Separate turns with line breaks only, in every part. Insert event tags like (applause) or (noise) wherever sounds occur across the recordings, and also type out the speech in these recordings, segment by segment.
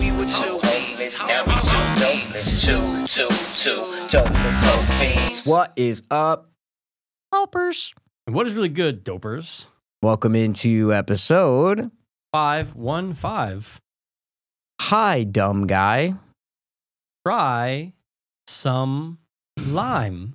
too aimless, now we too dopeless, too, too, too dopeless, whole fiends.
What is up, helpers?
And what is really good, dopers?
Welcome into episode.
515.
Hi, dumb guy.
Try some lime.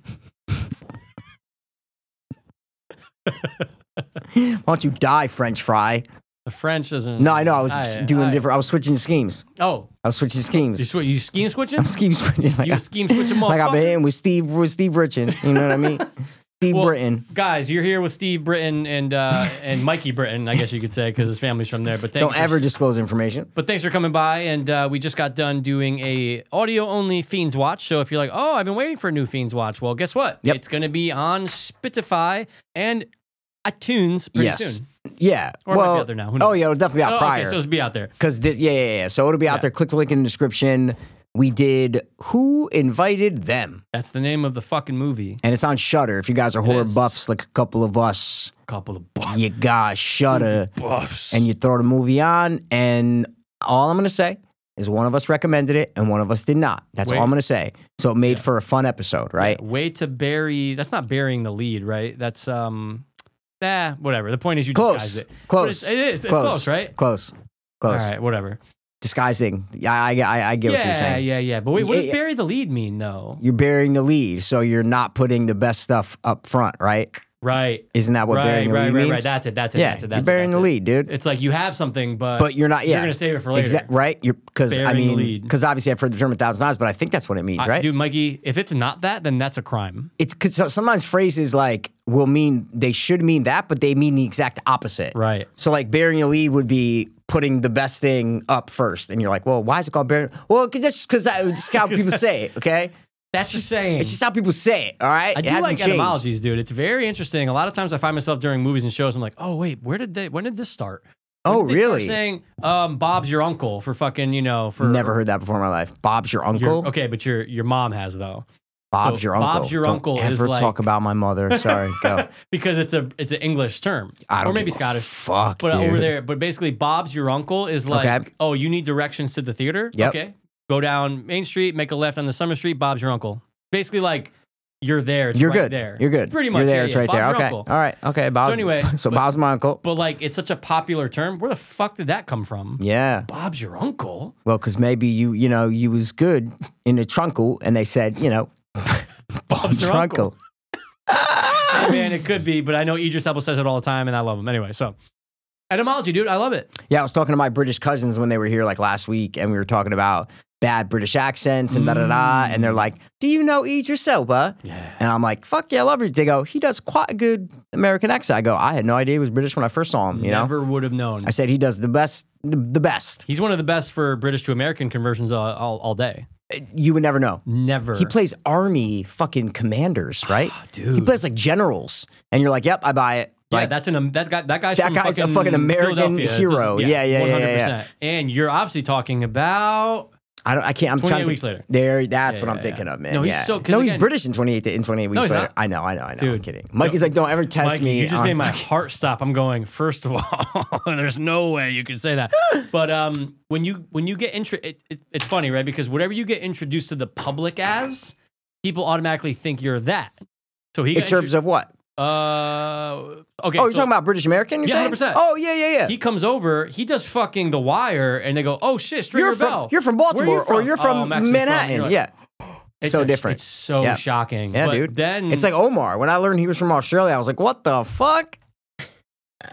Why don't you die, French fry?
The French doesn't.
No, I know. I was
Aye,
doing
aye.
different. I was switching schemes.
Oh,
I was switching
you,
schemes.
sw- you scheme switching?
I'm scheme switching. Like
You
I-
scheme
(laughs)
switching
Like I've
motherfucker.
been hitting with Steve with Steve Britton. You know what I
(laughs)
mean? Steve
Well-
Britton.
Guys, you're here with Steve Britton and uh, and Mikey Britton, I guess you could say, because his family's from there. But thank
Don't
you for-
ever disclose information.
But thanks for coming by, and uh, we just got done doing a audio only Fiends Watch. So if you're like, oh, I've been waiting for a new Fiends Watch, well, guess what?
Yep.
It's going to be on Spotify and iTunes pretty
Yes.
soon.
Yeah.
Or it might be
well,
out there now. Who
oh
knows?
yeah, it'll definitely be out
oh,
prior.
Okay, so it's be out there.
Because this, yeah, yeah, yeah. So it'll be out
Yeah.
there. Click the link in the description. We did Who Invited Them?
That's the name of the fucking movie.
And it's on Shutter. If you guys are horror
is.
buffs like a couple of us,
Couple of buff-
you got Shutter
buffs.
and you throw the movie on. And all I'm going to say is one of us recommended it and one of us did not. That's
Wait.
all I'm going to say. So it made for a fun episode, right?
way to bury. That's not burying the lead, right? That's um, nah, whatever. The point is you disguise
Close.
it. But
Close.
It's, it is. It's close, right?
Close. Close.
All right, whatever.
Disguising. Yeah, I, I, I get what
yeah,
you're saying.
yeah, yeah. But wait, what
Yeah,
does
yeah.
bury the lead mean, though?
You're burying the lead, so you're not putting the best stuff up front, right?
Right.
Isn't that what
right,
burying the
right,
lead
right,
means?
right. That's it. That's it.
yeah,
that's it.
you're
That's
burying
it,
the
that's
lead, dude.
It. It's like you have something, but,
but you're not. Yeah,
you're gonna save it for later.
Exa- right? You're because I
Burying the
mean,
lead.
because obviously I've heard the term a thousand eyes, but I think that's what it means,
I-
right?
dude, Mikey, if it's not that, then that's a crime.
It's because so sometimes phrases like will mean they should mean that, but they mean the exact opposite.
Right.
So like burying the lead would be putting the best thing up first, and you're like, well, why is it called burying? Well, 'cause that's because that's how
(laughs)
people say it. Okay,
That's just saying.
it's just how people say it. All right,
I
it
do
hasn't
like
changed.
etymologies, dude. It's very interesting. A lot of times I find myself during movies and shows, I'm like, oh wait, where did they? When did this start? When
Oh,
did they start
really?
saying um, Bob's your uncle for fucking, you know, for
Never heard that before in my life. Bob's your
your-
uncle.
okay, but your your mom has though,
Bob's
So
your uncle.
Bob's your
Don't
uncle
Ever
is like-
talk about my mother. Sorry,
(laughs)
go.
because it's a it's an English term,
I don't
or maybe
give a
Scottish.
Fuck,
But
dude.
over there, but basically, Bob's your uncle is like,
Okay.
oh, you need directions to the theater.
Yep.
Okay, go down Main Street, make a left on the Summer Street. Bob's your uncle. Basically, like you're there. It's
You're
right
good.
There.
You're good.
Pretty
You're
much.
there.
yeah,
it's
yeah.
right
Bob's
there.
your
Okay.
uncle.
All right. Okay. Bob.
anyway,
(laughs) so
but-
Bob's my uncle.
But like, it's such a popular term. Where the fuck did that come from?
yeah.
Bob's your uncle.
Well, because maybe you, you know, you was good in the trunkle, and they said, you know,
(laughs) Bob's your uncle.
trunkle.
Man, it could be, but I know Idris Elba says it all the time, and I love him anyway. So, etymology, dude, I love it.
(laughs) Yeah, I was talking to my British cousins when they were here like last week, and we were talking about bad British accents and da da da. And they're like, "Do you know Idris Elba?"
Mm. Yeah.
And I'm like, "Fuck yeah, I love it." They go, "He does quite a good American accent." I go, "I had no idea he was British when I first saw him." You know,
Never would have known.
I said he does the best, the, the best.
He's one of the best for British to American conversions all, all, all day.
You would never know.
Never.
He plays army fucking commanders, right? He
Ah, dude.
plays like generals, and you're like, "Yep, I buy it."
Yeah,
Like,
that's an um, that guy. That guy's
That
from
guy's a
fucking
fucking American
Philadelphia. It's
hero. Yeah, yeah, yeah, yeah, yeah.
100%. And you're obviously talking about
I don't, I can't. I'm
28
trying to.
weeks later.
There, that's
Yeah,
what I'm
yeah,
thinking of, man.
No, he's
yeah.
so- 'cause
no,
again-
he's British in 28 in 28 weeks
he's
later.
not.
I know, I know, I know. I'm
Dude.
kidding. Mikey's like, don't ever test
Mikey.
me.
You just
on- (laughs)
made my heart stop. I'm going. First of all, (laughs) there's no way you could say that. But um, when you when you get intro, it, it, it's funny, right? Because whatever you get introduced to the public as, people automatically think you're that. So he
in
got
terms
intro-
of what?
uh, okay.
oh, you're
so-
talking about British American? You're
Yeah,
saying?
100%.
Oh, yeah, yeah, yeah.
He comes over, he does fucking The Wire, and they go, "Oh shit, Stringer
you're from
Bell."
you're from
Where are you
Baltimore or
from?
you're
"Oh,
from
I'm actually
Manhattan.
You're like,
yeah,
It's
so
a-
different.
It's hmm. so
Yeah.
shocking.
Yeah,
but
dude.
Then
It's like Omar. When I learned he was from Australia, I was like, what the fuck?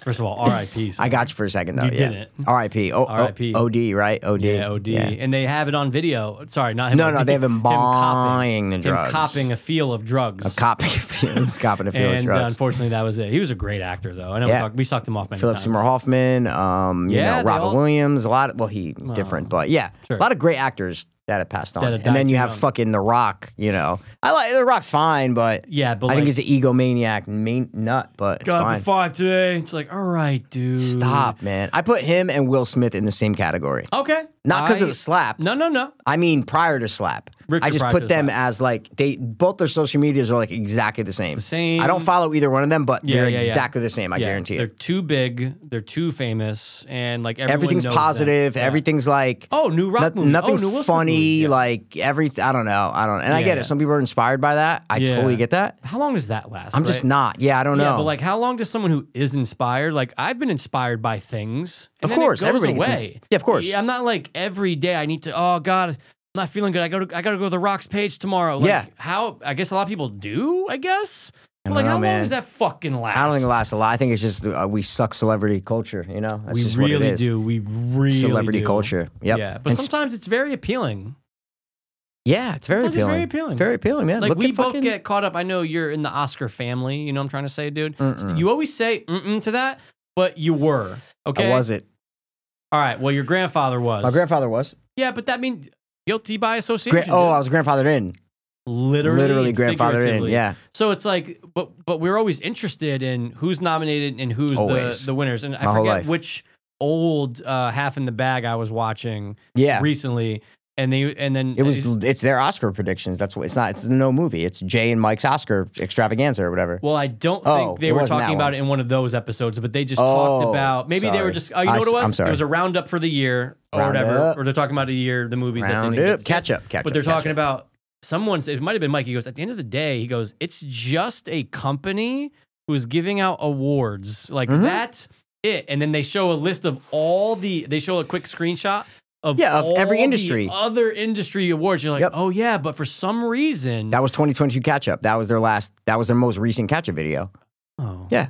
first of all, R.I.P.
(laughs) I got you for a second though.
You
yeah.
didn't.
R.I.P. O-
R.I.P..
O- OD, right? OD.
yeah, OD, and they have it on video. Sorry, not him.
No,
OD.
no, they have him buying the
him
drugs.
copping a feel of drugs.
A copy.
(laughs)
He was copping a few
and uh,
drugs.
unfortunately, that was it. He was a great actor, though. I know
Yeah.
we, talked, we sucked him off many
Philip
times.
Seymour Hoffman, um, you know,
Yeah, they
Robin
all-
Williams, a lot of, well, he different, but yeah,
Sure.
a lot of great actors that have passed on.
That have
and then
died
you
too
have
young.
fucking The Rock, you know. I like The Rock's fine, but
Yeah, but
I think
like,
he's an egomaniac main nut, but it's
got up
fine.
at five today. It's like, all right, dude,
Stop, man. I put him and Will Smith in the same category.
Okay,
Not because
I-
of the slap.
No, no, no.
I mean prior to slap.
Richter
I just put
practice
them
that.
as like they both their social medias are like exactly the
It's
same.
the same.
I don't follow either one of them, but
Yeah,
they're
yeah, yeah.
exactly the same. I
Yeah,
guarantee
They're
it.
too big. They're too famous, and like everyone
Everything's
knows them.
positive.
Yeah.
Everything's like
Oh, new rock
no-
movie.
nothing's
oh, new Will Smith
funny.
movie. Yeah.
Like everything. I don't know. I don't. And I
Yeah,
get
yeah.
it. Some people are inspired by that. I
Yeah.
totally get that.
how long does that last?
I'm just
right?
not. Yeah, I don't know.
Yeah, but like, how long does someone who is inspired? Like, I've been inspired by things. and
Of
then it
course,
goes
everybody gets
away.
ins- Yeah, of course.
Yeah, I'm not like every day. I need to. Oh God, I'm not feeling good. I got to. I got to go to the Rocks page tomorrow. Like,
Yeah.
How? I guess a lot of people do. I guess.
I
But
don't
like,
know,
how long
man.
does that fucking last?
I don't think it lasts a lot. I think it's just uh, we suck celebrity culture. You know, that's
we
just
really
what it is.
do. We really
celebrity
do.
culture. Yep.
Yeah, but
And s-
sometimes it's very appealing.
yeah, it's very
Sometimes it's
appealing.
very appealing.
Very appealing, man.
Like
Look
we
at
both
fucking-
get caught up. I know you're in the Oscar family. You know what I'm trying to say, dude.
Mm-mm.
You always say mm-mm to that, but you were okay.
Mm. I wasn't.
All right. Well, your grandfather was.
My grandfather was.
Yeah, but that means guilty by association.
Gra- oh, I
dude.
was grandfathered in.
literally,
Literally
and
grandfathered in.
figuratively.
Yeah.
So it's like, but but we're always interested in who's nominated and who's the
Always.
the winners. And
My
I
whole
forget
life.
which old uh, half in the bag I was watching
Yeah.
recently, and they and then
It was.
it's-
It's their Oscar predictions. That's what. It's not. It's no movie. It's Jay and Mike's Oscar extravaganza or whatever.
Well, I don't
Oh,
think they
it
were
wasn't
talking
that one.
about it in one of those episodes, but they just talked
Oh,
about maybe they
sorry.
were just oh, you know
I
what it
s-
was?
I'm sorry.
It was a roundup for the year or
Round
whatever,
up.
or they're talking about the year, the movies that
Round
they didn't
up.
get to
Catch up. Catch up.
but they're
catch
talking
up.
about someone's. It might have been Mike. He goes at the end of the day. He goes, it's just a company who's giving out awards. Like
Mhm.
that's it. And then they show a list of all the. They show a quick screenshot of
Yeah, of
all
every
the
industry.
other industry awards. You're like,
Yep.
oh yeah, but for some reason,
That was 2022 catch up. That was their last. That was their most recent catch up video.
oh
Yeah.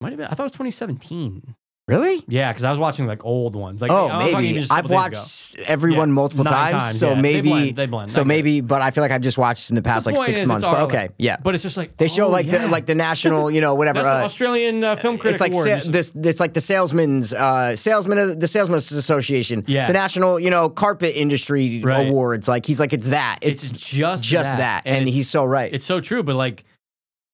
Might have been, I thought it was 2017.
Really?
Yeah, because I was watching like old ones. Like, I was
oh,
talking even
maybe.
just a
I've
couple days
watched
ago.
s- everyone
Yeah,
multiple
nine
times,
times,
so
yeah. They
maybe.
blend, they blend. I
So
get it.
maybe, but I feel like I've just watched in the past
The
like
point
six
is, it's
months. But
all
okay,
like-
yeah.
but it's just like
They show
oh,
like
yeah.
the like the national,
(laughs)
you know, whatever.
that's the
uh,
Australian uh, film critic
it's like sa-
awards.
this. It's like the salesman's uh, salesman of the salesman's association.
Yeah.
The national, you know, carpet industry
Right.
awards. Like he's like it's that.
it's,
It's,
just
just that, and,
it's-
he's so right.
it's so true, but like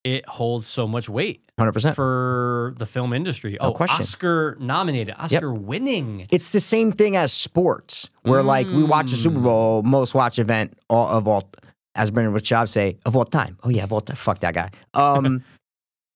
it holds so much weight
hundred percent.
for the film industry.
Uh, No
oh,
question.
Oscar nominated, Oscar winning.
It's the same thing as sports, where like we watch a Super
Mm.
Bowl, most watched event all, of all, as Brendan Woodshop say, of all time. Oh yeah, of all time. Fuck that guy.
(laughs)
Um,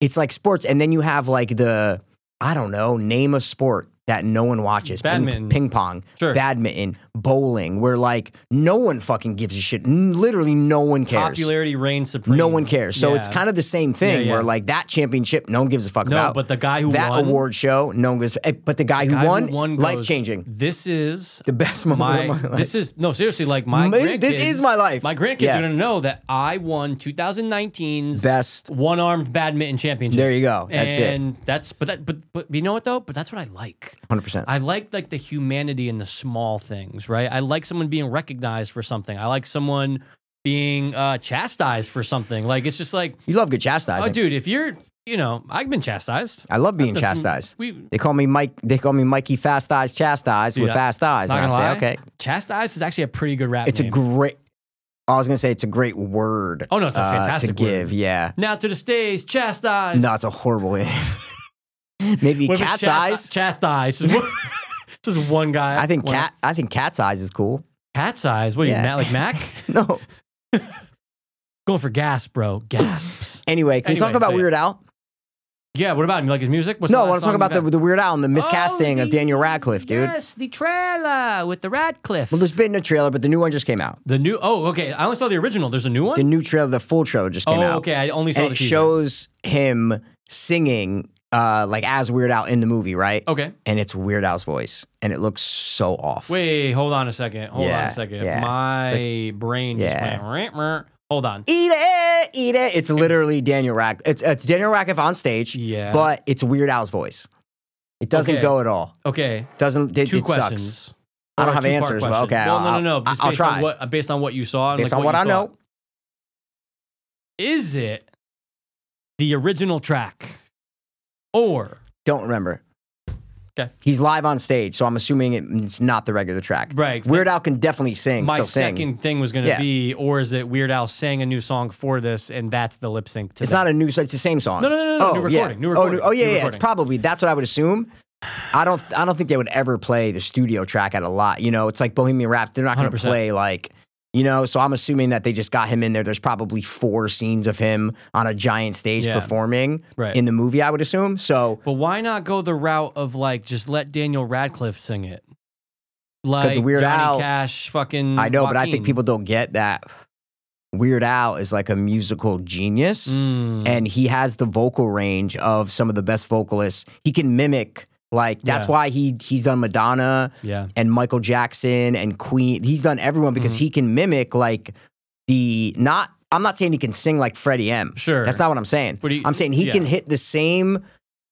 it's like sports, and then you have like the I don't know name a sport that no one watches. Ping-
Badminton.
ping pong,
Sure.
badminton, bowling, where like no one fucking gives a shit. N- Literally, no one cares.
Popularity reigns supreme.
No one cares. So it's
Yeah.
kind of the same thing
yeah.
where like that championship, no one gives a fuck
no,
about.
but the guy who
that
won,
award show, no one gives. eh, But the guy,
guy
who won,
goes,
life changing.
This is
The best (laughs) moment
my,
of my life.
this is no seriously like my
This- this
grandkids-
is my life.
My grandkids
Yeah.
are gonna know that I won 2019's
best.
one armed badminton championship.
There you go. That's it.
and that's but that but but you know what though? But that's what I like.
100%.
I like like the humanity in the small things, right? I like someone being recognized for something. I like someone being uh, chastised for something. Like it's just like,
you love good
oh,
chastising.
dude, if you're, you know, I've been chastised.
I love being
That's some-
chastised.
we
they call me Mike. They call me Mikey Fast Eyes Chastised
Dude,
with
I-
fast eyes.
not
And I
gonna
say,
lie.
okay,
Chastised is actually a pretty good rap.
it's a
name.
great. I was gonna say it's a great word.
Oh, no, it's a
uh,
fantastic
to
word.
give. Yeah,
now to the stage, chastised.
no, it's a horrible name. (laughs) Maybe
What if it's
cat's
chasti-
eyes.
Chastised. This is one- (laughs) this is one guy.
I think
One-
cat. I think cat's eyes is cool. (laughs)
Cat's eyes. What are
Yeah.
you, Matt? Like Mac?
(laughs) No.
Going for gas, bro. Gasps.
Anyway, can we
Anyway,
talk about
so yeah.
Weird Al?
yeah. What about him? You like his music? What's
no, I
last
want to talk
song
about
you
the,
got?
the Weird Al and the miscasting
Oh,
of Daniel
the-
Radcliffe, dude.
Yes, the trailer with the Radcliffe.
Well, there's been a trailer, but the new one just came out.
the new. Oh, okay. I only saw the original. There's a new one.
The new trailer, the full trailer just came
oh,
out.
okay. I only saw
and
the
it
teaser.
shows him singing uh like as Weird Al in the movie, right?
Okay.
And it's Weird Al's voice, and it looks so off.
Wait. Hold on a second. Hold on
Yeah,
a second.
yeah.
My brain just went. "Rrrt, rrrt." Hold on.
Eat it, eat it. It's literally Daniel Radcliffe. It's, it's Daniel Radcliffe on stage,
Yeah.
but it's Weird Al's voice. It doesn't
Okay.
go at all.
Okay.
Doesn't it,
Two
it
questions.
sucks. I don't
Or
have
two-part
answers, but
question.
okay,
Well,
I'll-
no, no, no.
I'll-
Just
I'll
based on
try.
what, based on what you saw. And
Based
like
on what,
you
I know.
thought. Is it the original track or
Don't remember.
Okay.
He's live on stage, so I'm assuming it, it's not the regular track.
Right.
Weird Al can definitely sing.
my
still sing.
second thing was going to
Yeah.
be, or is it Weird Al sang a new song for this, and that's the lip sync to
It's
that?
not a new. song, It's the same song.
No, no, no, no, no, new
yeah.
recording, new
Oh,
recording,
Oh, yeah,
new
yeah. It's
recording.
probably that's what I would assume. I don't. I don't think they would ever play the studio track at a lot. You know, it's like Bohemian Rap. They're not going to
100%.
play like You know, so I'm assuming that they just got him in there. There's probably four scenes of him on a giant stage
Yeah.
performing
Right.
in the movie, I would assume. So,
But why not go the route of like just let Daniel Radcliffe sing it? Like
Weird
Johnny
Al-
Cash, fucking.
I know, but I think
Joaquin.
people don't get that Weird Al is like a musical genius.
Mm,
and he has the vocal range of some of the best vocalists. He can mimic like that's
Yeah.
why he he's done Madonna
yeah,
and Michael Jackson and Queen. He's done everyone because
Mhm.
he can mimic like the not. I'm not saying he can sing like Freddie M.
sure.
That's not what I'm saying.
What do you-
I'm saying he
yeah.
can hit the same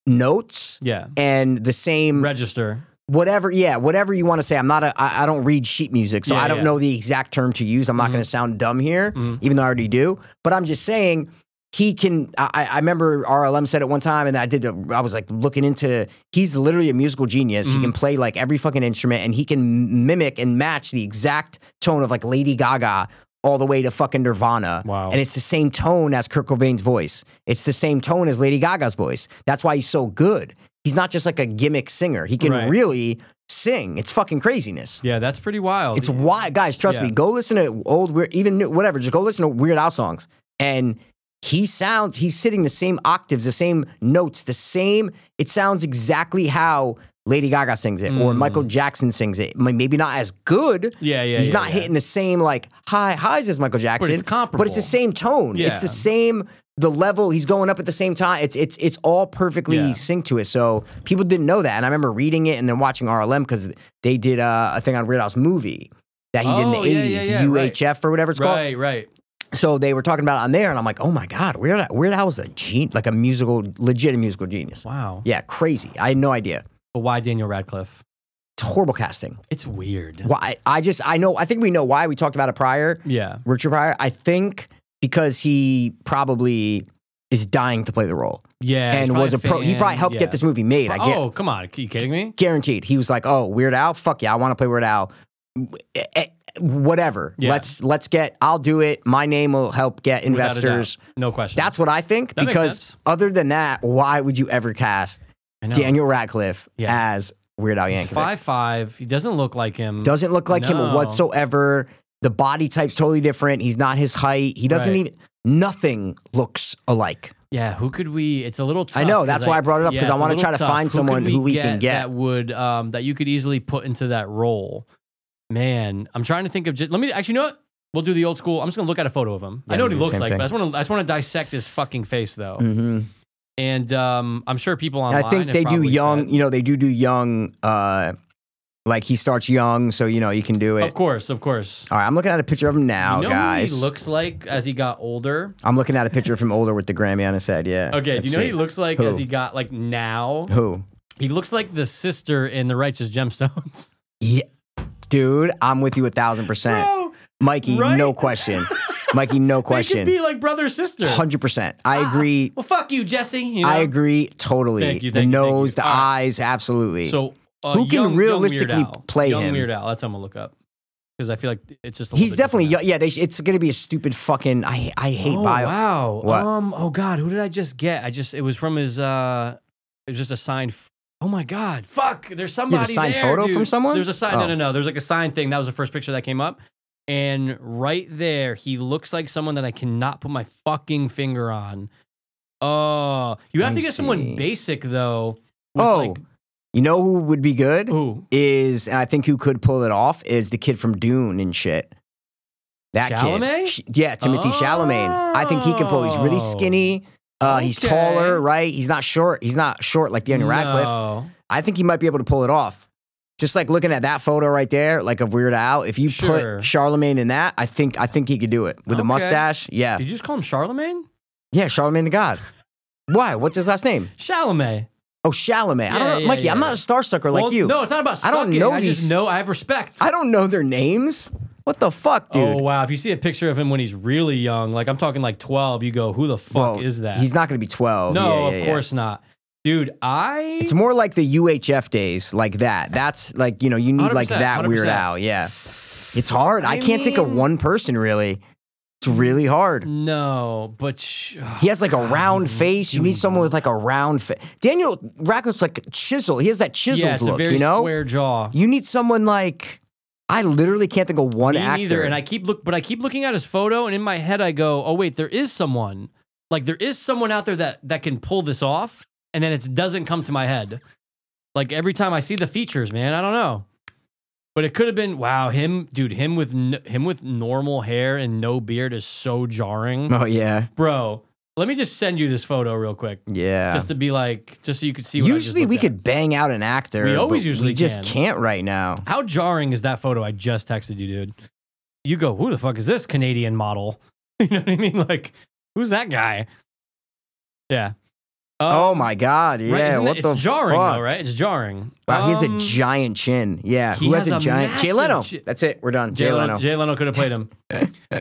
notes
Yeah,
and the same
register.
whatever yeah whatever you want to say i'm not a i, I don't read sheet music so
Yeah,
i don't
yeah.
know the exact term to use i'm not
Mhm.
going to sound dumb here
Mhm.
even though i already do but i'm just saying he can I, I- I remember rlm said it one time and i did a, i was like looking into he's literally a musical genius he
Mm-hmm.
can play like every fucking instrument and he can mimic and match the exact tone of like lady gaga all the way to fucking nirvana
Wow.
and it's the same tone as Kurt Cobain's voice. It's the same tone as Lady Gaga's voice. That's why he's so good. He's not just like a gimmick singer. He can
Right.
really sing. It's fucking craziness.
Oh, Yeah, that's pretty wild.
It's why guys, trust
Yeah.
me. Go listen to old weird, even new, whatever. Just go listen to Weird Al songs, and he sounds. He's sitting the same octaves, the same notes, the same. It sounds exactly how Lady Gaga sings it, or
Mm.
Michael Jackson sings it. May- Maybe not as good.
Yeah, yeah.
He's
yeah,
not
yeah.
hitting the same like high highs as Michael Jackson,
comparable.
but it's the same tone. It's
Yeah.
the same the level he's going up at the same time. It's it's it's all perfectly
Yeah.
synced to it. So people didn't know that, and I remember reading it and then watching RLM because they did uh, a thing on Weird Al's movie that he did in
Oh,
the
yeah, yeah,
eighties,
yeah, right.
UHF or whatever it's called.
Right, right.
So they were talking about it on there, and I'm like, oh my god, Weird Al, Weird Al was a gen- like a musical, legit musical genius.
Wow.
Yeah, crazy. I had no idea.
But why Daniel Radcliffe?
It's horrible casting.
It's weird.
Why? I just I know. I think we know why. We talked about it prior.
Yeah.
Richard Pryor, I think because he probably is dying to play the role
Yeah. he's
and
probably
was a pro. He
fan,
probably helped
yeah.
get this movie made. I get
Oh, come on. Are you kidding me?
guaranteed. He was like, "Oh, Weird Al, fuck yeah, I want to play Weird Al." Eh, eh, Whatever.
Yeah.
Let's let's get. I'll do it. My name will help get
Without a doubt.
investors.
No question.
That's what I think.
That makes
because
sense.
other than that, why would you ever cast
I know.
Daniel Radcliffe
Yeah.
as Weird Al
He's
Yankovic?
five five. He doesn't look like him.
Doesn't look like him
Mm. No.
whatsoever. The body type's totally different. He's not his height. He doesn't
Right.
even. Nothing looks alike.
Yeah, who could we? It's a little. Tough
I know,
'cause
that's why I brought it up, 'cause I
it's a
wanna
little
try to
tough.
find
could
someone who we can get.
that would um, that you could easily put into that role. Man, I'm trying to think of just. Let me actually. You know what? We'll do the old school. I'm just gonna look at a photo of him.
Yeah,
I
we'll
know what he
do the
looks
same
like,
thing.
but I just want to. I just want to dissect his fucking face though.
Mm-hmm.
And um, I'm sure people Oh. online.
I think
have
they do
probably
young.
said-
You know, they do do young. Uh, like he starts young, so you know you can do it.
of course, of course.
All right, I'm looking at a picture of him now,
you know
guys.
who he looks like as he got older.
I'm looking at a picture of him older with the Grammy on his head. Yeah.
Okay,
Let's
do you know
see.
what he looks like as
Who?
he got like now?
Who?
He looks like the sister in the
(laughs)
Righteous Gemstones.
Yeah, dude, I'm with you a thousand percent,
Bro,
Mikey.
right?
No
(laughs)
question, Mikey. No
They could be
question.
like brother sister.
Hundred percent.
(gasps)
I agree.
Well, fuck you, Jesse. You know?
I agree totally.
Thank you,
the
thank you, thank
nose,
you.
the
All right.
eyes, absolutely.
So uh,
Who can
young- young
realistically
Weird Al.
play
young
him?
Weird Al. That's what I'm gonna look up because I feel like it's just. A little
he's
bit
definitely
different
young. yeah. They sh- it's gonna be a stupid fucking. I I hate
now. Oh
bio.
wow.
What?
Um. Oh god. Who did I just get? I just. It was from his. uh It was just a signed. f- Oh my god. Fuck. There's somebody.
signed
there,
photo
dude.
from someone?
There's a sign.
Oh.
No, no, no. There's like a sign thing. That was the first picture that came up. And right there, he looks like someone that I cannot put my fucking finger on. Oh, you have
Let
to
me
get
see.
someone basic though. with,
Oh,
like,
you know who would be good?
who?
is, and I think who could pull it off is the kid from Dune and shit. That
Chalamet?
kid, Sh- yeah, Timothy Chalamet. I think he can pull. He's really skinny. Uh, He's
Oh. Okay.
taller, right? He's not short. He's not short like Daniel Radcliffe.
No.
I think he might be able to pull it off. Just like looking at that photo right there, like of Weird Al. If you
Sure.
put Charlemagne in that, I think I think he could do it with a
Okay.
mustache. Yeah,
Did you just call him Charlemagne?
yeah, Charlemagne the God. Why? What's his last name?
Chalamet.
Oh, Chalamet. I don't
Yeah,
know,
yeah,
Mikey. I'm
yeah.
not a star sucker like
Well,
you.
No, it's not about
I don't
sucking.
know
I
these-
just know I have respect.
I don't know their names. What the fuck, dude?
Oh wow! If you see a picture of him when he's really young, like I'm talking like 12, you go, "Who the fuck
Well,
is that?"
He's not going to be 12.
no,
Yeah,
of
yeah, yeah.
course not, dude. I
It's more like the UHF days, like that. That's like, you know, you need like
100%,
that Weird
100%.
Al. Yeah. It's hard. I,
I
can't think of
mean-
one person really. It's really hard.
no, but sh-
He has like a round face. You need
dude.
someone with like a round face. Daniel Radcliffe's like chiseled. He has that chiseled
yeah, it's
look,
a very
you know?
square jaw.
You need someone like I literally can't think of one
Me
actor.
neither. And I keep look, but I keep looking at his photo, and in my head I go, "Oh wait, there is someone. Like there is someone out there that that can pull this off." And then it doesn't come to my head. Like every time I see the features, man, I don't know. But it could have been wow, him, dude, him with n- him with normal hair and no beard is so
(laughs)
jarring,
oh yeah,
bro. Let me just send you this photo real quick,
yeah.
just to be like, just so you could see. What I just
usually we
looked at.
could bang out an actor.
We always
but
usually
we just
can.
can't right now.
How jarring is that photo I just texted you, dude? You go, who the fuck is this Canadian model? (laughs) You know what I mean? Like, who's that guy? Yeah.
oh
Um,
my god,
right,
yeah.
isn't
What
it-
the
it's jarring
fuck?
though, right? It's jarring.
Wow, he has
Um,
a giant chin. Yeah,
he
who has,
has
a
a
giant? Jay
massive
Leno.
chin.
That's it. We're done. Jay,
Jay
Leno.
Leno. Jay Leno could have played
(laughs)
him.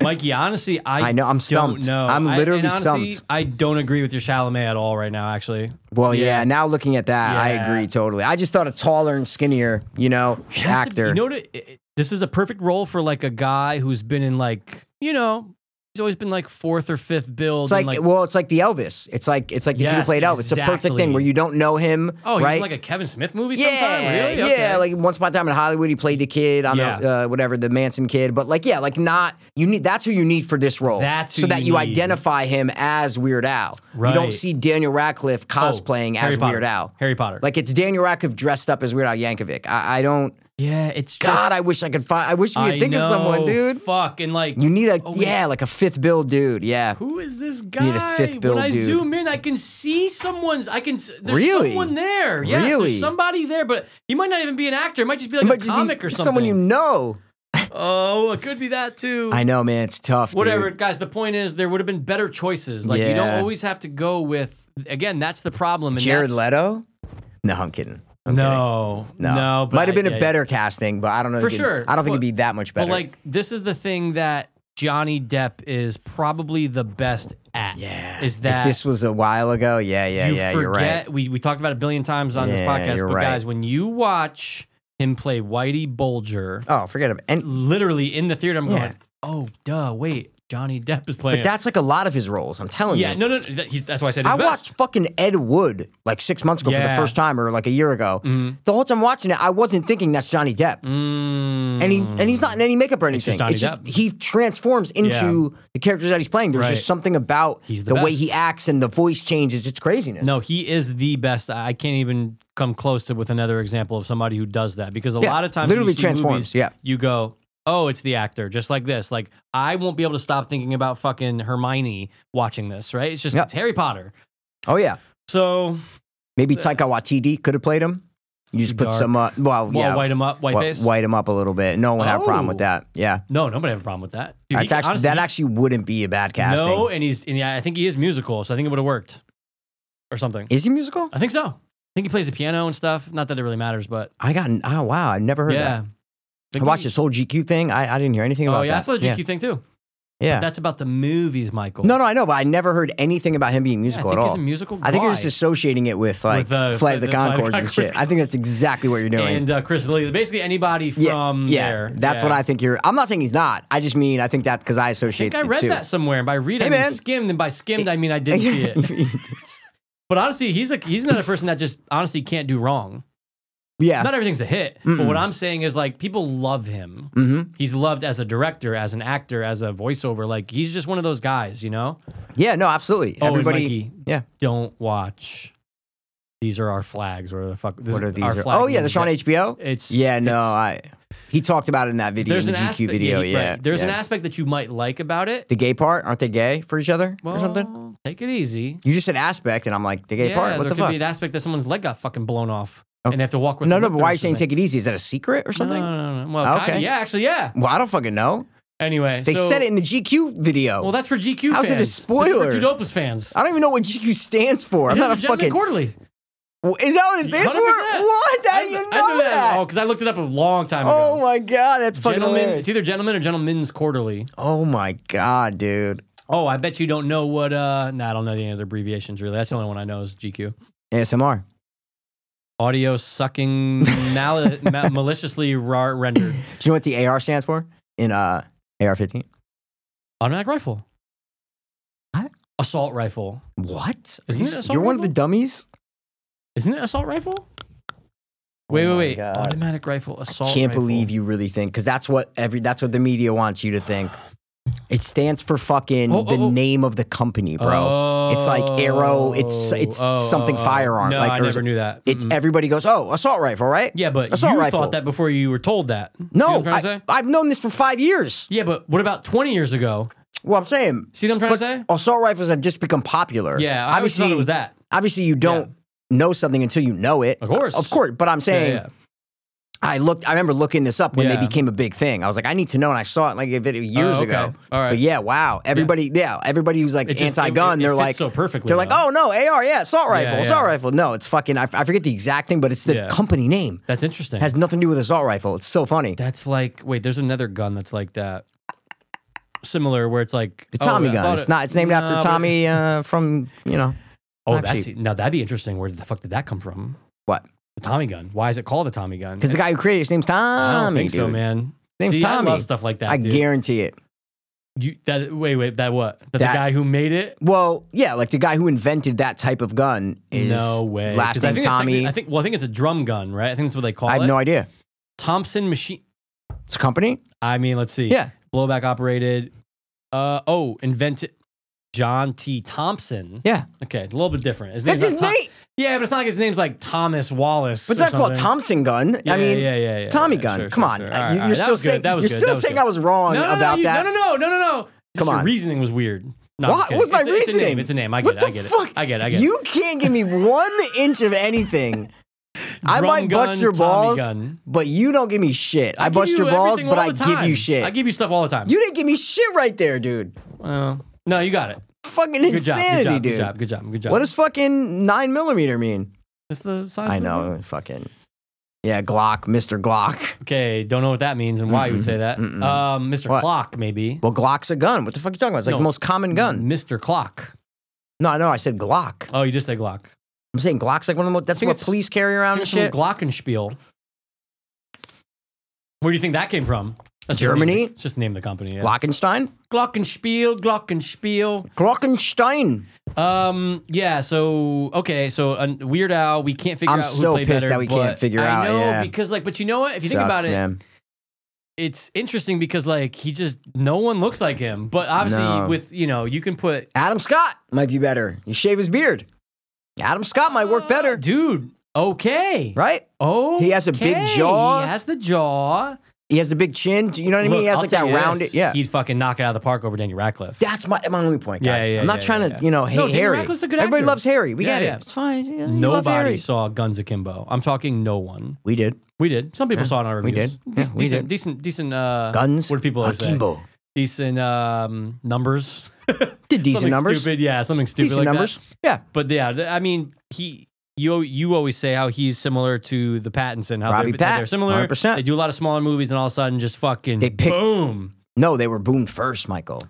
Mikey, honestly, I,
I know. I'm
don't
stumped.
know.
I'm
I- and
literally
honestly,
stumped.
I don't agree with your Chalamet at all right now. Actually,
Well, yeah.
Yeah.
Now looking at that, I
Yeah.
agree totally. I just thought a taller and skinnier, you know,
has to-
actor.
you know what? It, it- this is a perfect role for like a guy who's been in like you know he's always been like fourth or fifth build.
it's like,
and,
well, it's like the Elvis. It's like it's like the kid who
Yes,
played Elvis. It's a perfect thing
exactly.
where you don't know him,
Oh, he was
right?
in, like a Kevin Smith movie
yeah,
sometime? Really? Okay.
yeah. Like once upon a time in Hollywood, he played the kid on
Yeah.
uh, whatever the Manson kid. But like, yeah, like not you need. That's who you need for this role.
That's who
so that
you
you
need.
identify him as Weird Al. You don't
Right.
see Daniel Radcliffe
Oh,
cosplaying
Harry
as
Potter.
Weird Al.
Harry Potter.
Like it's Daniel Radcliffe dressed up as Weird Al Yankovic. I, I don't.
yeah, it's just,
God, I wish I could find. I wish we could
I
think of someone,
know,
dude.
Fuck, and like
You need a
Oh, wait.
yeah, like a fifth bill dude. Yeah.
who is this guy?
need a fifth build
when I
dude.
zoom in, I can see someone's. I can. s- There's
Really?
someone there. Yeah,
Really?
there's somebody there, but he might not even be an actor. It might just be like
It might
a
just be
comic or something.
Someone you know.
Oh, it could be that too.
I know, man. It's tough. dude.
Whatever, guys. The point is, there would have been better choices. Like you
Yeah.
don't always have to go with. Again, that's the problem. And
Jared
that's-
Leto. No, I'm kidding. I'm kidding.
No, no, but
Might have been
yeah,
a
yeah.
better casting, but I don't know. if
For
it'd-
sure.
I don't think
Well-
it'd be that much better.
But like this is the thing that Johnny Depp is probably the best at.
yeah.
Is
if
that
this was a while ago? Yeah, yeah,
you
yeah.
forget
You're right.
we, we talked about it a billion times on this
Yeah,
podcast, but
you're right.
guys, when you watch him play Whitey Bulger,
Oh, forget about and.
literally in the theater, I'm
Yeah.
going, Oh duh, wait, Johnny Depp is
But
playing.
that's like a lot of his roles. I'm telling
yeah,
you.
no, no, no that- he's, that's why I said he's
I
best.
watched fucking Ed Wood like six months ago for the
Yeah. Mm-hmm.
first time, or like a year ago. The whole time watching it, I wasn't thinking that's Johnny Depp.
Mm,
and he and he's not in any makeup or anything.
just
It's just,
Johnny Depp.
he transforms into the characters that he's playing. There's
Right.
just something about
He's
the,
the
way
best.
he acts and the voice changes. It's craziness.
No, he is the best. I I can't even come close to with another example of somebody who does that because a
Yeah,
lot of times
literally
when you see
transforms,
movies,
yeah.
you go, oh, it's the actor, just like this. Like I won't be able to stop thinking about fucking Hermione watching this. Right? It's just
Yep.
it's Harry Potter.
Oh yeah,
So
maybe
Uh,
Taika Waititi could have played him. You just
Too
put some uh, well,
well,
yeah,
white him up, white
wh-
face.
white him up a little bit. No one had a problem with
Oh.
that. Yeah,
No, nobody have a problem with that. Dude,
that's
he-
actually
honestly,
that actually wouldn't be a bad casting.
No, and he's and yeah, I think he is musical, so I think it would have worked or something.
Is he musical?
I think so. I think he plays the piano and stuff. Not that it really matters, but
I got oh wow, I never heard
yeah.
that. I watched this whole GQ thing. I, I didn't hear anything about
Oh yeah,
that.
that's what the GQ thing too.
Yeah. yeah.
That's about the movies, Michael.
No, no, I know, but I never heard anything about him being
Yeah, I
musical
think
at
he's
all.
a musical.
I think you're just
guy.
associating it with like
With, uh,
Flight of the,
the Flight of the
Concords and shit.
Conchords.
I think that's exactly what you're doing.
and uh, Chris Lee, basically anybody
yeah,
from
yeah,
there.
that's what I think you're. I'm not saying he's not. I just mean I think that because I
I
associate.
think I read
the two.
that somewhere. And by read,
Hey,
I mean
man.
skimmed, and by skimmed, I mean
(laughs)
I didn't see it. But honestly, he's like he's another person that just honestly can't do wrong.
yeah.
Not everything's a hit, but what I'm saying is like people love him.
Mhm.
He's loved as a director, as an actor, as a voiceover. Like he's just one of those guys, you know.
Yeah. No. Absolutely.
Oh, and
Everybody.
Mikey.
Yeah.
Don't watch. These are our flags. Or the fuck? This
What
is
are these?
Our
are-
flag
oh yeah, the
means
Sean
that-
HBO.
It's
Yeah. No.
it's-
I. He talked about it in that video, in the GQ
aspect-
video.
he-
Yeah.
right. There's an
yeah.
aspect that you might like about it.
The gay part. Aren't they gay for each other or something?
Well, Take it easy.
You just said aspect, and I'm like the gay
yeah,
part.
there
What the
could
fuck? Oh.
be an aspect that someone's leg got fucking blown off, and they have to walk with.
no,
a
no.
limp
But
or
why are you saying
something.
take it easy? Is that a secret or something?
No, no, no, no. Well,
Okay.
okay. yeah, actually, yeah.
Well, I don't fucking know.
Anyway,
They
so-
said it in the GQ video.
Well, that's for GQ.
How's it a
fans.
spoiler? Oh,
This is for Judopus fans.
I don't even know what GQ stands for. I'm
It is
not a
Gentleman
fucking.
quarterly.
Well, Is that what it stands for?
100%.
What? How do you know
I knew
that?
Oh, because I looked it up a long time ago.
Oh my god, that's fucking
Gentlemen,
hilarious.
it's either gentlemen or gentlemen's quarterly.
Oh my god, dude.
Oh, I bet you don't know what. uh Nah, I don't know the other abbreviations really. That's the only one I know is GQ.
ASMR. (laughs)
audio sucking mal- ma- maliciously ra- rendered
Do you know what the AR stands for in uh AR-15?
automatic rifle
What?
assault rifle
What? Are
Isn't
you-
it assault
You're one of the
rifle?
dummies.
isn't it assault rifle Wait,
Oh
wait,
my
wait.
God.
Automatic rifle assault.
Can't
rifle.
believe you really think because that's what every that's what the media wants you to think. It stands for fucking
Oh, oh,
the
oh.
name of the company, bro. It's like arrow- it's- it's something firearm,
Oh, No,
like,
I
or is
never
it-
knew that.
It's
Mm-mm.
everybody goes, oh, assault rifle, right?
yeah, but
assault
you
rifle.
thought that before you were told that. See what
No,
I'm trying to
I,
say?
I've known this for five years.
Yeah, but what about 20 years ago?
Well, I'm saying
See what I'm trying to say?
assault rifles have just become popular.
Yeah, I always thought it was that.
Obviously, you don't know something until you know it.
Of course.
of course. But I'm
Yeah,
saying
yeah.
I looked. I remember looking this up when
Yeah.
they became a big thing. I was like, I need to know, and I saw it like a video years
Oh, okay.
ago.
All right.
But yeah, wow. Everybody, yeah, everybody who's like
It just- it-
anti-gun,
it- it
they're
fits
like,
so perfectly.
they're like,
though.
oh no, AR, yeah, assault rifle,
yeah.
assault rifle. No, it's fucking. I, I forget the exact thing, but it's the
Yeah.
company name.
that's interesting.
has nothing to do with assault rifle. It's so funny.
That's like wait, there's another gun that's like that, similar where it's like
The
oh,
Tommy
I
gun.
thought
It's
it-
not. It's named
Nah,
after
but-
Tommy uh, from you know
Oh,
not
that's now that'd be interesting. Where the fuck did that come from?
what?
The Tommy gun. Why is it called the Tommy gun?
Because the guy who created it, his name's Tommy.
I don't think so,
dude.
man.
Name's
See,
Tommy.
I love stuff like that.
I
dude.
guarantee it.
you that. Wait, wait. That what? That, the
That-
guy who made it.
Well, yeah, like the guy who invented that type of gun is
no way.
Last
'Cause I
name
think it's
Tommy.
technically- I think. Well, I think it's a drum gun, right? I think that's what they call
I have
it.
no idea.
Thompson machine.
It's a company.
I mean, let's see.
Yeah.
Blowback operated. Uh oh, invented. John T. Thompson.
Yeah,
Okay, a little bit different. His
that's
name's
his
not Tom-
name.
Yeah, but it's not like his name's like Thomas Wallace.
But
or
that's called
something.
Thompson gun. I mean,
yeah, yeah, yeah,
Tommy
yeah,
gun.
sure,
Come
sure,
on,
sure.
Uh,
All right,
you-
all
you're
right,
still
was good,
saying
that was
you're
good,
still
that
saying
good.
I was wrong
no, no,
about
no, you-
that.
No, no, no, no, no, no. Just
Come
your
on.
reasoning was weird. No, I'm
What?
kidding.
What was my
it's, it's a name,
reasoning?
It's a name. I get
what
it.
the
I get
fuck?
it. I get it. I get
You can't give me one inch of anything. I
it. Drum
might bust
gun,
your
Tommy
balls,
gun.
but you don't give me shit. I,
give
bust
you
your balls,
everything
but
all
I
the
give you
time.
shit.
I give you stuff all the time.
you didn't give me shit right there, dude.
Well, no, you got it.
Fucking
Good job.
insanity,
Good job.
dude.
Good job. Good job. Good job.
What does fucking nine millimeter mean?
It's the size?
I
of the
know,
world.
fucking yeah, Glock, Mr. Glock.
Okay, don't know what that means and why you would say that.
Mm-mm.
Um, Mr.
What?
Clock, maybe.
Well, Glock's a gun. What the fuck are you talking about? It's like
No.
the most common gun.
Mr. Clock.
No, I know. I said Glock.
Oh, you just said Glock.
I'm saying Glock's like one of the most. That's
think
what
it's-
police carry around and
Here's some
shit.
Glockenspiel. Where do you think that came from? That's just
Germany?
the name- It's just the name of the company. Yeah.
Glockenstein.
Glockenspiel, Glockenspiel.
Glockenstein.
Um, yeah. So okay, so uh, Weird Al, we can't figure
I'm
out who
so
played
pissed
better,
that we can't
but
figure out,
I know
yeah.
because like, but you know what? If you think
Sucks,
about it,
man.
it's interesting because like he just no one looks like him. But obviously,
No.
with you know, you can put
Adam Scott might be better. You shave his beard. Adam Scott might work better,
dude. Okay,
right?
Oh,
He has a big jaw.
He has the jaw.
He has the big chin. You know what I mean?
Look,
he has
I'll
like
tell
that
you
rounded.
this,
Yeah.
He'd fucking knock it out of the park over Daniel Radcliffe.
That's my my only point,
Yeah,
guys.
yeah,
I'm not
yeah,
trying
yeah, yeah.
to, you know, hate
No, Daniel
Harry.
Radcliffe's a good
Everybody
actor.
loves Harry. We
Yeah,
get it.
yeah.
It's fine. You love
Nobody
Harry.
saw Guns Akimbo. I'm talking no one.
We did.
We did. Some people saw it on our
we
reviews.
did. Yeah,
Decent,
we
decent,
did.
decent, decent. Uh,
Guns.
What do people always say?
Akimbo.
Decent um, numbers.
Did decent
something
numbers.
Stupid. Yeah, something stupid.
Decent
like
numbers.
That.
Yeah.
But yeah, th- I mean, he. You, you always say how he's similar to the Pattons and how
Robbie
they're, how
Pat,
they're similar.
100%.
They do a lot of smaller movies and all of a sudden just fucking
They picked-
boom.
No, they were boomed first, Michael.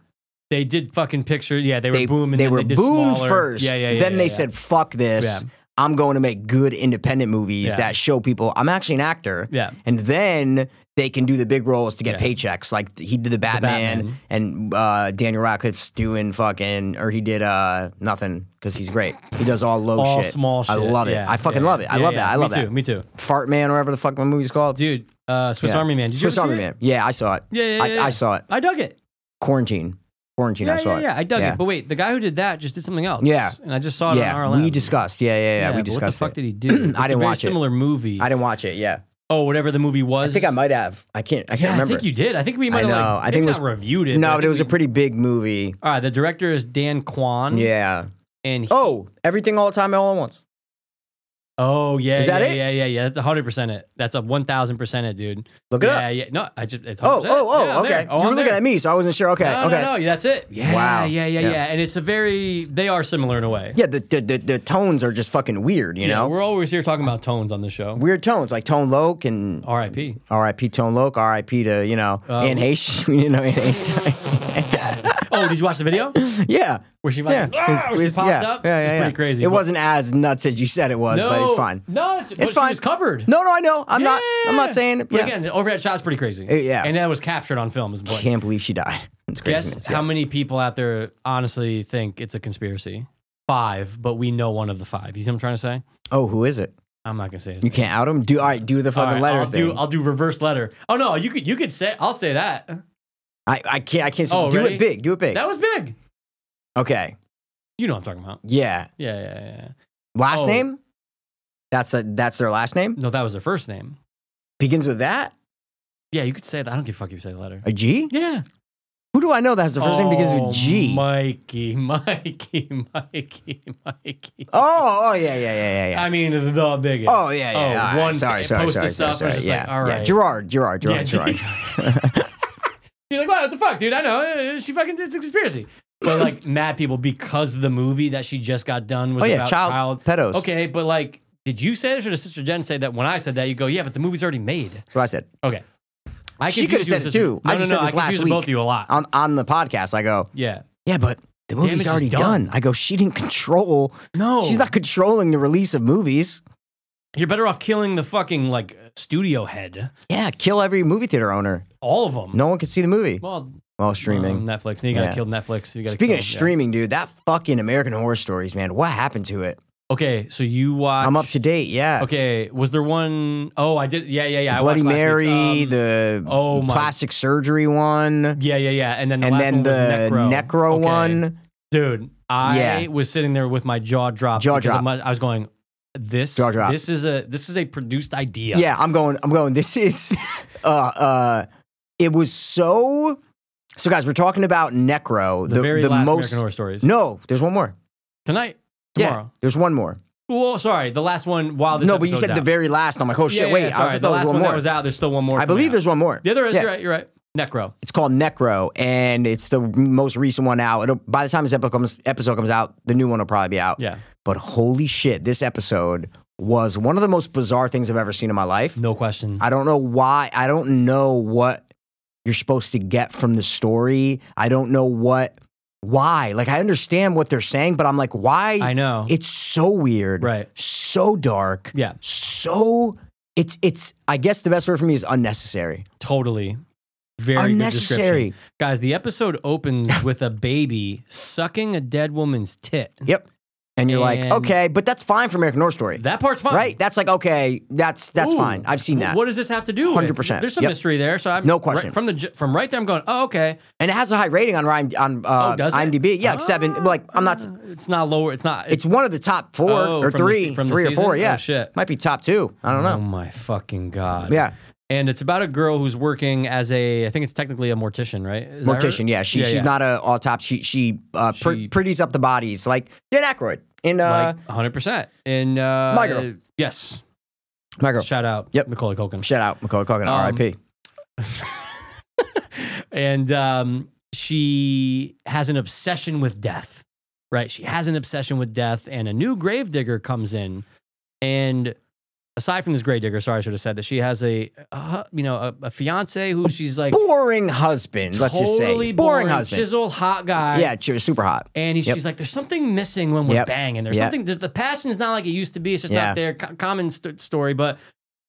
They did fucking picture. Yeah, they were
They
boom. And
they
then
were
they did
boomed
smaller.
first.
Yeah, yeah, yeah.
then
yeah,
they
yeah.
said, "Fuck this."
Yeah.
I'm going to make good independent movies
Yeah.
that show people I'm actually an actor.
Yeah.
And then they can do the big roles to get
Yeah.
paychecks. Like he did the Batman,
Batman.
and uh, Daniel Radcliffe's doing fucking, or he did uh, nothing because he's great. He does all low
all
"Oh, shit.
small shit.
I love it.
Yeah,
I fucking
yeah,
love it. I
yeah,
love
yeah.
that. I love
me
that.
Too, me too.
Fart Man or whatever the fuck my movie's called.
Dude, uh, Swiss
Yeah.
Army Man. Did you
Swiss
ever see
Army
it?
Man. Yeah, I saw it.
Yeah, yeah,
I,
yeah,
I
yeah.
saw it.
I dug it.
Quarantine. Quarantine.
Yeah,
I saw
yeah,
it.
yeah. I dug it. But wait, the guy who did that just did something else.
Yeah.
And I just saw it
yeah,
on RLM.
we discussed. Yeah, yeah, yeah. we
but What the
discussed
fuck
it.
did he
(clears throat)
do? It's a
didn't
very
watch it.
similar movie.
I didn't watch it. Yeah,
oh, whatever the movie was.
I think I might have. I can't. I can't
Yeah,
remember.
I think you did. I think we might
I
have
know.
like,
I think it
maybe
was-
not reviewed it.
No,
I
but
think
it was a
we-
pretty big movie.
All right, the director is Dan Kwan.
Yeah.
And he-
Oh, everything all the time, all at once.
oh, yeah.
Is that
yeah,
it?
Yeah, yeah, yeah. That's 100% it. That's a 1000% it, dude.
Look it
yeah,
up.
yeah. No, I just, it's 100%.
Oh, oh, oh.
Yeah, I'm
okay.
there. Oh,
you were
I'm
looking
there.
at me, so I wasn't sure. Okay,
No,
okay.
no, no, that's it. Yeah,
Wow.
yeah, yeah,
Yeah.
yeah, And it's a very they are similar in a way.
Yeah, the, the the the tones are just fucking weird. You
Yeah,
know,
we're always here talking about tones on the show.
weird tones like Tone Loc and
R.I.P.
R.I.P. Tone Loc, R.I.P. to you know
Uh,
Anne Heche. (laughs) We didn't know Anne Heche. (laughs)
Oh, did you watch the video
yeah.
where she
Yeah,
like ah, where she
It's-
popped
yeah,
up?
yeah, yeah,
It's
yeah.
pretty crazy.
It
but-
wasn't as nuts as you said it was,
No,
but it's fine.
No, it's,
It's fine.
She was covered.
No, no, I know. I'm not. I'm not saying it.
But
Yeah.
again, the overhead shot's pretty crazy.
Eh, yeah.
and that was captured on film. Is the point.
Can't believe she died. It's crazy.
Guess how many people out there honestly think it's a conspiracy? Five, but we know one of the five. You see what I'm trying to say?
Oh, who is it?
I'm not gonna say his
You can't out him. Do all right. Do the fucking
All right,
letter
I'll
thing.
Do, I'll do reverse letter. Oh no, you could you could say I'll say that.
I, I can't. I can't.
Oh,
do
ready?
it big. Do it big.
That was big.
okay.
You know what I'm talking about.
Yeah.
Yeah, yeah, yeah.
Last
Oh.
name. That's a, that's their last name.
No, that was their first name.
Begins with that.
Yeah, you could say that. I don't give a fuck if you say the letter.
A G.
Yeah.
Who do I know that has the first name begins
Oh,
with G?
Mikey, (laughs) Mikey, Mikey, Mikey.
oh. Oh yeah. Yeah. Yeah. Yeah. yeah.
I mean, the biggest.
Oh yeah, yeah. yeah. all right.
one
sorry,
big-
sorry,
post
sorry,
this
sorry,
up,
sorry.
I was just
Yeah,
like, all
yeah.
right.
Gerard, Gerard,
Yeah, (laughs)
Gerard, Gerard.
You're like, what the fuck, dude? I know uh, she fucking did a conspiracy, but
(laughs)
like mad people because the movie that she just got done was
Oh yeah,
about
child, pedos. Okay,
Okay, but like, did you say this or did Sister Jen say that when I said that? You go, yeah, but the movie's already made.
that's what I said.
Okay. I
She could've
confuse you
said
and
it
Sister-
too.
No,
I
no,
just
no,
said this
I confuse
last Um,
both of you a lot.
On on the podcast, I go,
yeah.
yeah, but the
Damage
movie's
is
already
done.
done. I go, she didn't control.
No.
She's not controlling the release of movies.
You're better off killing the fucking like studio head.
Yeah, kill every movie theater owner.
All of them.
No one can see the movie
Well,
while streaming.
um, Netflix. You gotta
Yeah.
kill Netflix. You gotta
Speaking
kill-
of
yeah.
streaming, dude, that fucking American Horror Stories, man. What happened to it?
Okay, so you watch.
I'm up to date. Yeah,
Okay, was there one oh I did. Yeah, yeah, yeah. I
Bloody
watched last
Mary,
week's, um,
the
oh my-
plastic surgery one,
Yeah, yeah, yeah. And then the
and
last
then
one
the
was
Necro,
Necro, Okay.
one.
Dude, I
Yeah.
was sitting there with my jaw dropped.
Jaw
because of
drop.
my- I was going, this
Jaw drop.
this is a this is a produced idea.
yeah. i'm going i'm going this is (laughs) uh uh it was so so guys we're talking about necro
the, very last
most
American Horror Stories.
no there's one more
tonight,
Yeah.
tomorrow.
there's one more
Well, sorry, the last one. While Oh, this
no but you
episode's
said the
out.
very last i'm like oh shit
Yeah,
wait
yeah,
i
sorry,
was
the
there was
last
one
one
more
that was out. There's still one more.
i
coming
believe
out.
there's one more
Yeah, there is.
Yeah.
You're right. You're right. Necro.
it's called necro and it's the most recent one out It'll, by the time this episode comes, episode comes out the new one will probably be out
Yeah,
but holy shit this episode was one of the most bizarre things i've ever seen in my life
no question.
I don't know why. I don't know what you're supposed to get from the story. I don't know what, why. Like, I understand what they're saying, but I'm like, why?
I know.
It's so weird,
right.
so dark,
Yeah.
so. It's, it's, I guess the best word for me is unnecessary.
Totally. Very good description.
unnecessary.
Guys, the episode
(laughs)
opens with a baby sucking a dead woman's tit.
Yep. And you're
And-
like, okay, but that's fine for American Horror Story.
That part's fine.
right? That's like, okay, that's, that's
Ooh.
fine. I've seen
Wh-
that.
What does this have to do? with-
100%.
There's some
Yep.
mystery there. So I'm
No
right-
question.
from the ju- from right there. I'm going. Oh, okay.
and it has a high rating on, Rhyme- on uh,
Oh, does it?
IMDb. Yeah, like seven.
Ah,
Like, I'm not,
uh, It's not lower. It's not.
It's one of the top four
Oh,
or
from the se-
three,
from the
three or four.
season?
Yeah,
Oh, shit.
might be top two. I don't
Oh
know.
my fucking god.
Yeah,
And it's about a girl who's working as a. I think it's technically a mortician, right? Is that her?
mortician. Yeah, she she's
yeah.
not a autopsy. She she, uh, pr-
She-
pretties up the bodies like Dan Aykroyd in uh,
Like 100. percent And uh,
My girl.
Yes.
my girl.
Shout out.
Yep.
Macaulay Culkin.
Shout out Macaulay Culkin,
Um,
R.I.P.
and um, she has an obsession with death, right? She has an obsession with death, and a new gravedigger comes in, and aside from this gravedigger, sorry, I should have said that she has a, uh, you know, a, a fiance who she's like
Boring husband. Let's just say
totally
boring, husband.
chiseled, hot guy,
yeah, she was super hot.
And he's,
Yep.
she's like, there's something missing when we're
Yep.
banging. There's
Yeah.
something, there's, the passion is not like it used to be. It's just
Yeah.
not there. Co- common st- story, but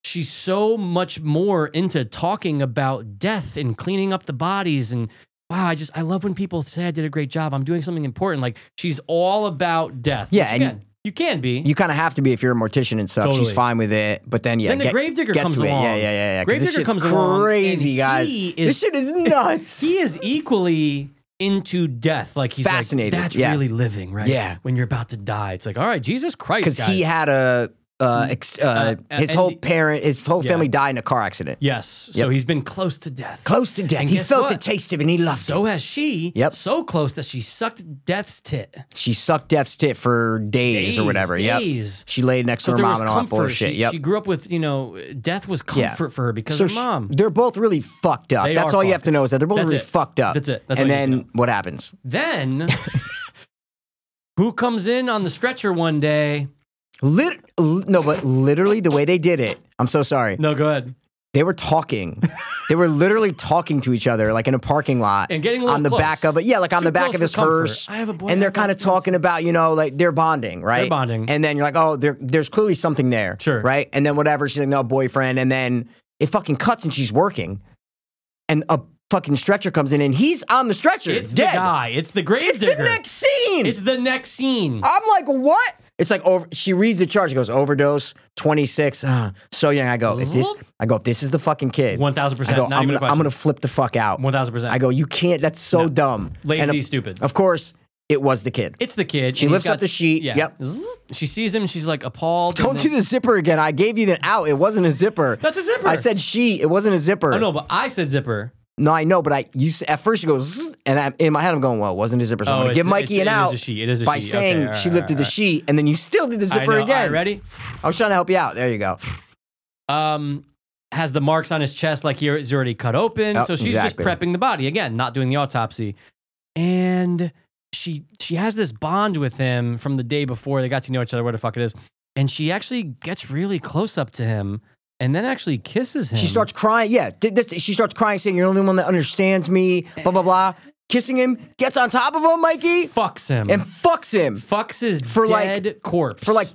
she's so much more into talking about death and cleaning up the bodies. And wow, I just, I love when people say I did a great job. I'm doing something important. Like she's all about death.
Yeah,
which
and
again, you can be.
You kind of have to be if you're a mortician and stuff.
Totally.
She's fine with it, but then yeah,
then the
get,
gravedigger
get
comes
to it.
along.
Yeah, yeah, yeah, yeah. 'cause this
Gravedigger
shit's
comes along.
crazy,
and
guys.
(laughs) He is
this shit is nuts.
he is equally into death. Like he's
Fascinated,
Like, That's
yeah.
really living, right?
Yeah.
When you're about to die, it's like, all right, Jesus Christ,
because he
guys.
had a uh, ex, uh,
uh,
his
and
whole
the-
parent, his whole
Yeah.
family died in a car accident.
yes. So
Yep.
he's been close to death.
Close to death.
And
he
guess
felt the
what?
taste of it and he loved
so
it.
has she.
Yep.
So close that she sucked death's tit.
She sucked death's tit for days, or whatever. Yep.
Days.
She laid next to
But
her
there
mom
was
and all that
comfort.
bullshit.
She,
yep.
she grew up with, you know, death was
Yeah.
comfort for her because
so
her
sh-
mom.
they're both really fucked up.
They
That's
are
all you have
fucked.
to know is that they're both
That's
really
it.
fucked up.
That's it. That's
and
all you need to
then
know.
what happens?
Then
(laughs)
who comes in on the stretcher one day?
Lit- l- no, but literally the way they did it. I'm so sorry.
No, go ahead.
They were
(laughs)
talking. they were literally talking to each other, like in a parking lot,
And getting a little
on the
close.
back of it. Yeah, like on
Too
the back
close
of
for
his
comfort.
hearse.
I have a boy-
and they're
I've got
kind of
friends.
talking about, you know, like they're bonding, right?
bonding.
And then you're like, oh, there, there's clearly something there,
Sure.
right? And then whatever, she's like, no, boyfriend. And then it fucking cuts, and she's working, and a fucking stretcher comes in and he's on the stretcher.
It's
dead.
the guy. It's the grave
It's the next scene.
It's the next scene.
I'm like, what? It's like over. She reads the charge. She goes overdose, 26. Uh, so young. I go. If this, I go. If this is the fucking kid.
One thousand
I
percent.
go.
Not
I'm
even
gonna,
a question.
I'm gonna flip the fuck out.
One thousand percent.
I go. You can't. That's so
No.
dumb.
lazy,
And,
stupid.
of course, it was the kid.
It's the kid.
She
and he's
lifts up
got-
the sheet.
Yeah.
Yep.
Zzz. She sees him. She's like appalled.
Don't do the zipper again. I gave you the out. It wasn't a zipper.
That's a zipper.
I said she. It wasn't a zipper.
Oh no, but I said zipper.
No, I know, but I you s- at first you go zzz, and I, in my head I'm going, well, it wasn't a zipper. So
Oh,
I'm gonna
it's-
give Mikey
it's-
an
it is
out
a she. It is a
by
she. Okay,
saying
all right,
she
all
lifted the
right.
sheet, and then you still did the
I
zipper
know. All right,
again.
ready?
I was trying to help you out. There you go.
Um, has the marks on his chest like he- he's already cut open.
Yep,
so she's
exactly.
just prepping the body again, not doing the autopsy. And she she has this bond with him from the day before they got to know each other. Where the fuck it is, and she actually gets really close up to him, and then actually kisses him.
She starts crying. Yeah, th- this, she starts crying, saying, "You're the only one that understands me." Blah blah blah. Kissing him, gets on top of him, Mikey,
fucks him
and fucks him
fucks his
For, like-
dead corpse
for like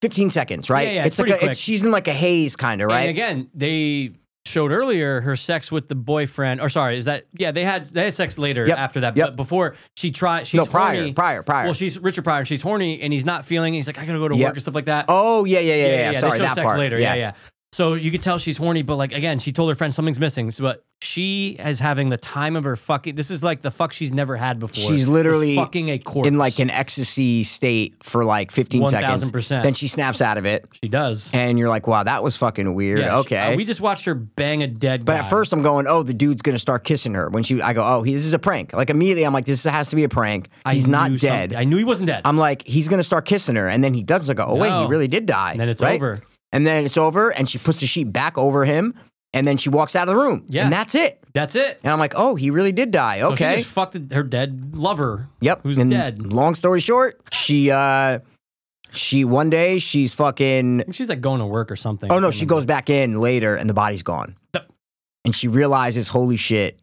15 seconds. Right?
Yeah, yeah, it's
like
pretty
a, it's,
quick.
she's in like a haze, kind of
And
right.
again, they showed earlier her sex with the boyfriend. Or sorry, is that yeah? They had they had sex later
Yep.
after that.
Yep.
But before she tried, she's
no, prior,
horny.
prior, prior.
Well, she's Richard Pryor. and She's horny and he's not feeling. it. He's like, I gotta go to
Yep.
work and stuff like that.
oh yeah, yeah, yeah, yeah.
they
Sorry,
show
that
sex
part.
later. Yeah. yeah, So you could tell she's horny, but like again, she told her friend something's missing. So, but she is having the time of her fucking. This is like the fuck she's never had before.
She's
It's
literally
fucking a corpse
in like an ecstasy state for like 15 seconds.
1000%.
Then she snaps out of it,
She does.
and you're like, wow, that was fucking weird.
Yeah, she-
okay.
uh, we just watched her bang a dead.
but
guy.
at first, I'm going, oh, the dude's gonna start kissing her. When she, I go, oh, he, this is a prank. Like immediately, I'm like, this has to be a prank.
I
He's not
knew some-
dead.
I knew he wasn't dead.
I'm like, he's gonna start kissing her, and then he does. I go, oh wait, he
No.
really did die.
and then it's
right?
over.
And then it's over, and she puts the sheet back over him, and then she walks out of the room.
Yeah.
and that's it.
That's it.
And I'm like, oh, he really did die.
So she
Okay.
just fucked her dead lover.
Yep.
Who's
and
dead.
Long story short, she uh she one day she's fucking
I think she's like going to work or something.
Oh no, she goes back in later and the body's gone. And she realizes, holy shit,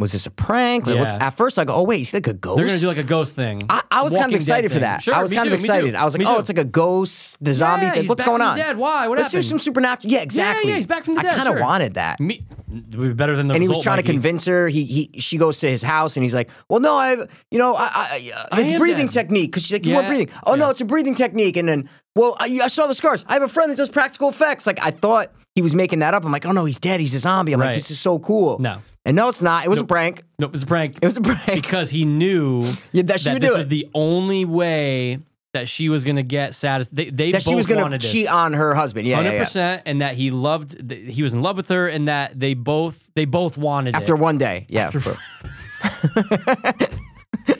was this a prank? Like, what-
Yeah.
at first I go, oh wait, he's like a ghost.
They're gonna do like a ghost thing.
I, I was kind
Walking
of
Dead
excited for
thing.
that.
Sure,
I was
me
kind
too,
of
me
excited.
too,
I was like,
me
oh,
too.
it's like a ghost, the zombie
yeah,
thing.
he's
What's
back from
going
the
on?
Dead. Why? What
Let's do
happened?
some supernatural. Yeah,
yeah,
exactly.
he's back from the
I
dead,
kind of
sure.
wanted that.
Me, it'd be better than the.
And he was
result,
trying to
Mikey.
convince her. He he she goes to his house and he's like, "Well, no, I've you know, I, I,
I
I it's
am
breathing
dead.
technique." Because she's like, "You weren't
Yeah.
breathing." Oh no,
Yeah.
it's a breathing technique. And then, well, I, I saw the scars. I have a friend that does practical effects. Like I thought he was making that up. I'm like, "Oh no, he's dead. He's a zombie." I'm like,
Right.
"This is so cool."
No.
and no, it's not. It was a prank.
Nope, it's a prank.
It was a prank.
because he knew
(laughs) Yeah, that she would
this
do
was
it.
the only way that she was gonna get satis. They, they
That
both
she was gonna
wanted this.
cheat on her husband. Yeah, yeah,
Hundred
yeah.
percent, and that he loved. That he was in love with her, and that they both they both wanted it.
After one day, yeah.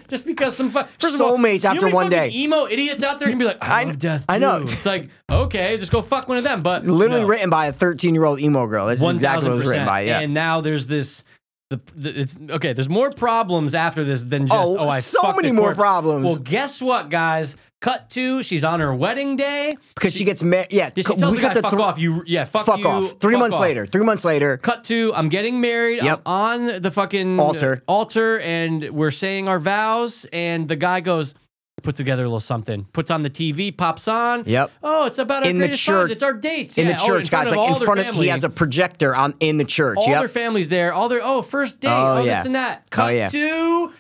just because some fu- first of all,
Soulmates
you
after
know how many
one
fucking
day.
emo idiots out there can be like, I,
I-
love death.
I know.
too." It's like okay, just go fuck one of them. But
(laughs) Literally
no.
written by a 13 year old emo girl. That's
one
exactly
thousand
what it was written
percent.
by. Yeah.
And now there's this. The, the, it's okay. There's more problems after this than just
Oh,
oh, I
so
fucked
many
a
more
corpse."
problems.
Well, guess what, guys? Cut to she's on her wedding day.
because she, gets married. Yeah.
She
co-
tells
we
the
got the
guy, "Fuck
thr-
off, you yeah, fuck,
Fuck
you,
off. Three
fuck
months
off."
later. Three months later.
Cut to I'm getting married.
Yep.
I'm on the fucking
Altar.
altar, and we're saying our vows. And the guy goes, put together a little something. Puts on the TV, pops on.
Yep.
Oh, it's about our
In the
greatest find.
church-
It's our dates
in
Yeah,
the
oh,
church,
front
guys. Like
all
in
their
front of he
family.
has a projector on in the church.
all
yep.
their families there, all their oh first date,
Oh,
oh,
yeah.
this and that. Cut
yeah.
to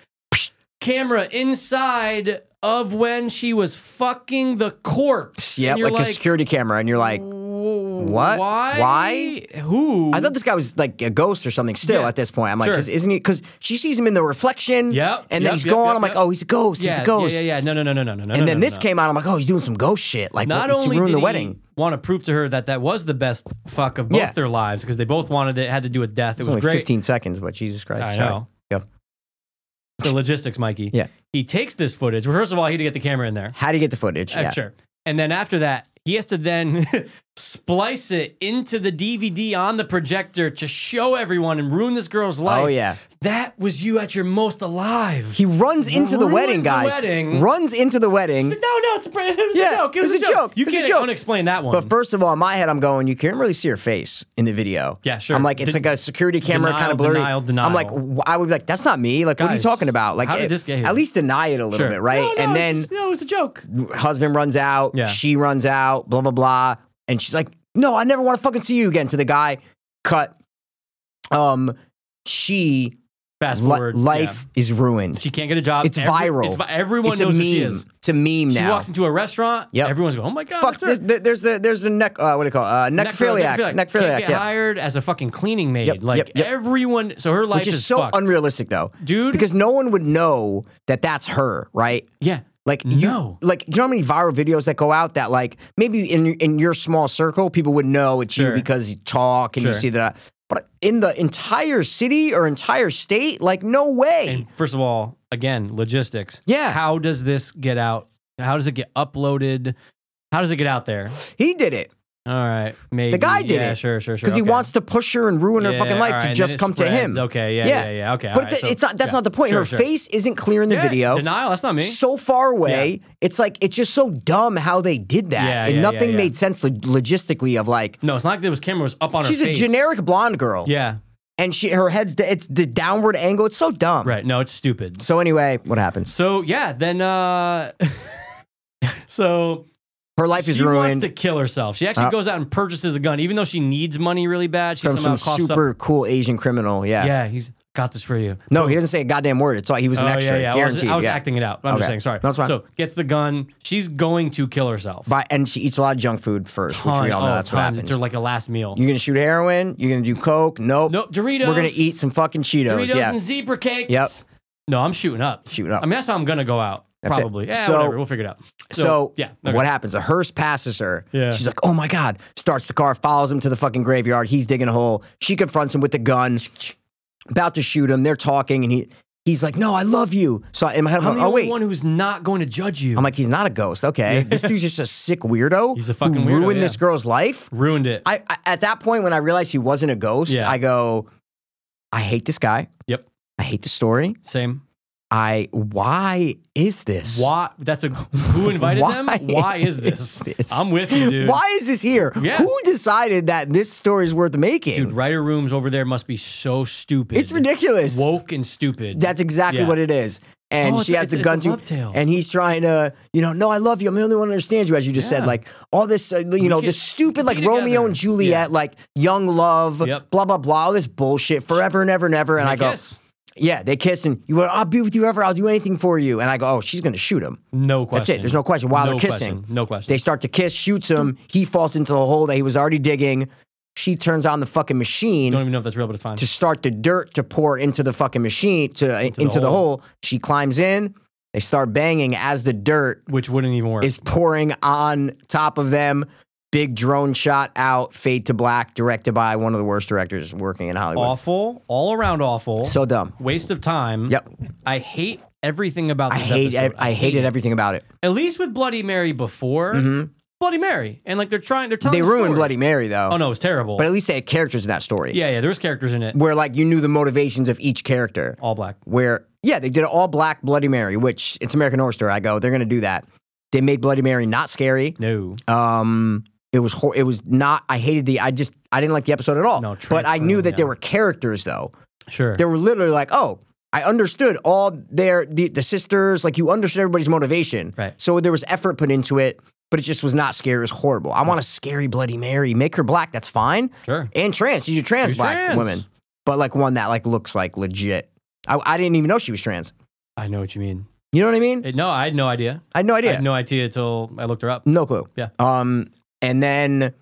camera inside of when she was fucking the corpse.
yep,
and you're
like, a security camera, and you're like,
what?
Why?
Why? Who?
I thought this guy was like a ghost or something. Still
Yeah.
at this point, I'm like,
Sure.
'cause isn't he? Because she sees him in the reflection.
Yep,
And then
yep,
he's
yep,
gone.
yep,
I'm like,
yep.
oh, he's a ghost.
yeah,
he's a ghost.
Yeah, yeah, yeah. No, no, no, no, no, no.
And then
no,
this
no.
came out. I'm like, oh, he's doing some ghost shit. Like
Not
what-
only
to ruin
did
the
he
wedding.
want to prove to her that that was the best fuck of both
Yeah.
their lives because they both wanted it, had to do with death. It
It's
was
only
great.
15 seconds, but Jesus Christ.
I
sorry.
know.
Yep.
The logistics, Mikey.
Yeah.
He takes this footage. Well, first of all, he had to get the camera in there.
How do you get the footage?
Uh, Sure. And then after that, he has to then (laughs) splice it into the DVD on the projector to show everyone and ruin this girl's life.
Oh yeah.
That was you at your most alive.
He runs into the
Ruins
wedding,
the
guys.
wedding.
Runs into the wedding.
no, no, it's a, prank. (laughs) it was
Yeah,
a joke. It was, a, joke. You
It was a
can't
joke.
unexplain that one.
But first of all, in my head, I'm going, you can't really see her face in the video.
Yeah, sure.
I'm like, it's
Den-
like a security camera,
denial,
kind of blurry.
denial, denial.
I'm like, w- I would be like, that's not me. Like, what are you
Guys,
talking about? Like,
how did
it-
this get here?
at least deny it a little
Sure.
bit, right?
No, no,
and
it's
then
just- no, it was a joke.
husband runs out,
Yeah.
she runs out, blah blah blah, and she's like, "No, I never want to fucking see you again." To the guy, cut. Um, she
Fast
Li-
forward, yeah.
life is ruined.
She can't get a job.
It's viral.
It's, vi- everyone
it's a
knows
meme.
who she is.
It's a meme
She
now.
walks into a restaurant. Yeah,
Yep.
Everyone's going, oh my God.
Fuck.
that's her."
There's the, there's the there's the neck. Uh, what do you call it? uh,
Necro-
necrophiliac? Necrophiliac.
Can't get
Yeah.
hired as a fucking cleaning maid.
Yep,
like
yep, yep.
everyone. So her life
Which is
is
so
fucked.
unrealistic though,
Dude.
Because no one would know that that's her, right?
Yeah.
Like
No.
you, like do you know how many viral videos that go out that like maybe in in your small circle people would know it's
Sure.
you because you talk and you
Sure.
see that. But in the entire city or entire state, like no way.
And first of all, again, logistics.
Yeah.
How does this get out? How does it get uploaded? How does it get out there?
he did it
All right. Maybe.
guy did
yeah,
it.
sure, sure, sure.
because he
okay.
wants to push her and ruin her
Yeah,
fucking life
all right,
to
and
just
then it
come
spreads.
to him.
Okay. Yeah. Yeah.
Yeah.
Yeah. okay. all
But
right,
th-
so-
it's not. That's
yeah,
not the point.
sure,
her
sure.
face isn't clear in the
Yeah,
video.
Denial. That's not me.
so far away. It's like it's just so dumb how they did that,
Yeah,
and
yeah,
nothing
yeah, yeah.
made sense lo- logistically. Of like,
no, it's not like there was camera was up on her
she's a
face.
generic blonde girl,
Yeah.
and she her head's the, it's the downward angle. It's so dumb.
Right. No, it's stupid.
So anyway, what happens?
So yeah, then uh (laughs) so
Her life
she
is ruined
wants to kill herself. She actually
Uh,
goes out and purchases a gun, even though she needs money really bad. She
from
somehow
some
coughs up.
super cool Asian criminal. Yeah.
Yeah, he's got this for you.
No, he doesn't say a goddamn word. It's all he was an
Oh,
extra,
yeah, yeah. I was-
guaranteed.
I was,
yeah.
acting it out. I'm just
Okay.
saying. Sorry.
That's fine.
So gets the gun. She's going to kill herself.
But, and she eats a lot of junk food first, which we
Ton-
all know
oh,
that's what
tons.
happens.
It's her like a last meal.
You're gonna shoot heroin. You're gonna do coke. Nope.
Nope, Doritos.
We're gonna eat some fucking Cheetos.
Doritos
yeah.
and zebra cakes.
Yep.
No, I'm shooting up.
Shooting up.
I mean, that's how I'm gonna go out.
That's it.
probably. Yeah.
So-
whatever. We'll figure it out.
so
yeah. okay.
what happens? A hearse passes her.
Yeah.
She's like, oh my god. Starts the car, follows him to the fucking graveyard. He's digging a hole. She confronts him with the gun, about to shoot him. They're talking, and he he's like, no, I love you. So in my head, I'm,
I'm
like,
the
oh
only
wait.
one who's not going to judge you.
I'm like, he's not a ghost. Okay, this dude's just a sick weirdo.
(laughs) He's a fucking
who
weirdo,
ruined
yeah.
this girl's life.
ruined it.
I, I at that point when I realized he wasn't a ghost,
Yeah.
I go, I hate this guy.
Yep.
I hate the story.
Same.
I why is this?
Why? That's
(laughs)
a who invited them? Why is this? I'm with you, dude.
Why is this here?
Yeah.
Who decided that this story is worth making?
Dude, writer rooms over there must be so stupid.
it's ridiculous.
Woke and stupid.
That's exactly
Yeah.
what it is. And
Oh,
she
it's-
has the
it's-
gun
it's
to,
a love tale.
and he's trying to, you know, no, I love you. I'm the only one who understands you, as you just
Yeah.
said. Like all this, uh, you know,
could-
this stupid,
we
like
could be
Romeo
together.
and Juliet,
Yeah.
like young love,
Yep.
blah blah blah, all this bullshit, forever and ever and ever. And
I
I go,
guess
yeah, they kiss, and you, I'll be with you ever. I'll do anything for you. And I go, oh, she's gonna shoot him.
no question.
That's it. There's no question. While
No
they're kissing,
question. no question.
they start to kiss, shoots him. He falls into the hole that he was already digging. She turns on the fucking
Don't
machine
even know if that's real, but it's fine.
to start the dirt to pour into the fucking machine to into,
the
the
hole.
hole. She climbs in. They start banging as the dirt
Which wouldn't even work.
is pouring on top of them. Big drone shot out, fade to black, directed by one of the worst directors working in Hollywood.
awful, all around awful.
So dumb.
waste of time.
Yep.
I hate everything about
I
this
hate. I,
episode.
I hated
it.
everything about it. Mm-hmm.
At least with Bloody Mary before. Bloody Mary, and like they're trying. They're telling.
They
the
ruined
story.
Bloody Mary though.
Oh no, it was terrible.
But at least they had characters in that story.
yeah, yeah. There was characters in it.
Where like you knew the motivations of each character.
All black.
where yeah, they did an all black Bloody Mary, which it's American Horror Story. I go, they're gonna do that. They made Bloody Mary not scary.
No.
Um, it was hor- it was not. I hated the. I just I didn't like the episode at all.
No,
but I knew that
transferring,
there
yeah.
were characters though.
Sure.
They were literally like, oh, I understood all their the, the sisters. Like you understood everybody's motivation.
Right.
So there was effort put into it, but it just was not scary. It was horrible. I want a scary Bloody Mary. Make her black. That's fine.
Sure.
And trans. She's a trans
She's
black
trans.
woman, but like one that like looks like legit. I, I didn't even know she was trans.
I know what you mean.
You know what I mean?
It- no, I had no idea.
I had no idea.
I had no idea until I looked her up.
no clue.
Yeah.
Um, and then,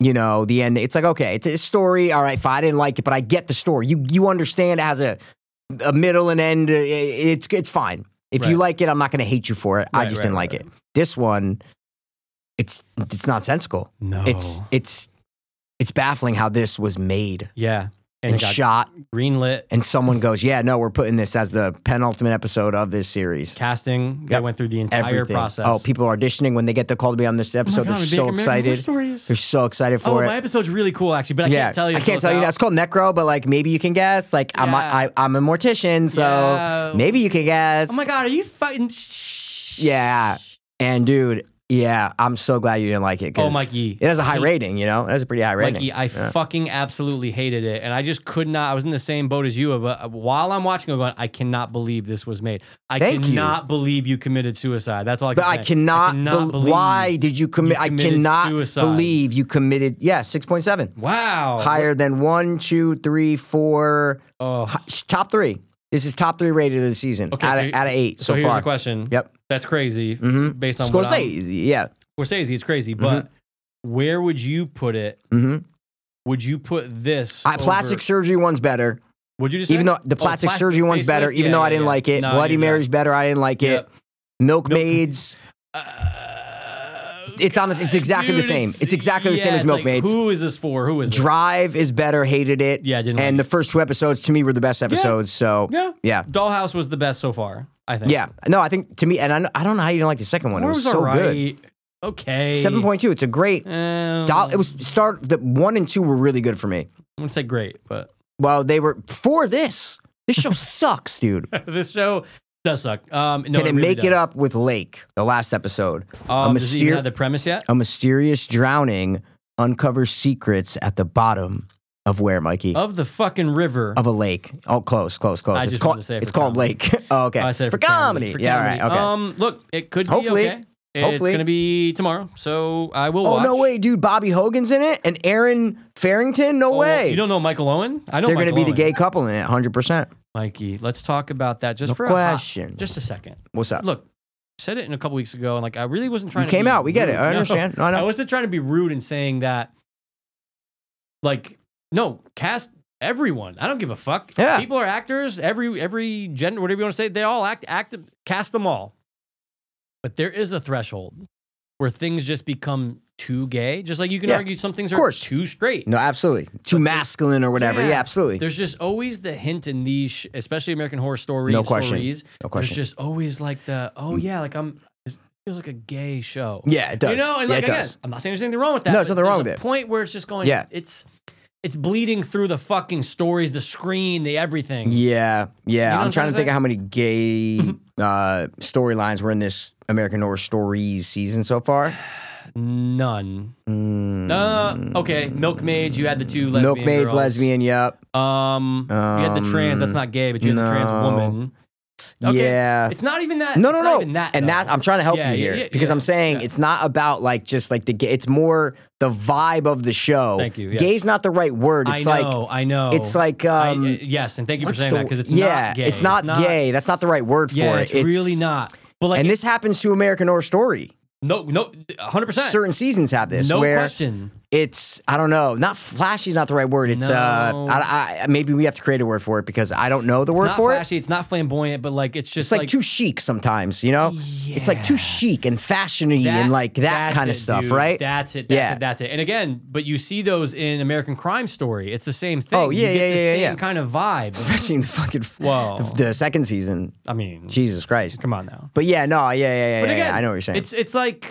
you know, the end. It's like okay, it's a story. All right, fine. I didn't like it, but I get the story. You you understand it has a a middle and end. uh, i- It's it's fine. If
Right.
you like it, I'm not going to hate you for it. I
Right,
just
right,
didn't
right,
like it. This one, it's it's nonsensical.
No.
It's it's it's baffling how this was made
yeah. And,
and,
it got
shot.
greenlit
And someone goes, yeah, no, we're putting this as the penultimate episode of this series.
casting. They
Yep.
went through the entire
Everything.
process.
Oh, people are auditioning when they get the call to be on this
Oh my
episode.
God,
They're so
I'm big American Horror
excited.
Stories.
They're so excited
Oh,
for
my
it.
episode's really cool actually, but I
yeah,
can't tell you.
I
until
can't
it's
tell you.
out.
That's called Necro, but like maybe you can guess. Like I'm,
Yeah.
I, I'm a mortician, so
Yeah.
maybe you can guess.
Oh my god, are you fighting? Shh.
Yeah, and dude, Yeah, I'm so glad you didn't like it. 'cause
Oh, Mike Yee.
It has a high
Hate-
rating, you know? It has a pretty high rating.
Mikey, I
Yeah.
fucking absolutely hated it, and I just could not. I was in the same boat as you. Of uh, while I'm watching, I'm going, I cannot believe this was made. I
Thank you.
cannot believe you committed suicide. That's all. I can
But I
say.
cannot, bel- Why did you commit? I
committed
cannot
suicide. Oh,
believe you committed. Yeah, six point seven,
Wow.
higher than one, two, three, four.
Oh.
hi- Top three. This is top three rated of the season
Okay,
out,
so
of,
you-
out of eight so,
So here's
far.
a question.
Yep.
That's crazy.
Mhm.
Based on what I'm-
Scorsese. Yeah.
Scorsese, it's crazy.
Mm-hmm.
But where would you put it?
hmm
Would you put this?
I, plastic
over-
surgery one's better,
Would you just
even
say?
though the
Oh,
plastic, surgery one's
facelift?
better, even
Yeah,
though
yeah,
I didn't
yeah.
like it.
No, I
Bloody
knew that.
Mary's better. I didn't like it.
Yep. (laughs)
Milkmaids.
Uh,
It's honest- it's exactly the
dude,
same. It's exactly the same as
it's like,
Milkmaids.
who is this for? Who is it?
Drive is better. Hated it.
Yeah, I didn't.
And
like
the first two episodes to me were the best episodes. So
it. yeah,
yeah.
Dollhouse was the best so far. I think.
Yeah. No, I think to me, and I, kn- I don't know how you didn't like the second one.
War
it was, so good.
alright. Okay,
Seven point two. It's a great.
Um,
Doll, it was start. The one and two were really good for me.
I'm gonna say great, but (laughs)
Well, they were for this. This show sucks, dude.
this show does suck. Um, no,
Can it
really
make it
does.
up with Lake? The last episode.
Um, does it even
myster-
have the premise yet?
A mysterious drowning uncovers secrets at the bottom of where, Mikey?
Of the fucking river.
Of a lake. Oh, close, close, close.
Oh. I
it's
just
called.
wanted to say it
it's
for
called
comedy.
Lake. (laughs) oh, okay.
I said it
for, comedy.
for
Yeah. All
comedy.
right. Okay.
Um, look, it could
Hopefully.
be okay. It's
Hopefully.
gonna be tomorrow, so I will.
oh
watch.
no way, dude! Bobby Hogan's in it, and Aaron Farrington. No
Oh,
way.
You don't know Michael Owen? I know
They're going to
Michael
be the gay
Owen.
couple in it, 100%.
Mikey, let's talk about that just
No
for a hot-
question.
just a second.
What's up?
Look, said it in a couple weeks ago, and like I really wasn't trying.
you
to
came
be
out. We get it.
rude. (laughs)
I
No,
understand. No, I know.
I wasn't trying to be rude in saying that. Like, no, cast everyone. I don't give a fuck.
Yeah.
people are actors. Every every gender, whatever you want to say, they all act act. Cast them all. But there is a threshold where things just become too gay. Just like you can
Yeah,
argue some things
of
are
course.
too straight.
no, absolutely. Too masculine or whatever. Yeah,
Yeah.
absolutely.
There's just always the hint in these, sh- especially American Horror Story
No
and
question.
stories.
no question. Mm.
There's just always like the oh yeah, like I'm. It feels like a gay show.
yeah, it does.
You know, and
yeah,
like
it
again,
does.
I'm not saying there's anything wrong with that.
No, there's
but
nothing wrong
there's
with
a
it.
Point where it's just going.
Yeah.
it's it's bleeding through the fucking stories, the screen, the everything.
Yeah, yeah.
know what
I'm trying to
I'm trying to
think
say?
of how many gay
(laughs)
uh, storylines were in this American Horror Stories season so far.
None.
Mm,
Uh, okay, Milkmaids. You had the two lesbian
Milkmaids,
girls.
lesbian. Yep.
Um, you had the trans. That's
Um,
not gay, but you had the trans
no.
woman. Okay.
Yeah.
It's not even that.
No,
it's
no,
not
no.
even that,
and
though.
that I'm trying to help
Yeah,
you
yeah,
here
yeah,
because
yeah,
I'm saying
yeah.
it's not about like just like the gay. It's more the vibe of the show.
Thank you, yeah.
Gay's not the right word. It's
I
like
know. I know.
it's like
I-
um,
uh, yes, and thank you for
what's
saying
the-
that because it's
yeah,
not gay.
It's not, gay. That's not the right word for
Yeah,
it.
it's, really not. But like,
and this happens to American Horror Story.
no, no, hundred percent.
Certain seasons have this
No
where
question.
it's I don't know. Not flashy is not the right word. It's uh,
No.
I, I, maybe we have to create a word for it because I don't know the word
not
for it.
flashy. It's not flamboyant, but like, it's just
It's like, too chic sometimes, you know. It's like too
Yeah.
chic and fashiony
That-
and like that
that's
kind
it,
of stuff,
dude.
right?
That's it. That's
Yeah.
it. That's it. And again, but you see those in American Crime Story. It's the same thing.
Oh, yeah,
you get
yeah,
the
yeah,
same
yeah.
kind of vibe.
(laughs) Especially in the fucking
Whoa.
the, the second season.
I mean,
Jesus Christ!
come on now.
But yeah, no, yeah, yeah, yeah.
But
yeah,
again,
yeah, I know what you're saying.
It's it's like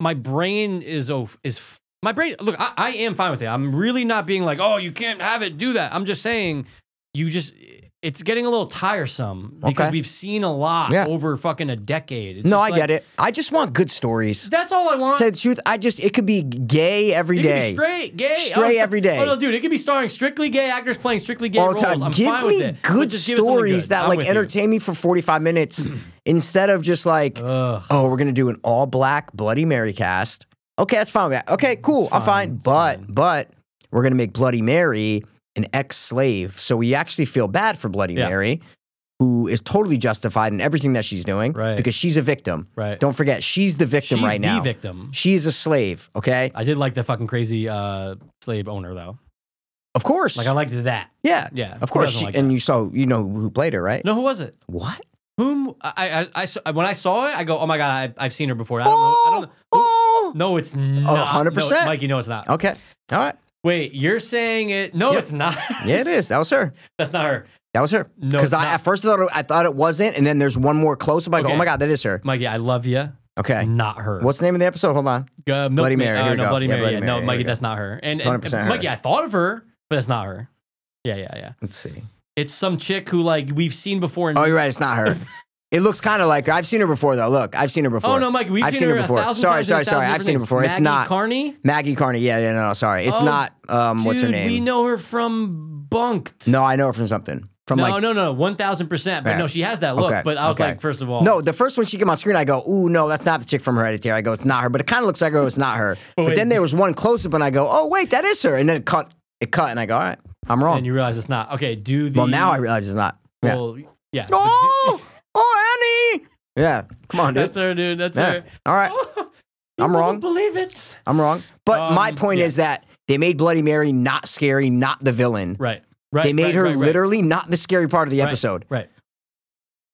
my brain is oh is f- my brain. Look, I, I am fine with it. I'm really not being like, oh, you can't have it. Do that. I'm just saying, you just it's getting a little tiresome because
Okay.
we've seen a lot
Yeah.
over fucking a decade. It's
no,
just
I
like-
get it. I just want good stories.
That's all I want.
To tell you the truth, I just it could be gay every
It
day.
could be straight, gay,
Straight
oh,
every day.
Oh no, dude, it could be starring strictly gay actors playing strictly gay
all the
roles.
time.
I'm
give
fine
me
with it.
good
But just give us something
stories
good.
that
I'm
like
with you.
entertain me for 45
(clears throat)
minutes instead of just like,
Ugh.
oh, we're gonna do an all black Bloody Mary cast. Okay, that's fine with that. Okay, cool, I'm
fine,
fine.
Mm, it's
But
fine.
but we're gonna make Bloody Mary an ex-slave. So we actually feel bad for Bloody
Yeah.
Mary, who is totally justified in everything that she's doing
Right.
because she's a victim.
Right.
Don't forget, she's the victim
She's
right
the
now.
victim.
She is a slave, okay?
I did like the fucking crazy uh, slave owner though.
Of course.
Like I liked that.
yeah.
Yeah.
Of
who
course.
doesn't
She,
like
and you saw you know who played her, right?
that? no, who was it?
What?
Whom I, I, I saw, when I saw it, I go, oh my god, I, I've seen her before. I don't know. I don't know.
Oh!
No, it's not.
100%.
No, Mikey, no, it's not.
Okay. All right.
Wait, you're saying it? No,
Yep.
it's not.
Yeah, it is. That was her.
(laughs) That's not her.
That was her.
No,
Because
it's
I
not.
at first I thought it, I thought it wasn't, and then there's one more close up. I go,
Okay.
oh my god, that is her.
Mikey, I love you.
Okay.
It's not her.
What's the name of the episode? Hold on.
Uh, Milk
Bloody
Ma-
Mary,
uh,
here we
no,
go.
Bloody
Yeah,
Mary.
Bloody
yeah,
Mary,
no,
here we
Mikey,
go.
that's not her. And,
It's
and,
100% her.
Mikey, I thought of her, but it's not her. Yeah, yeah, yeah.
Let's see.
It's some chick who like we've seen before. In, (laughs)
Oh, you're right. It's not her. It looks kind of like her. I've seen her before, though. Look, I've seen her before.
Oh no, Mike, we've
I've
seen, her,
before.
A thousand
sorry,
times in
sorry,
a
sorry.
thousand
I've seen her
different
before.
names.
it's
Maggie
not
Carney.
Maggie Carney. Yeah, yeah, no, no, sorry. It's
Oh,
not. Um, what's her
Dude, We
name?
know her from Bunked.
No, I know her from something. From
no,
like
no, no, one thousand percent. But
Yeah.
no, she has that look.
Okay,
But I was
okay.
like, first of all,
No, the first one she came on screen, I go, ooh, no, that's not the chick from Hereditary. I go, it's not her, but it kind of looks like her. It's not
(laughs)
her. but
wait.
then there was one close up, and I go, oh wait, that is her. And then it cut, it cut, and I go, all right, I'm wrong.
and you realize it's not. Okay, do the
well, now I realize it's not. Yeah.
Well, yeah. but do- (laughs)
oh, oh, Annie. Yeah, come on, dude.
that's her, dude. That's
Yeah.
her.
All right,
(laughs) You
I'm
wouldn't
wrong.
Believe it.
I'm wrong. But my
Um,
point
yeah.
is that they made Bloody Mary not scary, not the villain.
Right. Right.
they made
right,
her
right, right.
literally not the scary part of the
Right.
episode.
Right.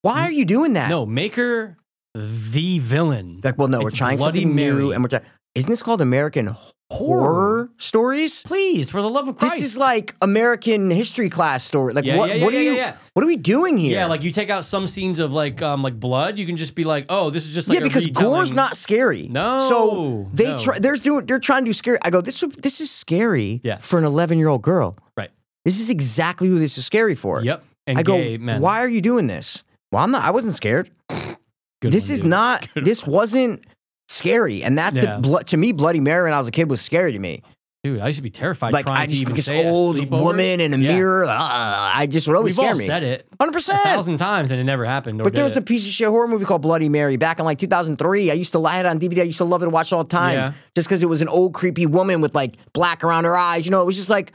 Why are you doing that?
No, make her the villain.
Like, well, no, we're
It's
trying
Bloody
something new,
Mary.
and we're trying. Isn't this called American horror stories?
Please, for the love of Christ.
This is like American history class story. Like,
Yeah,
what,
yeah,
what
yeah,
are
yeah,
you?
yeah.
What are we doing here?
yeah, like you take out some scenes of like um like blood, you can just be like, oh, this is just like
yeah,
a
because gore's
retelling.
not scary.
No,
so they
no.
try. They're doing. They're trying to do scary. I go. This would- this is scary.
Yeah.
for an eleven year old girl.
right.
This is exactly who this is scary for.
Yep. And
I go.
gay men.
Why are you doing this? Well, I'm not. I wasn't scared.
Good
this
one,
is
dude.
not.
(laughs) Good
this wasn't scary. And that's
Yeah.
the blood to me. Bloody Mary when I was a kid was scary to me.
dude. I used to be terrified
Like
trying
I
to
just
even
this
say a
old
sleepover.
woman in a
Yeah.
mirror. Uh, I just would always
We've
scare
all
me.
said it
Hundred
a
percent.
thousand times and it never happened. or
But there
did
was a
it.
piece of shit horror movie called Bloody Mary back in like 2003. I used to lie it on DVD. I used to love it, watch it all the time,
Yeah.
just because it was an old creepy woman with like black around her eyes. You know, it was just like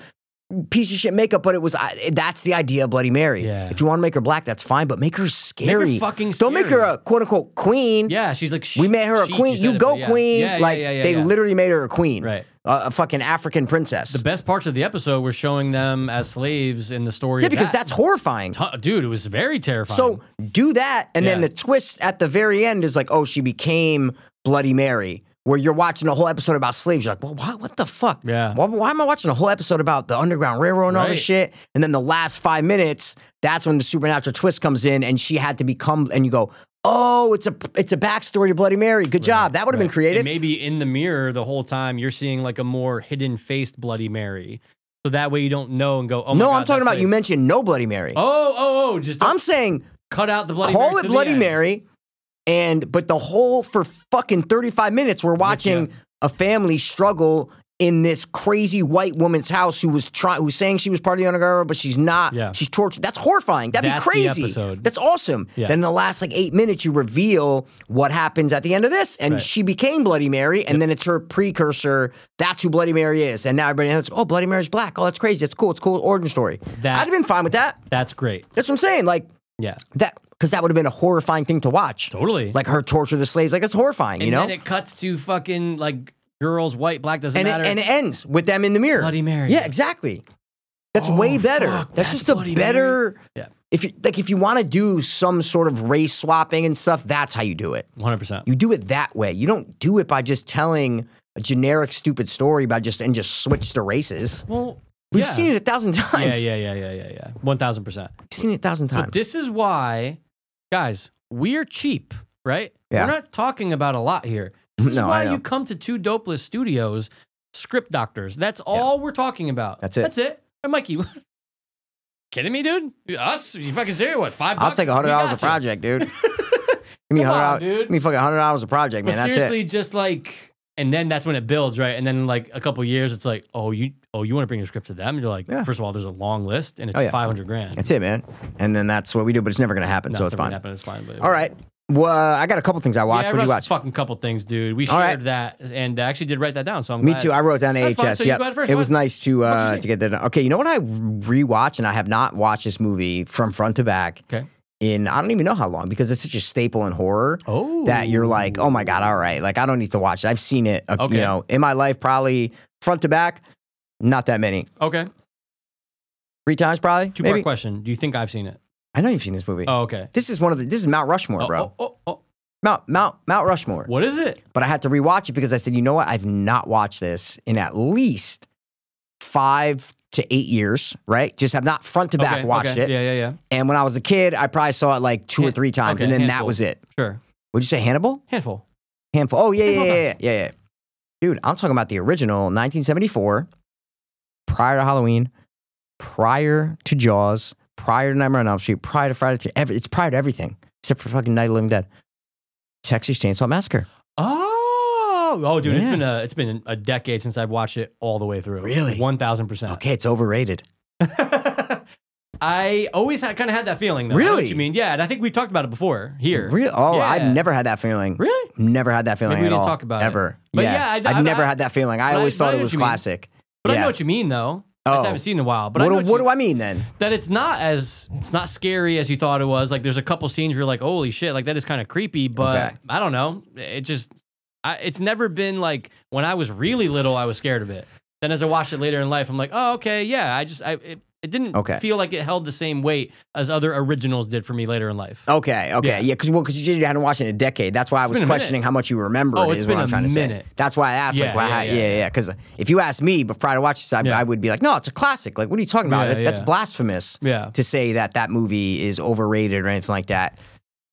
piece of shit makeup. But it was I, that's the idea of Bloody Mary.
Yeah.
If you want to make her black, that's fine, but make her scary.
fucking
Don't make her
scary.
a quote unquote queen.
yeah. She's like sh-
We made her a
she-
queen.
said
You
it,
go
but yeah.
queen.
Yeah, yeah,
like
yeah, yeah,
they
yeah.
literally made her a queen.
Right.
A, a fucking African princess.
The best parts of the episode were showing them as slaves in the story.
yeah,
of
because
that.
that's horrifying.
Tu- dude, it was very terrifying.
So do that, and then
Yeah.
the twist at the very end is like, oh, she became Bloody Mary, where you're watching a whole episode about slaves. You're like, well, why, what the fuck?
Yeah.
Why, why am I watching a whole episode about the Underground Railroad and all
Right.
this shit? And then the last five minutes, that's when the supernatural twist comes in, and she had to become. And you go, oh, it's a it's a backstory to Bloody Mary. Good job. That would have
Right.
been creative.
And maybe in the mirror the whole time you're seeing like a more hidden faced Bloody Mary. So that way you don't know and go, oh my
no,
God,
I'm talking
that's
about you
like-
mentioned no Bloody Mary.
Oh, oh, oh, just don't
I'm saying
cut out the Bloody
call
Mary. to
it
the
Bloody
end.
Mary, and but the whole for fucking thirty five minutes we're watching
ya.
a family struggle in this crazy white woman's house who was trying who's saying she was part of the underground Railroad, but she's not
Yeah.
she's tortured that's horrifying that'd
That's
be
the
crazy
episode.
that's awesome
Yeah.
then the last like eight minutes you reveal what happens at the end of this and
Right.
she became bloody mary and then it's her precursor that's who bloody mary is and now everybody knows oh bloody mary's black oh that's crazy that's cool it's a cool origin story
That-
i'd have been fine with that
That's great.
that's what i'm saying like
Yeah.
that because that would have been a horrifying thing to watch.
Totally.
Like her torture the slaves, like it's horrifying, you
and
know.
then it cuts to fucking like girls, white, black, doesn't
and it
matter.
and it ends with them in the mirror.
Bloody Mary. Oh,
Yeah, exactly. That's way better.
fuck,
that's,
that's
just a
Bloody
better.
Yeah.
If you like, if you want to do some sort of race swapping and stuff, that's how you do it.
hundred percent.
You do it that way. You don't do it by just telling a generic stupid story by just and just switch the races.
Well
We've
yeah.
seen it a thousand
Yeah,
times.
yeah, yeah, yeah, yeah, yeah. One thousand percent.
We've seen it a thousand times.
But this is why, guys, we're cheap, right?
Yeah.
We're not talking about a lot here.
(laughs)
This is
No, I
why
know.
you come to Two Dopeless Studios, script doctors. That's all we're talking about.
That's it.
That's it. And Mikey, (laughs) kidding me, dude? Us? You fucking serious? What? Five
I'll
bucks?
take a hundred
We
dollars a
gotcha.
project,
(laughs)
dude. give me a hundred
Come on,
dollars,
dude.
Give me fucking hundred dollars a project,
But
man. That's it.
seriously, just like, and then that's when it builds, right? And then like a couple years, it's like, oh, you, oh, you want to bring your script to them? And you're like,
Yeah.
first of all, there's a long list, and it's
Oh, yeah.
five hundred grand.
That's it, man. And then that's what we do, but it's never gonna happen,
No,
so it's
never gonna
fine.
happen, It's fine. But
All right. Well, uh, I got a couple things I watched. what
Yeah, I wrote
did you
a
watch?
fucking couple things, dude. We
All
shared
right.
that and I actually did write that down. So I'm
Me
glad.
too. I wrote down AHS.
That's fine. So you
yep.
go ahead first.
it
What-
was nice to
what'd you
uh,
see?
to get that. done. Okay, you know what I rewatch and I have not watched this movie from front to back
okay.
in I don't even know how long because it's such a staple in horror
Oh,
that you're like, oh my god, all right, like I don't need to watch it. I've seen it, uh,
Okay.
you know, in my life probably front to back, not that many,
okay.
three times probably.
Two
maybe.
part question. Do you think I've seen it?
I know you've seen this movie.
Oh, okay.
This is one of the. This is Mount Rushmore,
Oh,
bro.
oh, oh, oh.
Mount Mount Mount Rushmore.
What is it?
But I had to rewatch it because I said, you know what? I've not watched this in at least five to eight years, right? Just have not front to back
okay,
watched
okay.
it.
Yeah, yeah, yeah.
And when I was a kid, I probably saw it like two or
Han-
three times,
okay,
and then that
handful.
was it.
Sure.
Would you say Hannibal?
Handful.
Handful. Oh yeah, yeah,
Handful
yeah,
of
yeah, yeah, yeah. Dude, I'm talking about the original 1974, prior to Halloween, prior to Jaws, prior to Nightmare on Elm Street, prior to Friday the 13th. every- It's prior to everything. except for fucking Night of the Living Dead. Texas Chainsaw Massacre.
Oh, oh, dude, it's
Yeah.
been a it's been a decade since I've watched it all the way through.
Really?
one thousand percent.
Okay, it's overrated.
(laughs) I always had kind of had that feeling. Though. I know
Really?
what you mean? Yeah, and I think we talked about it before here.
Really? Oh,
Yeah.
I've never had that feeling.
Really?
Never had that feeling
Maybe we
at
didn't
all.
talk about it.
ever.
But
yeah,
yeah, I d-
I've
I-
never
I-
had that feeling.
but
I
I-
always
but I
thought
know
it was
what you mean.
classic.
But I
Yeah.
know what you mean, though. I just
Oh.
haven't seen it in a while. But
What,
I know
do-
what,
what
you-
do I mean then?
that it's not as it's not scary as you thought it was. Like there's a couple scenes where you're like, holy shit, like that is kind of creepy. But
Okay.
I don't know. It just I, it's never been like when I was really little, I was scared of it. Then as I watched it later in life, I'm like, oh okay, yeah. I just I it, it didn't
Okay.
feel like it held the same weight as other originals did for me later in life.
Okay,
Yeah.
okay, yeah, because well, because you said you hadn't watched it in a decade. That's why I was
been a minute.
questioning how much you remember.
Oh,
it
it's
is
been
what I'm
a
trying to
minute.
say. That's why I asked,
Yeah,
like, why,
yeah,
yeah,
yeah,
yeah, yeah. Because if you asked me before I watched this, I,
Yeah.
I would be like, no, it's a classic. Like, what are you talking about?
Yeah,
That- That's
yeah.
blasphemous.
Yeah.
To say that that movie is overrated or anything like that.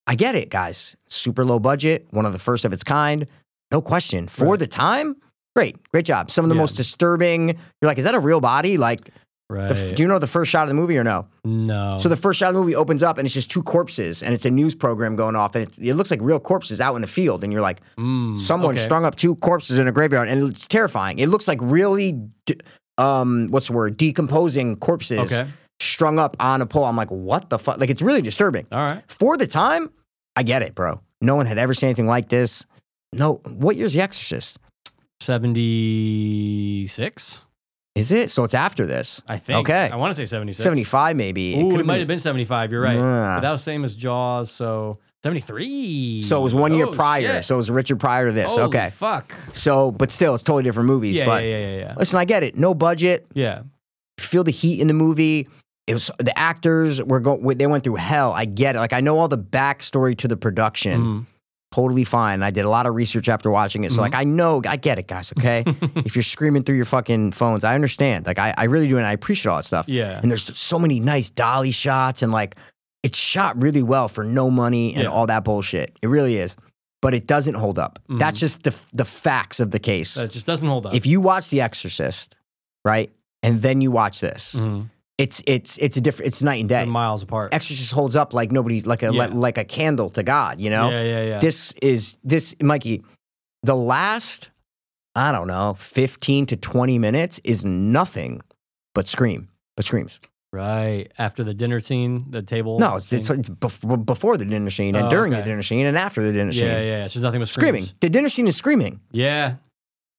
I get it, guys. Super low budget, one of the first of its kind, no question. For
Right.
the time, great, great job. Some of the
Yeah.
most disturbing. You're like, is that a real body? Like,
Right. Oh.
the, f- do you know the first shot of the movie or no?
no.
So the first shot of the movie opens up and it's just two corpses and it's a news program going off and it, it looks like real corpses out in the field and you're like
Mm,
someone
okay.
strung up two corpses in a graveyard and it's terrifying. It looks like really, d- um, what's the word? Decomposing corpses
Okay.
strung up on a pole. I'm like, what the fuck? Like it's really disturbing.
All right.
For the time, I get it, bro. No one had ever seen anything like this. No, what year's The Exorcist?
Seventy six.
Is it? So it's after this.
I think.
Okay.
I want to say seventy six.
75 maybe.
Ooh, it,
could've
might have been 75. You're right.
Yeah.
But that was same as Jaws, so 73.
So it was one year
Oh,
prior.
shit.
So it was Richard prior to this.
Holy
okay.
Fuck.
So, but still, it's totally different movies.
Yeah, yeah,
but
yeah, yeah, yeah.
listen, I get it. No budget.
Yeah.
Feel the heat in the movie. It was the actors were going. They went through hell. I get it. Like I know all the backstory to the production.
Mm.
Totally fine. I did a lot of research after watching it. So
Mm-hmm.
like I know. I get it, guys.
(laughs)
Okay. if you're screaming through your fucking phones, I understand. Like I, I really do, and I appreciate all that stuff.
Yeah.
And there's so many nice dolly shots and like it's shot really well for no money and
Yeah.
all that bullshit. It really is. But it doesn't hold up. That's just the the facts of the case.
Mm-hmm. That just doesn't hold up.
If you watch The Exorcist, right? And then you watch this,
Mhm.
it's it's it's a different it's night and
They're
day.
miles apart.
Exorcist holds up like nobody's like a
Yeah.
like, like a candle to God, you know?
Yeah, yeah, yeah.
This is this Mikey, the last I don't know, 15 to 20 minutes is nothing but scream, but screams.
right. After the dinner scene, the table.
No, it's,
scene.
it's, it's bef- before the dinner scene and
Oh,
during
okay.
the dinner scene and after the dinner
yeah,
scene.
yeah, yeah. So nothing but
Screaming.
screams.
The dinner scene is screaming.
Yeah.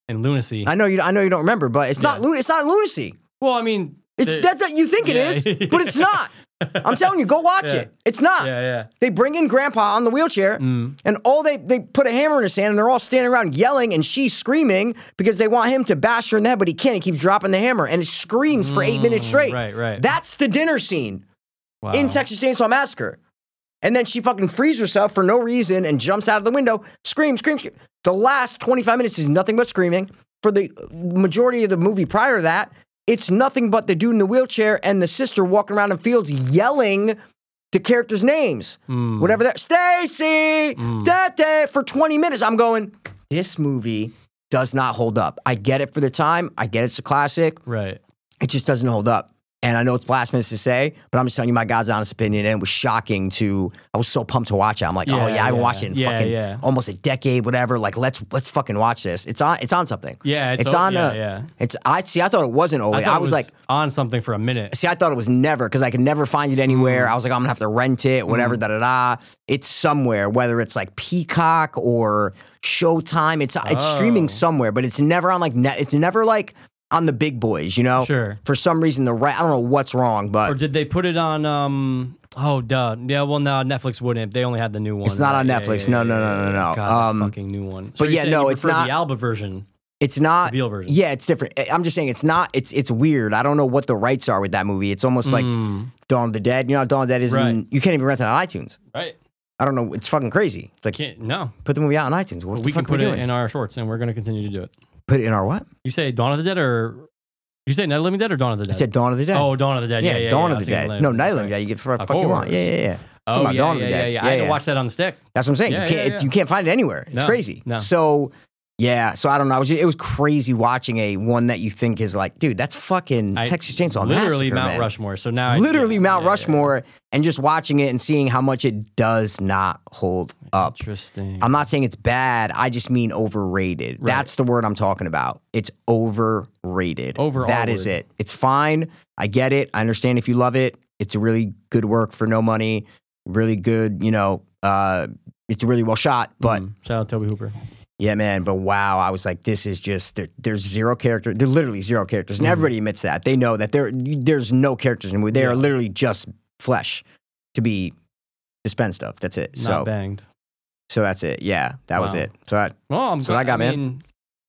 And lunacy.
I know you. I know you don't remember, but it's not.
Yeah.
Lu- it's not lunacy.
well, I mean,
It's
there-
that, that you think it
Yeah. (laughs)
is, but it's not. I'm telling you, go watch
Yeah.
it. It's not.
yeah, yeah.
They bring in Grandpa on the wheelchair,
Mm.
and all they they put a hammer in his hand, and they're all standing around yelling, and she's screaming because they want him to bash her in the head, but he can't. He keeps dropping the hammer, and it screams for eight minutes straight.
Mm, Right, right.
That's the dinner scene.
wow.
in Texas Chainsaw Massacre. And then she fucking frees herself for no reason and jumps out of the window, scream, scream, scream. The last 25 minutes is nothing but screaming. For the majority of the movie prior to that, it's nothing but the dude in the wheelchair and the sister walking around in fields yelling the characters' names.
Mm.
Whatever that, Stacy, Dete, for 20 minutes. I'm going, this movie does not hold up. I get it for the time. I get it's a classic
Right.
it just doesn't hold up. And I know it's blasphemous to say, but I'm just telling you my God's honest opinion. And it was shocking to, I was so pumped to watch it. I'm like,
Yeah,
oh yeah, I haven't
yeah.
watched it in
Yeah,
fucking
yeah.
almost a decade, whatever. Like let's let's fucking watch this. It's on it's on something.
Yeah, it's
it's
o-
on
yeah,
a.
yeah.
It's I see. I thought it wasn't always.
thought
I,
it
was, like,
on something for a minute.
see, I thought it was never because I could never find it
Mm.
anywhere. I was like, I'm gonna have to rent it, whatever. Da da da. It's somewhere, whether it's like Peacock or Showtime. It's it's
Oh.
streaming somewhere, but it's never on like net. It's never like on the big boys, you know
Sure.
for some reason the right I don't know what's wrong,
Or
but
did they put it on? Um, oh, duh. Yeah, well, no, Netflix wouldn't. They only had the new one.
It's not on
Yeah,
Netflix.
yeah,
No,
yeah,
no,
yeah,
no, no,
yeah.
no.
God,
Um,
the fucking new one.
but
So you're
yeah,
saying
no,
you
it's
prefer
not-
the Alba version,
it's not.
the Beale version.
Yeah, it's different. I- I'm just saying it's not. It's it's weird. I don't know what the rights are with that movie. It's almost like
Mm,
Dawn of the Dead. You know, how Dawn of the Dead isn't.
Right.
You can't even rent it on iTunes.
right.
I don't know. It's fucking crazy. It's like
Can't no.
put the movie out on iTunes. What the
we
fuck
can
are we
put it
doing?
in our shorts, and we're going to continue to do it.
put it in our what?
You say Dawn of the Dead, or you say Night of the Living Dead, or Dawn of the
I
Dead?
said Dawn of the Dead.
Oh, Dawn of the Dead. Yeah,
yeah,
yeah,
Dawn of
yeah, I
the
was thinking
Dead.
Night
No,
of the
Night
Dead,
of the Living
sorry.
Dead. You get for
Of
fuck you want. Yeah,
course.
yeah, yeah.
Oh,
about
yeah,
Dawn of
yeah,
the
yeah,
Dead.
yeah. I
Yeah,
had to
yeah.
watch that on the stick.
That's what I'm saying.
Yeah,
you can't.
yeah,
it's,
yeah.
you can't find it anywhere. It's
No,
crazy.
no.
So Yeah, so I don't know. I was ju- it was crazy watching a one that you think is like, dude, that's fucking
I-
Texas Chainsaw
literally
Massacre,
Mount
man.
Rushmore. So now, I-
literally
yeah,
Mount
yeah, yeah.
Rushmore, and just watching it and seeing how much it does not hold up.
Interesting.
I'm not saying it's bad. I just mean overrated.
Right.
That's the word I'm talking about. It's overrated.
Overall
That is
word.
it. It's fine. I get it. I understand if you love it. It's a really good work for no money. Really good, you know, uh, it's really well shot, but
Mm. shout out Toby Hooper.
yeah, man. But wow, I was like, this is just there, there's zero character. There are literally zero characters,
Mm-hmm.
and everybody admits that. They know that there there's no characters in the movie. They are
Yeah.
literally just flesh to be dispensed of. That's it.
not
so
banged.
so that's it. Yeah, that was
Wow.
it. So I
Well, I'm
So
glad-
I got, man.
mean,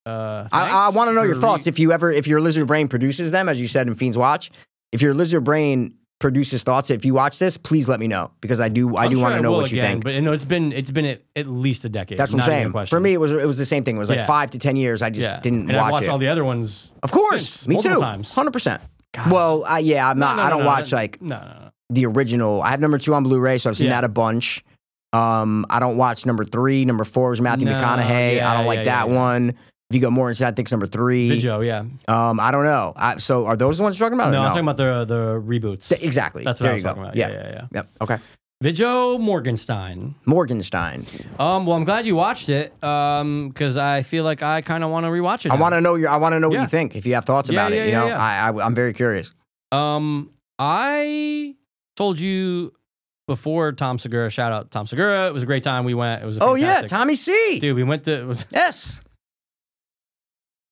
uh,
I, I
thanks
want to know your
for
thoughts.
re-
if you ever if your lizard brain produces them, as you said in Fiends Watch, if your lizard brain produces thoughts, if you watch this, please let me know because I do I
I'm
do
sure
want
I
to know
will
what you
again,
think.
But you know, it's been it's been at, at least a decade.
that's what
not even a
I'm saying. For
question.
me, it was it was the same thing. It was like
Yeah.
five to ten years. I just
yeah.
didn't
and
watch
I watched
it.
all the other ones.
Of course,
Since,
me
multiple
too.
times.
Hundred percent.
God.
Well, I, yeah, I'm not.
No, no,
I don't
no,
watch
no.
like
No, no, no.
the original. I have number two on Blu-ray, so I've seen
Yeah.
that a bunch. Um, I don't watch number three. Number four was Matthew
No,
McConaughey. I
yeah,
don't like
yeah,
that
yeah, yeah.
one. Viggo Mortensen, I think's number three.
Video, yeah.
Um, I don't know. I, so are those the ones you're talking about? or
No,
no,
I'm talking about the the reboots.
Th- exactly.
That's what
there
I was
you go.
talking about.
Yeah.
yeah, yeah. yeah.
Yep. Okay.
Vijo Morgenstein.
Morgenstein.
Um, well, I'm glad you watched it. Um, because I feel like I kind of want to rewatch it.
I want to know your. I want to know what
Yeah.
you think. If you have thoughts
Yeah,
about
yeah,
it, you
yeah,
know,
yeah.
I, I I'm very curious.
to. Um, I told you before Tom Segura. Shout out Tom Segura. It was a great time. We went. It was. A
Oh yeah,
fantastic-
Tommy C.
Dude, we went to (laughs)
Yes.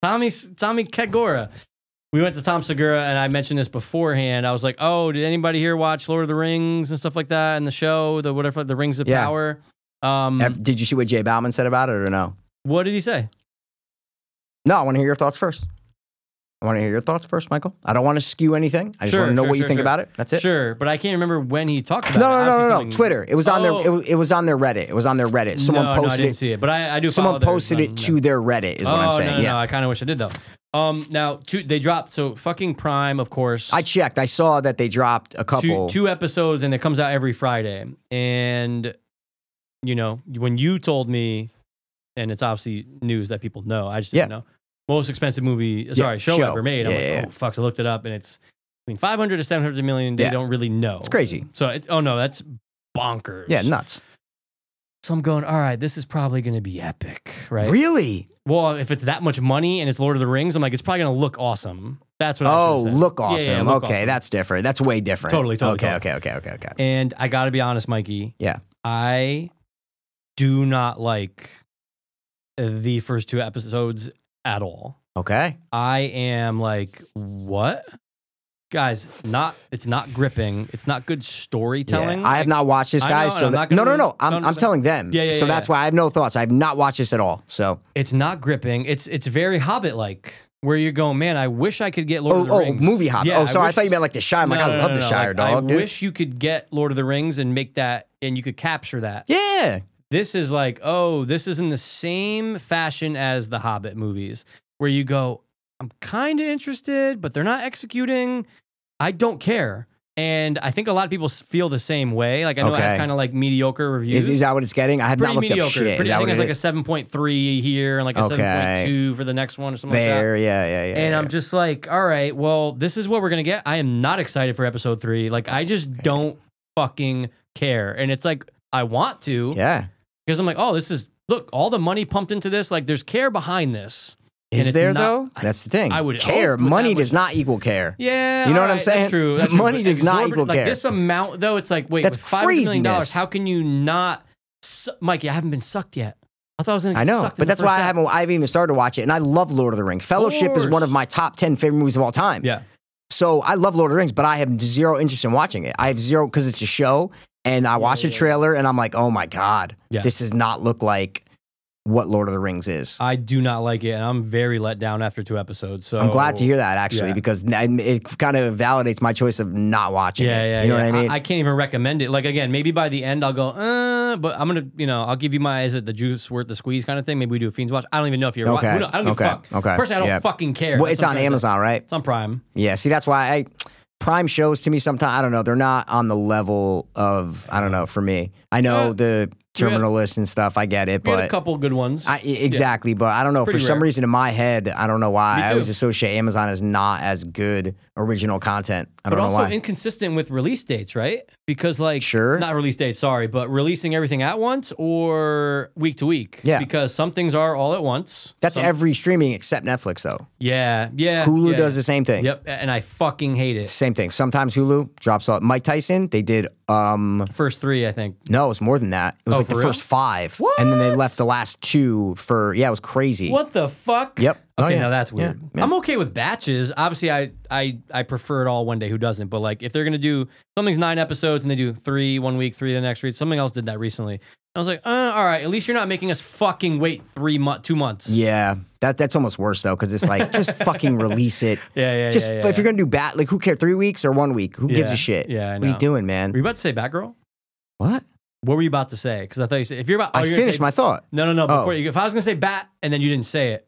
Tommy Tommy Kagura. We went to Tom Segura, and I mentioned this beforehand. I was like, "Oh, did anybody here watch Lord of the Rings and stuff like that?" And the show, the whatever, the Rings of
Yeah.
Power. Um,
Ev- Did you see what Jay Bauman said about it or no?
what did he say?
No, I want to hear your thoughts first. I want to hear your thoughts first, Michael. I don't want to skew anything. I just
Sure,
want to know
sure,
what you
sure,
think
sure.
about it. That's it.
Sure, but I can't remember when he talked about
No, no,
it.
no,
Obviously
no, no.
something-
Twitter. It was on
Oh.
their. It, wa- it was on their Reddit. It was on their Reddit. Someone
no,
posted
no, I didn't
it.
see it, but I, I do. follow
Someone
theirs,
posted
no,
it to
no.
their Reddit. Is
oh,
what I'm saying.
No, no,
yeah,
no, I kind of wish I did though. Um, now two, they dropped so fucking Prime, of course.
I checked. I saw that they dropped a
two,
couple.
two episodes, and it comes out every Friday. And you know, when you told me, and it's obviously news that people know. I just didn't know most expensive movie. Sorry, show,
show.
ever made. I'm
Yeah,
like,
yeah, yeah.
oh fuck, so I looked it up, and it's between 500 to 700 million. They
Yeah.
don't really know.
it's crazy.
So it, oh no, that's bonkers.
Yeah, nuts.
So I'm going. All right, this is probably going to be epic, right?
Really?
Well, if it's that much money and it's Lord of the Rings, I'm like, it's probably gonna look awesome. That's what. I
Oh,
was gonna say.
look
Yeah, yeah,
awesome.
look
okay,
awesome.
that's different. That's way different.
Totally, totally,
Okay,
totally.
okay, okay, okay, okay.
And I gotta be honest, Mikey.
Yeah.
I do not like the first two episodes at all.
Okay.
I am like, what? Guys, not it's not gripping. It's not good storytelling.
Yeah, I have not watched this,
I know,
guys.
and
so
I'm not
that- no,
gonna
no, no.
really-
I'm,
no, no,
I'm
so-
telling them.
Yeah, yeah,
So
yeah,
that's
yeah.
why I have no thoughts. I have not watched this at all. So
It's not gripping. It's it's very Hobbit like. Where you're going, man? I wish I could get Lord of
Oh,
the
oh,
Rings.
movie hop.
Yeah,
oh, sorry. I,
wish-
thought you meant like the Shire. I'm like,
No,
I
no, no,
love
no,
the
no.
Shire,
Like,
dog.
I
dude.
wish you could get Lord of the Rings and make that, and you could capture that.
Yeah.
This is like, oh, this is in the same fashion as the Hobbit movies, where you go, I'm kind of interested, but they're not executing. I don't care. And I think a lot of people s- feel the same way. Like I know it
Okay.
has kind of like mediocre reviews.
Is, is that what it's getting? I have
pretty
not looked
mediocre.
up shit.
Pretty-
is that
I think
what
it's
it
like a
is?
7.3 here and like a
Okay.
7.2 for the next one or something like that
there. yeah, yeah, yeah.
and
yeah.
I'm just like, all right, well, this is what we're gonna get. I am not excited for episode three. Like, I just don't fucking care. And it's like, I want to
Yeah.
because I'm like, oh, this is look, all the money pumped into this. Like, there's care behind this. And
Is
it's
there
not-
though?
I-
That's the thing.
I would
care.
hope that
Money
would-
does not equal care.
Yeah,
You know
all
what I'm
right,
saying?
That's true. That's
(laughs)
true.
Money
But
does not
exorbitant-
equal
like,
care.
This amount though, it's like, wait,
That's
with five hundred million dollars.
craziness.
How can you not, su- Mikey? I haven't been sucked yet. I thought I was gonna. Get
I know,
sucked in
but
the
that's why I
first half.
haven't. I've even started to watch it, and I love Lord of the Rings. Fellowship is
course.
one of my top ten favorite movies of all time.
Yeah,
So I love Lord of the Rings, but I have zero interest in watching it. I have zero because it's a show, and I watch the
yeah, yeah.
trailer, and I'm like, oh my god,
Yeah.
this does not look like what Lord of the Rings is.
I do not like it, and I'm very let down after two episodes. So
I'm glad to hear that actually
yeah.
because n- it kind of validates my choice of not watching
Yeah,
it.
yeah,
you know
yeah.
what I mean?
I, can't even recommend it. Like again, maybe by the end I'll go, uh, but I'm gonna, you know, I'll give you my is it the juice worth the squeeze kind of thing. Maybe we do a fiends watch. I don't even know if you're
Okay,
watching. I don't give
okay,
a fuck.
okay,
Personally, I don't
yeah.
fucking care.
well,
That's
it's
what I'm
on
trying to say.
Amazon, right?
It's on Prime.
Yeah. See, that's why I Prime shows to me sometimes. I don't know. They're not on the level of I don't know for me. I know
Uh,
the terminalist and stuff. I get it,
We had a
but
couple good ones.
I, e- exactly. But I don't know.
Pretty
for some
rare.
reason, in my head, I don't know why.
Me
I always
too.
associate Amazon as not as good original content. I
but
don't know
also
why.
inconsistent with release dates, right? Because like
Sure.
not release dates, sorry, but releasing everything at once or week to week.
Yeah.
Because some things are all at once.
That's
some-
every streaming except Netflix, though.
Yeah. Yeah.
Hulu
yeah,
does the same thing.
Yep. And I fucking hate it.
Same thing. Sometimes Hulu drops off. Mike Tyson, they did. um
First three, I think.
No, it's more than that. It was
Oh,
like the
for real?
first five, and then they left the last two for. Yeah, it was crazy.
What the fuck?
Yep. Oh,
Okay,
yeah.
now that's
Yeah,
weird.
yeah.
I'm okay with batches. Obviously, I, I I prefer it all one day. Who doesn't? But like, if they're gonna do something's nine episodes and they do three one week, three the next week. Something else did that recently. I was like, uh, all right. At least you're not making us fucking wait three month, two months.
Yeah, that that's almost worse though, because it's
(laughs)
like just fucking release it.
yeah, yeah.
Just
yeah,
if you're gonna do bat, like who cares, three weeks or one week? Who gives
Yeah,
a shit?
yeah, I
what are you
know.
doing, man?
Were you about to say Batgirl?
what?
What were you about to say? Because I thought you said if you're about. oh,
I
you're gonna
finished
say-
my thought.
No, no, no.
Oh.
Before you, if I was gonna say Bat and then you didn't say it,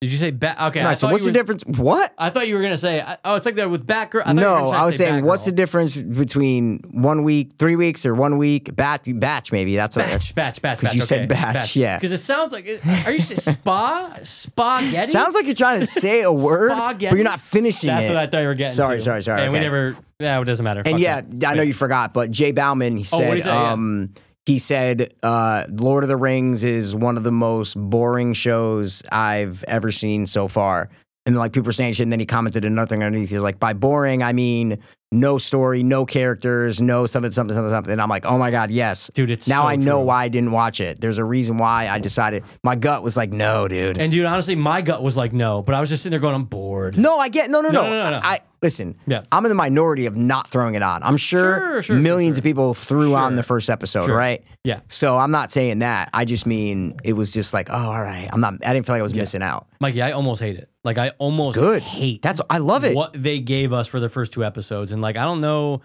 did you say Bat? Okay. I
Nice. so
thought
what's
you
the
were-
difference? What?
I thought you were gonna say. I- Oh, it's like that with Batgirl. I thought you were
no,
gonna
I was
say
saying, what's
Batgirl.
the difference between one week, three weeks, or one week batch? Batch maybe. That's what.
Batch, batch, batch,
'Cause
batch.
you said batch, yeah.
Because it sounds like. Are you (laughs) spa? Spa
That
Getty?
sounds like you're trying to say
(laughs)
a word, but
Spaghetti?
you're not finishing
That's
it.
what I thought you were getting.
Sorry,
to.
sorry, sorry,
And we
okay.
never. Yeah, it doesn't matter.
And
Fuck
yeah,
that.
I know you forgot, but Jay Bauman he
what'd
said,
he say? Yeah.
um, he said, uh, Lord of the Rings is one of the most boring shows I've ever seen so far. And like people were saying shit, and then he commented another thing underneath. He's like, by boring, I mean no story, no characters, no something, something, something, something. And I'm like, oh my god, yes.
Dude, it's
now
so
I know
true.
why I didn't watch it. There's a reason why I decided. My gut was like, no, dude.
And dude, honestly, my gut was like no, but I was just sitting there going, I'm bored.
No, I get no, no, no.
No, no, no, no.
I, I listen.
Yeah.
I'm in the minority of not throwing it on. I'm sure,
Sure, sure,
millions
sure,
of people threw on
Sure.
the first episode,
Sure.
right?
Yeah.
So I'm not saying that. I just mean it was just like, oh, all right. I'm not. I didn't feel like I was missing out.
Mikey, I almost hate it. Like I almost
Good.
hate
That's. I love it.
what they gave us for the first two episodes. And like I don't know,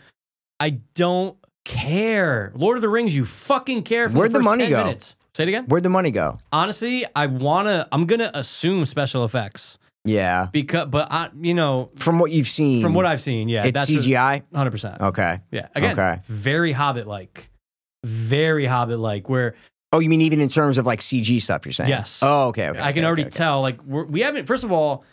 I don't care. Lord of the Rings, you fucking care. For
Where'd the
first
money
10
go?
Minutes. Say it again.
Where'd the money go?
Honestly, I wanna. I'm gonna assume special effects
Yeah.
because, but I, you know,
From what you've seen,
from what I've seen, yeah,
it's CGI.
Hundred percent.
okay.
Yeah. Again,
Oh, Okay.
very Hobbit like, very Hobbit like. Where
Oh, you mean even in terms of like CG stuff? You're saying
Yes.
Oh, okay. okay
I can
okay,
already
okay, okay.
tell, like, we're, we haven't. First of all,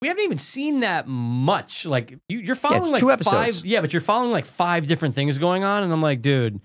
we haven't even seen that much. Like, you, you're following
it's
like
two
five.
episodes.
Yeah, but you're following like five different things going on, and I'm like, dude,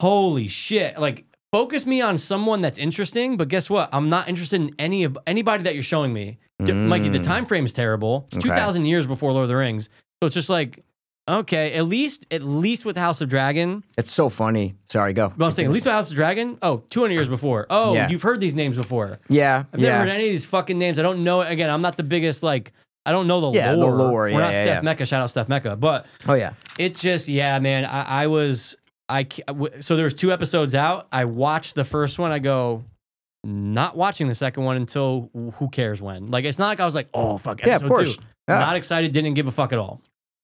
holy shit! Like, focus me on someone that's interesting. But guess what? I'm not interested in any of anybody that you're showing me. D- Mikey, the
Mm.
time frame's terrible. It's
Okay.
2,000 years before Lord of the Rings, so it's just like, okay, at least at least with House of Dragon.
It's so funny. Sorry, go.
But I'm saying, at least with House of Dragon, oh, 200 years before. Oh,
Yeah.
you've heard these names before.
Yeah.
I've
yeah.
never heard any of these fucking names. I don't know. Again, I'm not the biggest, like, I don't know the
Yeah, the
lore.
lore,
We're
yeah,
not
yeah,
Steph
yeah.
Mecca. Shout out Steph Mecca. But
oh yeah.
it's just, yeah, man, I, I was, I, ca- w- so there was two episodes out. I watched the first one. I go, not watching the second one until who cares when. Like, it's not like I was like, oh, fuck, episode
Yeah. Of course.
two.
Yeah.
Not excited, didn't give a fuck at all.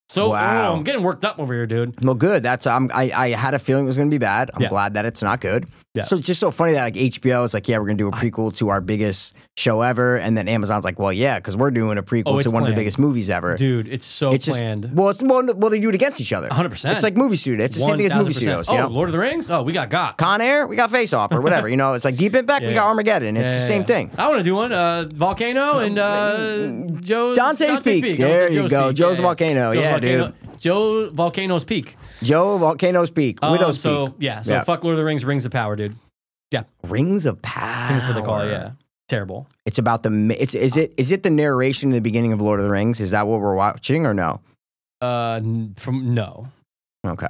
So,
Wow.
oh, I'm getting worked up over here, dude.
Well, good. That's um, I I had a feeling it was going to be bad. I'm
Yeah.
glad that it's not good.
Yeah.
So it's just so funny that like HBO is like, yeah, we're going to do a prequel to our biggest show ever, and then Amazon's like, well, yeah, because we're doing a prequel
Oh,
to
it's
one of the
planned.
biggest movies ever.
Dude, it's so
it's just
planned.
well, it's, well, no- well, they do it against each other.
100%.
It's like movie studio. It's the same thing as movie
1000%.
studios.
Oh,
you know?
Lord of the Rings? Oh, we got got.
Con Air, we got Face Off or whatever. you know, it's like Deep Impact, we
Yeah.
got Armageddon. It's
Yeah,
the
yeah,
same
yeah.
thing. Um,
I want to do one. Uh, volcano and uh, Joe's
Dante's Peak.
I was
There
at
you go. Joe's Volcano. Yeah,
dude. Joe Volcano's Peak.
Joe, Volcano's Peak,
Um,
Widow's
so,
Peak,
Yeah. So
Yeah.
fuck Lord of the Rings. Rings of Power, dude.
Rings of Power.
I think that's what they call it. Yeah. Terrible.
It's about the. mi- It's is it is it the narration in the beginning of Lord of the Rings? Is that what we're watching or no?
Uh, n- from no,
Okay,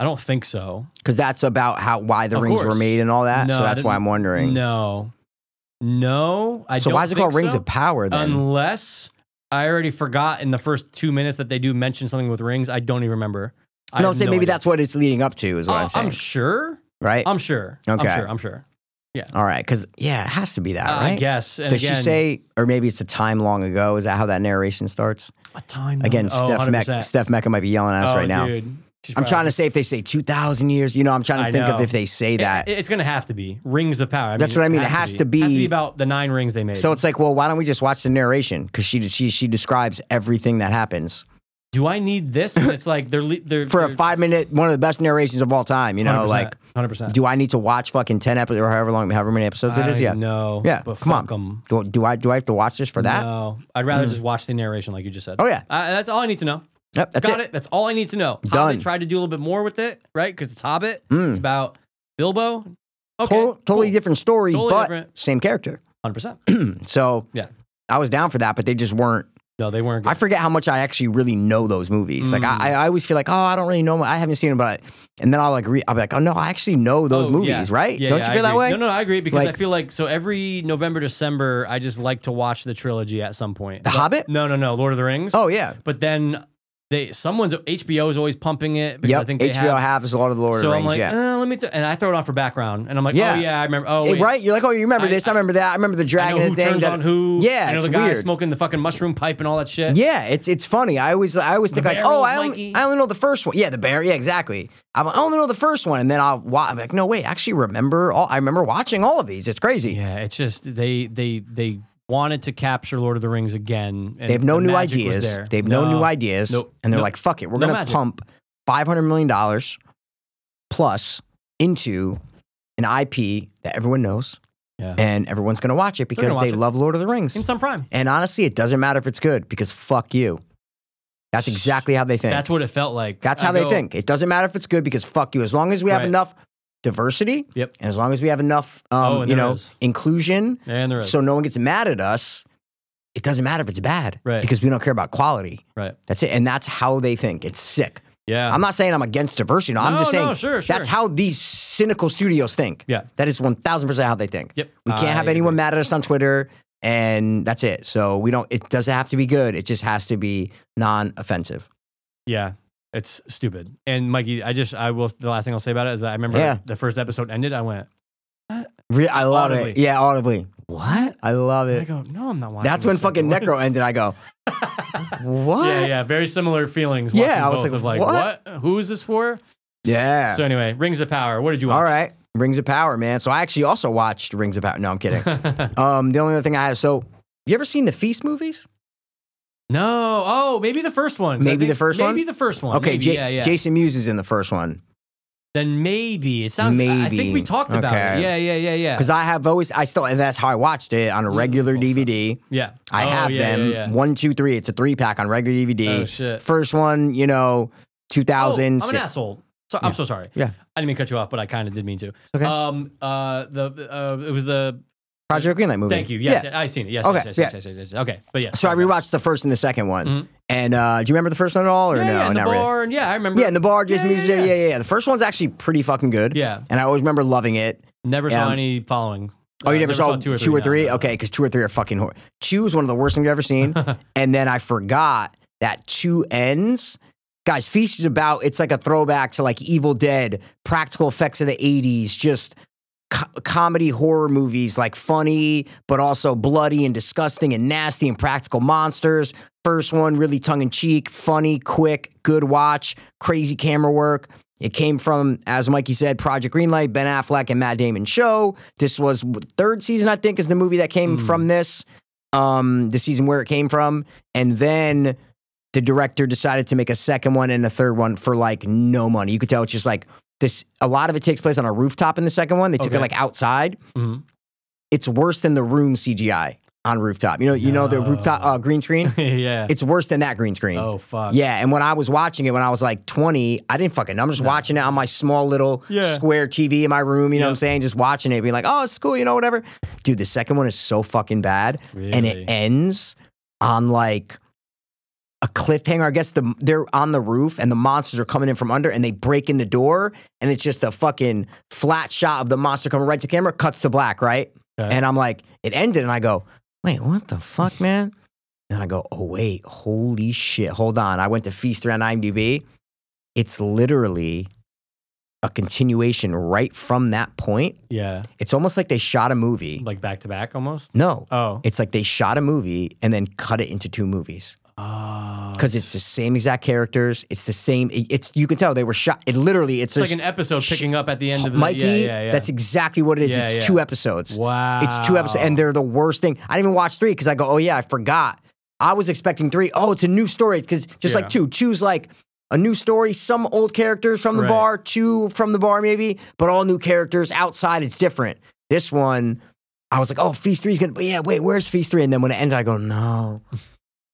I don't think so.
because that's about how why the
Of
rings were
course.
made and all that.
No,
so
I
that's why
didn't-
I'm wondering.
No, no. I
so
don't
why is it
think
called Rings
so.
of Power then?
Unless I already forgot in the first two minutes that they do mention something with rings. I don't even remember. I
no, I'm
have
saying maybe
idea.
that's what it's leading up to. Is what
Uh,
I'm saying,
sure.
right?
I'm sure.
Okay.
I'm sure. I'm sure.
all right, because yeah, it has to be that,
I
right?
guess. And
Does
Uh, again,
she say, or maybe it's a time long ago? Is that how that narration starts?
a time?
Again,
oh,
Steph,
100%.
Mecca, Steph Mecca might be yelling at us
Oh,
right now.
dude. She's
I'm
probably-
trying to say if they say 2,000 years, you know, I'm trying to
I
think of
know.
if they say
It-
that.
it's going to have to be rings of power.
That's what I mean. It has to be-
Has to be about the nine rings they made.
So it's like, well, why don't we just watch the narration? Because she, she she describes everything that happens.
do I need
(laughs)
this? And it's like they're le- they're
for a five minute, one of the best narrations of all time. You know, like,
hundred percent.
do I need to watch fucking ten episodes or however long, however many episodes it is? Yeah,
No.
yeah.
But
Come on,
fuck 'em.
Do, do I do I have to watch this for that? Mm.
No, I'd rather just watch the narration, like you just said.
Oh, yeah.
uh, that's all I need to know.
Yep, that's
Got
it.
it. That's all I need to know.
Done.
Hobbit tried to do a little bit more with it, right? Because it's Hobbit.
Mm.
It's about Bilbo. Okay,
Total- totally different story,
Totally
but
different.
same character.
Hundred percent.
So
Yeah.
I was down for that, but they just weren't.
No, they weren't. Good.
I forget how much I actually really know those movies. Like
Mm.
I, I always feel like, oh, I don't really know. mu- I haven't seen them, but and then I'll like, re- I'll be like, oh no, I actually know those
Oh,
movies,
yeah.
right?
Yeah,
don't
yeah,
you
I
feel that
agree.
way?
No, no, I agree because I
Like-
feel like so every November, December, I just like to watch the trilogy at some point.
(laughs) The Hobbit.
No, no, no, Lord of the Rings.
Oh yeah,
but then they someone's HBO is always pumping it because
yep.
I think they
HBO has a lot of the Lord of
so
the
I'm
Rings.
like,
yeah,
eh, let me, th-, and I throw it on for background, and I'm like,
Yeah.
oh yeah, I remember. Oh
Hey,
wait,
right? You're like, oh, you remember
I-
this? I, remember that. I remember the
I know
dragon
who
and thing.
turns
that,
on who.
Yeah,
I know
it's
the guy
weird.
smoking the fucking mushroom pipe and all that shit.
Yeah, it's it's funny. I always I always think like, oh,
barrels,
I only,
Mikey.
I only know the first one. Yeah, the bear. Yeah, exactly. I'm, I only know the first one, and then I'll wa- I'm like, no, wait, I actually remember. All, I remember watching all of these. It's crazy.
yeah. It's just they they they wanted to capture Lord of the Rings again. And
They have no
the
new
magic was
ideas.
there.
They have no,
No.
new ideas,
Nope.
and they're
Nope.
like, fuck it, we're
No
gonna
magic.
pump five hundred million dollars plus into an IP that everyone knows,
Yeah.
and everyone's gonna watch it because
gonna
they
watch it.
love Lord of the Rings.
in some prime.
And honestly, it doesn't matter if it's good because fuck you. That's exactly how they think.
That's what it felt like.
That's
I
how they
go,
think. It doesn't matter if it's good because fuck you. As long as we have
Right.
enough diversity,
Yep.
and as long as we have enough, um,
Oh, and
you
there
know,
is.
inclusion,
And there is
so no one gets mad at us. It doesn't matter if it's bad,
Right.
Because we don't care about quality.
right.
That's it, and that's how they think. It's sick.
Yeah.
I'm not saying I'm against diversity. No, I'm
No,
just saying
no, sure, sure.
that's how these cynical studios think.
Yeah.
that is 1,000 percent how they think.
Yep.
We can't
I
have anyone mad at us on Twitter, and that's it. So we don't. It doesn't have to be good. It just has to be non-offensive.
Yeah, it's stupid. And Mikey, I just I will. The last thing I'll say about it is I remember
Yeah.
the first episode ended. I went.
Re- I love it.
Audibly.
Yeah, audibly. What? I love
I
it.
go. No, I'm not watching.
That's when
the second
fucking
one."
Necro ended. I
(laughs)
go, what?
Yeah, yeah, very similar feelings.
Yeah,
watching
I was
both
like,
of like,
"What?"
what? Who is this for?
Yeah.
So anyway, Rings of Power. What did you watch?
All right. Rings of Power, man. So I actually also watched Rings of Power. No, I'm
(laughs)
kidding. um, the only other thing I have. So, you ever seen the Feast movies?
No. Oh, maybe the first one. 'Cause I
Maybe the
think-
first one?
Maybe the first one.
Okay.
Maybe,
Ja-
yeah, yeah.
Jason Mewes is in the first one.
then maybe it sounds. I- I
Maybe.
think we talked about
Okay.
it. Yeah, yeah, yeah, yeah.
Because I have always, I still, and that's how I watched it on a regular
Oh,
DVD.
yeah.
I
Oh,
have
yeah, yeah,
them
yeah.
one, two, three. It's a three pack on regular DVD.
Oh shit.
First one, you know,
Oh,
2000.
I'm an asshole. So, I'm so sorry.
Yeah.
I didn't mean to cut you off, but I kind of did mean to.
okay.
Um. Uh. The. Uh. It was the.
Project Greenlight movie.
Thank you. Yes. I seen it. Yes.
Okay,
Yes, yes,
yeah.
yes, yes, yes, yes. Okay. But yeah.
So I rewatched the first and the second one.
Mhm.
And uh, do you remember the first one at all, or
Yeah.
no?
yeah in the
Not really.
bar. And yeah, I remember.
Yeah, in the bar, just
Yeah, yeah,
music. Yeah yeah.
yeah.
yeah, The first one's actually pretty fucking good.
Yeah.
and I always remember loving it.
Never saw
Um,
any following.
Oh, you
Uh,
never, saw, two or three?
no, no.
Okay, because two or three are fucking. Hor- two is one of the worst things I've ever (laughs) seen. and then I forgot that two ends. Guys, Feast is about. It's like a throwback to like Evil Dead, practical effects of the '80s, just co- comedy horror movies, like funny but also bloody and disgusting and nasty and practical monsters. First one really tongue in cheek, funny, quick, good watch, crazy camera work. It came from, as Mikey said, Project Greenlight, Ben Affleck and Matt Damon show. This was w- third season, I think, is the movie that came from this. Um, the season where it came from, and then the director decided to make a second one and a third one for like no money. You could tell it's just like this. A lot of it takes place on a rooftop in the second one. They took it
Okay.
like outside.
Mhm.
It's worse than the room CGI on rooftop. You know, you know the rooftop uh, green screen.
(laughs) yeah.
(laughs) it's worse than that green screen.
oh fuck.
Yeah, and when I was watching it when I was like 20, I didn't fucking know. I'm just watching it on my small little
Yeah.
square TV in my room, you know what I'm
Yep.
saying? Just watching it, being like, oh, it's cool, you know, whatever. Dude, the second one is so fucking bad. And
Really?
it ends on like a cliffhanger. I guess the they're on the roof and the monsters are coming in from under and they break in the door and it's just a fucking flat shot of the monster coming right to camera, cuts to black, right?
Okay.
And I'm like, it ended, and I go, wait, what the fuck, man? And I go, oh wait, holy shit, hold on. I went to Feaster on IMDb. It's literally a continuation right from that point.
Yeah.
It's almost like they shot a movie.
Like back to back almost.
No,
Oh.
it's like they shot a movie and then cut it into two movies
Oh.
because it's the same exact characters. It's the same. it- it's you can tell they were shot. It literally, it's,
It's like
just-
an episode
sh-
picking up at the end of the
Mikey.
Yeah, yeah, yeah.
That's exactly what it is.
Yeah,
it's
yeah.
two episodes.
wow.
It's two episodes, and they're the worst thing. I didn't even watch three because I go, oh yeah, I forgot I was expecting three. Oh, it's a new story because just
Yeah.
like two, choose like a new story, some old characters from the
Right.
bar, two from the bar maybe, but all new characters outside. It's different. This one, I was like, oh, Feast Three is gonna. But yeah, wait, where's Feast Three? And then when it ended, I go, no,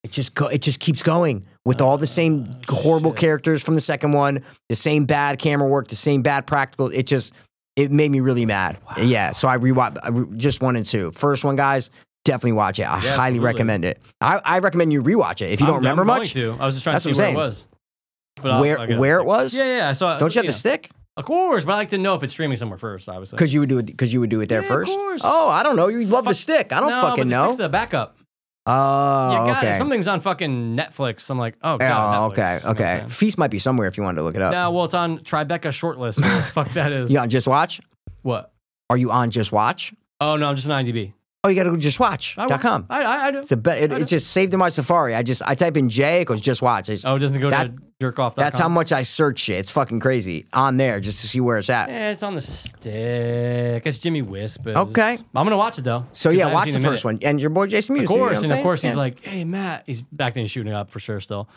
it just go, it just keeps going with all the same
Ah,
horrible characters from the second one, the same bad camera work, the same bad practical. It just it made me really mad. Yeah, so I rewatched I re- just one and two. First one, guys, definitely watch it. I
Yeah,
highly
absolutely.
recommend it. I, I recommend you rewatch it if you
I'm-
don't remember
I'm going
much.
To. I was just trying
That's
to
what
see where
I'm
it
saying.
was. But I'll-
where
I'll get it.
where it was?
Yeah, yeah. So
Don't you have the stick?
Of course, but I like to know if it's streaming somewhere first. Obviously,
Because you would do it. Because you would do it there
Yeah, of
first.
course.
Oh, I don't know. You love the stick. I don't
no,
fucking
but the
know.
Stick's the backup.
oh,
yeah, God,
okay.
if something's on fucking Netflix, I'm like, oh,
oh,
God,
okay.
Netflix, you know what I'm
Okay.
saying?
Feast might be somewhere if you wanted to look it up.
No, well, it's on Tribeca shortlist. whatever the fuck
(laughs)
that is.
You on Just Watch?
What?
Are you on Just Watch?
Oh no, I'm just an IMDb.
Oh, you got to go to
I will-
JustWatch.com.
I, I, I do.
It's a be- it,
I
it
don't-
just saved in my Safari. I just I type in J, it goes Just Watch. It's-
Oh, it doesn't go
That-
to jerk off.
That's how much I search shit. It's fucking crazy on there just to see where it's at.
Eh, it's on the stick. It's Jimmy Whispers.
Okay.
I'm gonna watch it though.
So
'cause I
yeah,
haven't
watch
seen
the
it in a
first
minute.
one. And your boy Jason Mewes.
Of course, and of course he's like, "Hey Matt," he's back then he's shooting up for sure still.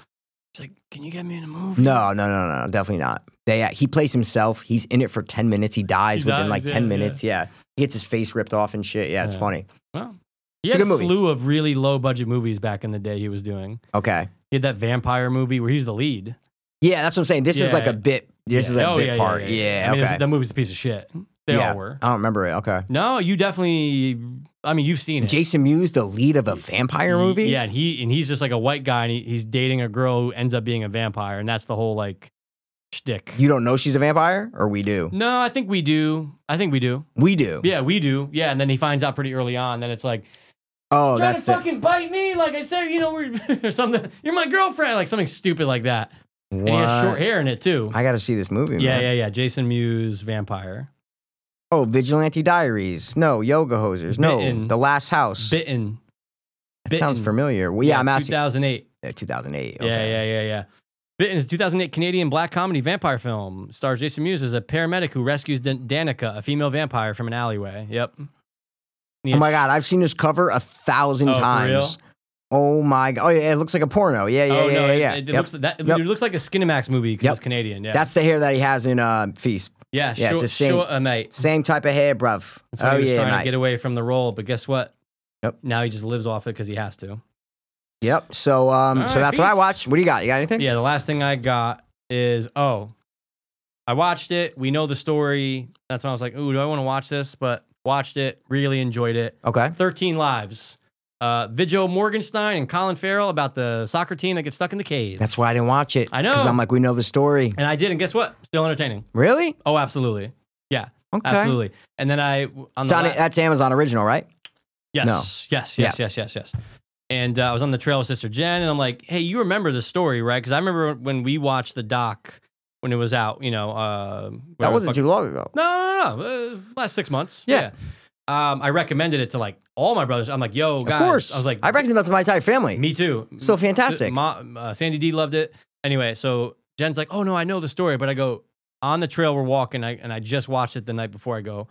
He's like, "Can you get me in a movie?"
No, no, no, no, no, definitely not. They uh, he plays himself. He's in it for ten minutes. He dies
He
within
dies,
like
yeah,
ten
yeah.
minutes. Yeah. he gets his face ripped off and shit. Yeah, it's
Yeah.
funny.
Well, he
It's a
had
good
a,
movie.
slew of really low budget movies back in the day. He was doing.
Okay.
He had that vampire movie where he's the lead.
Yeah, that's what I'm saying. This is
Yeah.
like a bit. This
Yeah.
is like a
Oh,
bit
yeah,
part. Yeah,
I mean, it was-
okay.
that movie's a piece of shit. They
yeah.
all were.
I don't remember it. Okay.
No, you definitely. I mean, you've seen it.
Jason Mewes, the lead of a vampire movie.
Yeah, and he and he's just like a white guy, and he, he's dating a girl who ends up being a vampire, and that's the whole like shtick.
You don't know she's a vampire, or we do.
no, I think we do. I think we do.
We do.
Yeah, we do. Yeah, and then he finds out pretty early on. Then it's like,
Oh,
trying to
that's the,
fucking bite me, like I said, you know, we're, (laughs) or something. You're my girlfriend, like something stupid like that. And he has
What?
short hair in it too.
I got to see this movie.
yeah,
man.
yeah, yeah. Jason Mewes, vampire,
Oh, Vigilante Diaries. No, Yoga Hosers. No,
Bitten.
The Last House.
bitten.
It sounds
Bitten.
familiar. Well, yeah, I'm asking.
2008.
uh, 2008.
Yeah,
okay.
yeah, yeah, yeah. Bitten is a 2008 Canadian black comedy vampire film. Stars Jason Mewes as a paramedic who rescues Dan- Danica, a female vampire, from an alleyway. Yep.
Oh my God, I've seen this cover a thousand
Oh, for
times. Oh my God. Oh, yeah, it looks like a porno. Yeah, yeah,
oh
yeah,
no!
yeah.
it-
yeah.
It, it
Yep.
looks that
Yep.
it looks like a Skinemax movie because
Yep.
it's Canadian. Yeah,
That's the hair that he has in uh, Feast.
yeah,
yeah,
Sure,
it's the same-
sure, uh, mate.
Same type of hair, bruv.
That's why
Oh,
he was
yeah,
trying
mate.
to get away from the role, but guess what?
Yep.
Now he just lives off it because he has to.
Yep. So, um,
All
so
right,
that's what I
Feast.
watched. What do you got? You got anything?
Yeah, the last thing I got is oh, I watched it. We know the story. That's when I was like, ooh, do I want to watch this? But watched it, really enjoyed it.
Okay.
13 Lives. Uh, Vigil Morgenstein and Colin Farrell about the soccer team that gets stuck in the cave.
That's why I didn't watch it.
I
Because
know.
I'm like, we know the story.
and I did, and guess what? Still entertaining.
Really?
Oh, absolutely. Yeah,
Okay.
absolutely. And then I on
It's
the
on,
la-
that's Amazon original, right?
yes,
No.
yes, yes, yes, yes, yes. And uh, I was on the trail with Sister Jen, and I'm like, hey, you remember the story, right? Because I remember when we watched the doc when it was out. You know, uh,
That
whatever the
wasn't
fuck-
too long ago.
No, no, no. no. Uh, last six months.
Yeah.
Um, I recommended it to like all my brothers. I'm like, yo, guys.
of course.
I was like,
I reckon that's my entire family.
me too.
So
S-
fantastic.
Ma- uh, Sandy D loved it. Anyway, so Jen's like, oh no, I know the story, but I go on the trail we're walking, I, and I just watched it the night before. I go,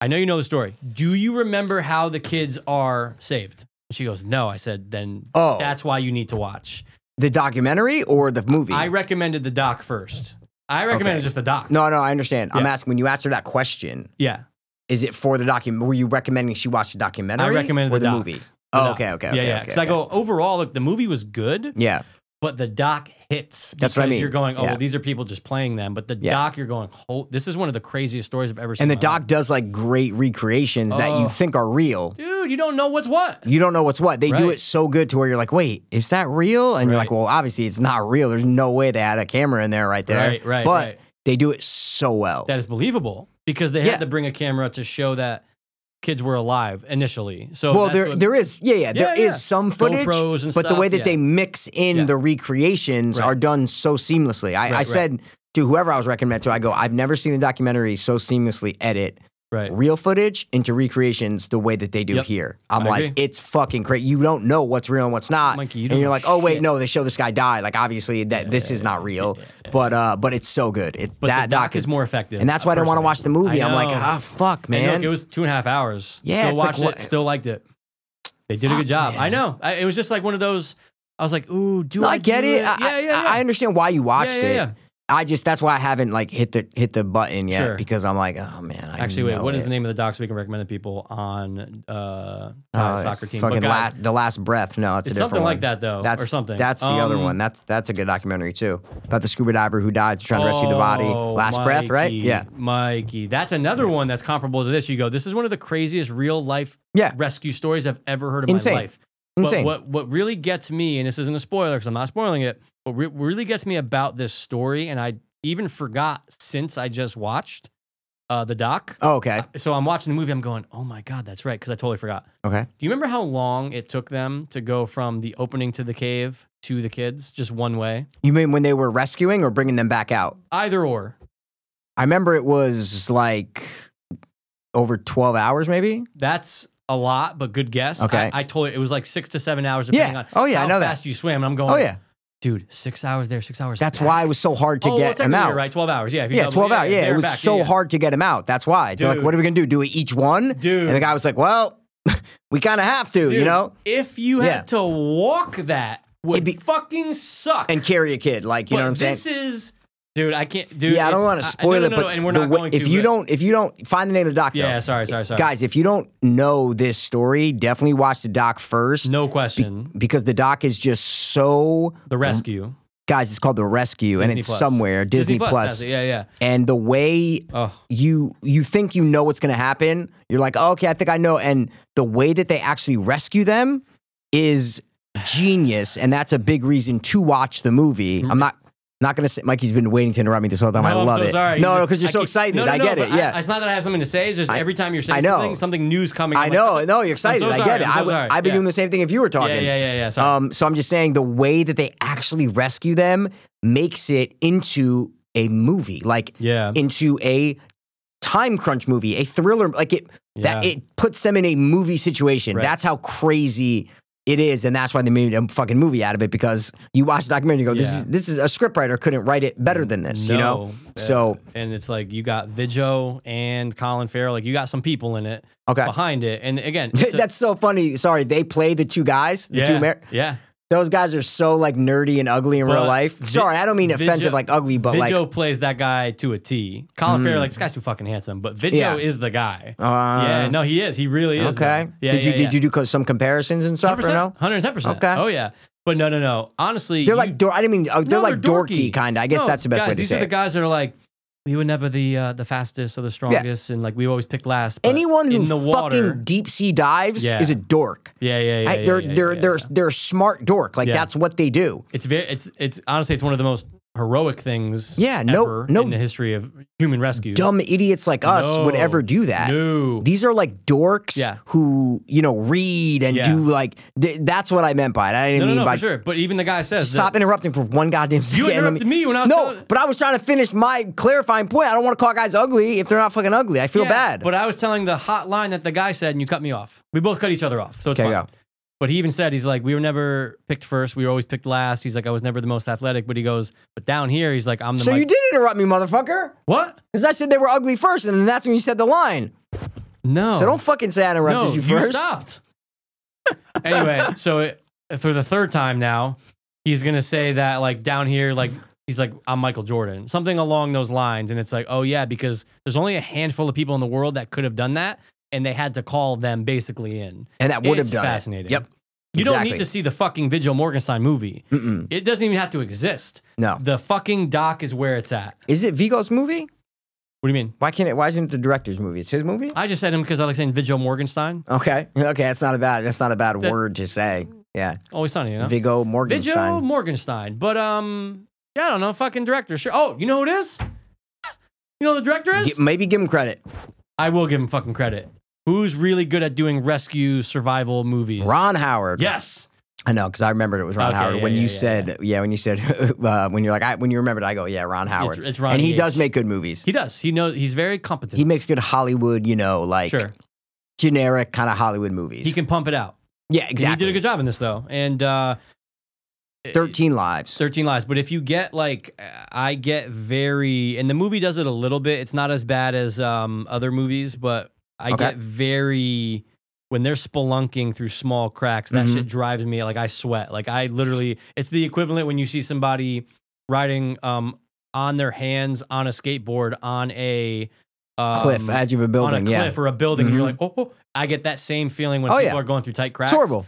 I know you know the story. Do you remember how the kids are saved? And she goes, no. I said, then
Oh.
that's why you need to watch.
the documentary or the movie?
I recommended the doc first. I recommended
Okay.
just the doc.
no, no, I understand. I'm
Yeah.
asking when you asked her that question,
Yeah.
is it for the document? Were you recommending she watch the documentary?
I recommended
or
the
the
doc.
movie.
The
oh,
doc.
okay, okay,
Yeah,
okay.
yeah.
okay,
Because I go overall, look, the movie was good.
yeah,
but the doc hits.
That's what I
because
mean.
You're going, oh,
Yeah.
well, these are people just playing them. But the
Yeah.
doc, you're going, oh, this is one of the craziest stories I've ever seen.
and the
in my
doc does like great recreations that
Oh.
you think are real.
life. dude, you don't know what's what.
You don't know what's what. They do
Right.
it so good to where you're like, wait, is that real? And you're like,
Right.
well, obviously it's not real. There's no way they had a camera in there right there.
Right, right,
But
right.
they do it so well.
That is believable because they
Yeah.
had to bring a camera to show that kids were alive initially. So
well,
Oh, that's
there
what-
there is yeah yeah, there is
yeah.
some footage,
GoPros and
but the way
stuff,
that
yeah.
they mix in
Yeah.
the recreations
Right.
are done so seamlessly. I, I
right.
said to whoever I was recommended to, I go, I've never seen a documentary so seamlessly edit
right.
real footage into recreations the way that they do
Yep.
here. I'm
I
like,
agree.
it's fucking crazy. You don't know what's real and what's not,
Mikey, you
and
don't
you're
know
like, oh wait,
shit.
no, they show this guy die. Like obviously that this is not real, but uh, but it's so good. It,
But
that
the doc, is more effective,
and that's why I didn't want to
personally.
watch the movie.
I
I'm like,
know.
ah, fuck,
And
man.
look, it was two and a half hours.
Yeah,
still
it's like,
watched
what-
it, still liked it. They did a good job. I know. I, it was just like one of those. I was like, ooh, do
No,
I,
I get
do
it.
Yeah,
I,
yeah, yeah.
I, I understand why you watched
yeah,
it.
yeah.
I just that's why I haven't like hit the hit the button yet
Sure.
because I'm like, oh man. I
Actually, wait.
know
What is
it.
the name of the docs we can recommend to people on uh,
Uh,
Ty's
it's
soccer team? But
Fucking
guys,
last, the last breath. No, it's, a
it's
different
something
one.
like that though,
That's
or something.
That's the other
Um,
one. That's that's a good documentary too about the scuba diver who died trying to rescue the body.
Oh,
Last breath, right?
Mikey,
Yeah,
Mikey. That's another one that's comparable to this. You go, this is one of the craziest real life
yeah,
rescue stories I've ever heard in
Insane.
my life.
insane.
But what, what really gets me, and this isn't a spoiler because I'm not spoiling it, but re- what really gets me about this story, and I even forgot since I just watched uh, the doc.
oh, okay,
So I'm watching the movie, I'm going, oh my God, that's right, because I totally forgot.
okay.
Do you remember how long it took them to go from the opening to the cave to the kids, just one way?
You mean when they were rescuing or bringing them back out?
Either or.
I remember it was like over twelve hours, maybe.
That's a lot, but good guess.
Okay.
I, I told you it was like six to seven hours depending
Yeah.
on
Oh yeah,
how
I know
fast
that.
you swim. And I'm going,
Oh yeah,
dude, six hours there, six hours.
that's
back.
why it was so hard to
oh, well,
get them
technically
out.
you're right? Twelve hours. Yeah. If you
Yeah,
double-
twelve hours. Yeah,
there
it
and
was
back.
so
yeah.
hard to get him out. That's why. They're like,
Dude.
what are we gonna do? Do we each one?
Dude.
And the guy was like, well, (laughs) we kind of have to, you
Dude,
know,
If you
Yeah.
had to walk that, would
It'd be-
fucking suck.
and carry a kid. Like, you know what I'm saying?
This is, dude. I can't, dude.
yeah, I don't
it's-
want to spoil
no, no,
it,
no,
but
no, and we're
the
not
way-
going
if
to,
you
but-
don't, if you don't find the name of the doc,
yeah.
though.
Sorry, sorry, sorry.
guys, if you don't know this story, definitely watch the doc first
no question.
because the doc is just so.
The rescue.
Guys, it's called The Rescue, and
Disney
it's
Plus.
somewhere Disney, Plus.
has it. Yeah, yeah.
and the way
Oh,
you you think you know what's going to happen. You're like, oh, okay, I think I know. And the way that they actually rescue them is genius, and that's a big reason to watch the movie. I'm not not going to say Mikey's been waiting to interrupt me this whole time. Um, I
No, I'm
love
so
it.
Sorry.
No,
You
no,
just-
because you're so
keep-
excited.
No, no,
I
no,
get
but
it. Yeah.
it's not that I have something to say. It's just
I-
every time you're saying
I know.
something, something new's coming.
I
I'm
know.
Like,
no, you're excited.
so
I get
sorry,
it.
I'm so
I would,
sorry.
I'd be
Yeah.
doing the same thing if you were talking.
yeah, yeah, yeah, yeah. Sorry.
Um, so I'm just saying the way that they actually rescue them makes it into a movie, like
yeah.
into a time crunch movie, a thriller. Like it, that
Yeah.
it puts them in a movie situation.
Right.
That's how crazy it is, and that's why they made a fucking movie out of it because you watch the documentary, and you go, "This
Yeah.
is this is a scriptwriter couldn't write it better than this," you know.
No. Yeah.
So
and it's like you got Vidjo and Colin Farrell. Like you got some people in it
okay, (laughs)
behind it. And again, it's a-
that's so funny. Sorry, they play the two guys, the
yeah,
two. Amer-
yeah.
Those guys are so like nerdy and ugly in
But
real life.
Vi-
Sorry, I don't mean offensive,
Vidjo-
like ugly, but like
Vidjo plays that guy to a T. Colin
Mm.
Farrell, like this guy's too fucking handsome, but Vidjo
Yeah.
is the guy.
Uh,
yeah, no, he is. He really is.
okay.
though. Yeah,
did
yeah,
you did you do co- some comparisons and stuff or no?
Hundred and ten percent.
Okay.
Oh yeah. But no, no, no. Honestly,
They're
you-
like dor- I didn't mean uh, they're
No,
like dorky, kind of. I guess
No,
that's the best
guys,
way to
these
say
are the
it.
guys that are like, we were never the uh, the fastest or the strongest, and like we always picked last. but
Anyone who
in the water,
fucking deep sea dives
Yeah.
is a dork.
yeah, yeah, yeah,
I-
yeah,
they're
yeah,
they're
yeah,
they're
yeah.
they're a smart dork. Like
Yeah.
that's what they do.
It's very, it's, it's honestly, it's one of the most heroic things.
Yeah, no-
ever
no-
in the history of human rescue.
Dumb idiots like us would
No.
ever do that.
no,
These are like dorks
Yeah.
who you know read and
Yeah.
do like. Th- that's what I meant by it. I didn't
no, no,
mean
no,
by
for sure. But even the guy says,
stop
that,
interrupting for one goddamn second.
You
Let
interrupted me when I was
no,
telling-
but I was trying to finish my clarifying point. I don't want to call guys ugly if they're not fucking ugly. I feel
Yeah,
bad.
But I was telling the hot line that the guy said, and you cut me off. We both cut each other off, so it's
okay,
fine.
go.
But he even said he's like, we were never picked first. We were always picked last. He's like, I was never the most athletic. But he goes, but down here, he's like, I'm the.
So
like,
you did interrupt me, motherfucker.
what?
Because I said they were ugly first, and then that's when you said the line.
No.
So don't fucking say I interrupted
no,
you first.
stopped. (laughs) anyway, so it, for the third time now, he's gonna say that like down here, like he's like, I'm Michael Jordan, something along those lines, and it's like, oh yeah, because there's only a handful of people in the world that could have done that, and they had to call them basically in.
And that would have
It's
done
fascinating.
it. Yep.
You don't
Exactly.
need to see the fucking Vigil Morgenstein movie.
Mm-mm.
It doesn't even have to exist.
No.
The fucking doc is where it's at.
Is it Vigo's movie?
What do you mean?
Why can't it? Why isn't it the director's movie? It's his movie.
I just said him because I like saying Vigil Morgenstein.
Okay. (laughs) Okay. That's not a bad. That's not a bad
That-
word to say. Yeah.
Always sunny, you know?
Vigo
Vigil
Morgenstein.
Morgenstein. But um, yeah, I don't know. Fucking director. Sure. Oh, you know who it is? You know who the director is?
Gi- maybe give him credit.
I will give him fucking credit. Who's really good at doing rescue survival movies?
Ron Howard.
Yes.
I know because I remembered it was Ron
Okay,
Howard
yeah,
when
yeah,
you
yeah,
said yeah. when you said (laughs) uh, when you're like I, when you remembered I go yeah Ron Howard
It's, it's Ron.
and he does
Yates.
make good movies.
He does. He knows. He's very competent.
He makes good Hollywood, you know, like
sure.
generic kind of Hollywood movies.
He can pump it out.
yeah,
And
exactly.
He did a good job in this though, and uh,
Thirteen Lives.
13 lives but if you get like i get very and the movie does it a little bit it's not as bad as um other movies but i
Okay.
get very when they're spelunking through small cracks, that
Mhm.
shit drives me like I sweat. Like I literally, it's the equivalent when you see somebody riding um on their hands on a skateboard on a um,
cliff edge of a building.
on a
yeah,
cliff or a building, and you're like,
Mhm.
oh, oh." I get that same feeling when
Oh,
people
yeah.
are going through tight cracks.
it's horrible.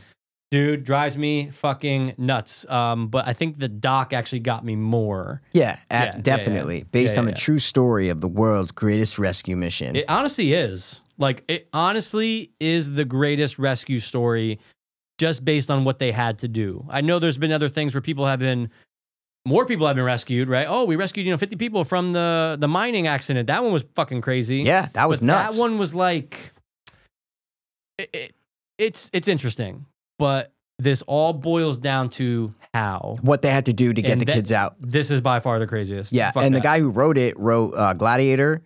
dude, drives me fucking nuts. Um, but I think the doc actually got me more.
Yeah,
Yeah,
at,
yeah, yeah.
definitely based
Yeah,
on
yeah,
the
yeah.
true story of the world's greatest rescue mission.
It honestly is. Like it honestly is the greatest rescue story just based on what they had to do. I know there's been other things where people have been more people have been rescued, right? Oh, we rescued, you know, 50 people from the the mining accident. That one was fucking crazy.
yeah, that was
but
nuts.
That one was like it, it, it's it's interesting, but this all boils down to how.
what they had to do to get
And
the
that-
kids out.
This is by far the craziest.
Yeah,
Fuck
and the
that.
guy who wrote it wrote uh, Gladiator,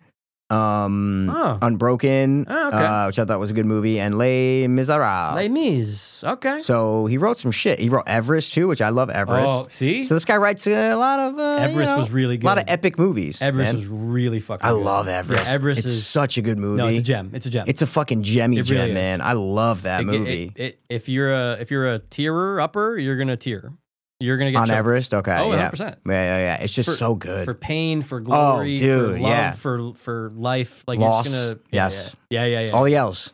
um,
Oh.
Unbroken,
Oh, okay.
uh, which I thought was a good movie, and Les Miserables.
Les Mis. Okay.
uh, so he wrote some shit. He wrote Everest too, which I love Everest.
Oh, see?
So this guy writes a lot of uh,
Everest
you know,
was really good.
a lot of epic movies.
Everest
man.
was really fucking.
I
good.
love Everest.
Yeah, Everest
it's
is
such a good movie.
no, it's a gem. It's a gem.
It's a fucking gemmy
It
gem,
really is.
man. I love that
It- it-
movie.
It, it- if you're a if you're a tierer upper, you're gonna tear. You're gonna get
on
choked.
Everest. Okay,
Oh,
yeah.
100%.
yeah, yeah, yeah. It's just
For-
so good. Oh,
for pain, for glory, for
dude,
love,
yeah.
for for life. Like
Loss,
you're just gonna yeah,
yes.
yeah, yeah, yeah. yeah.
All the L's.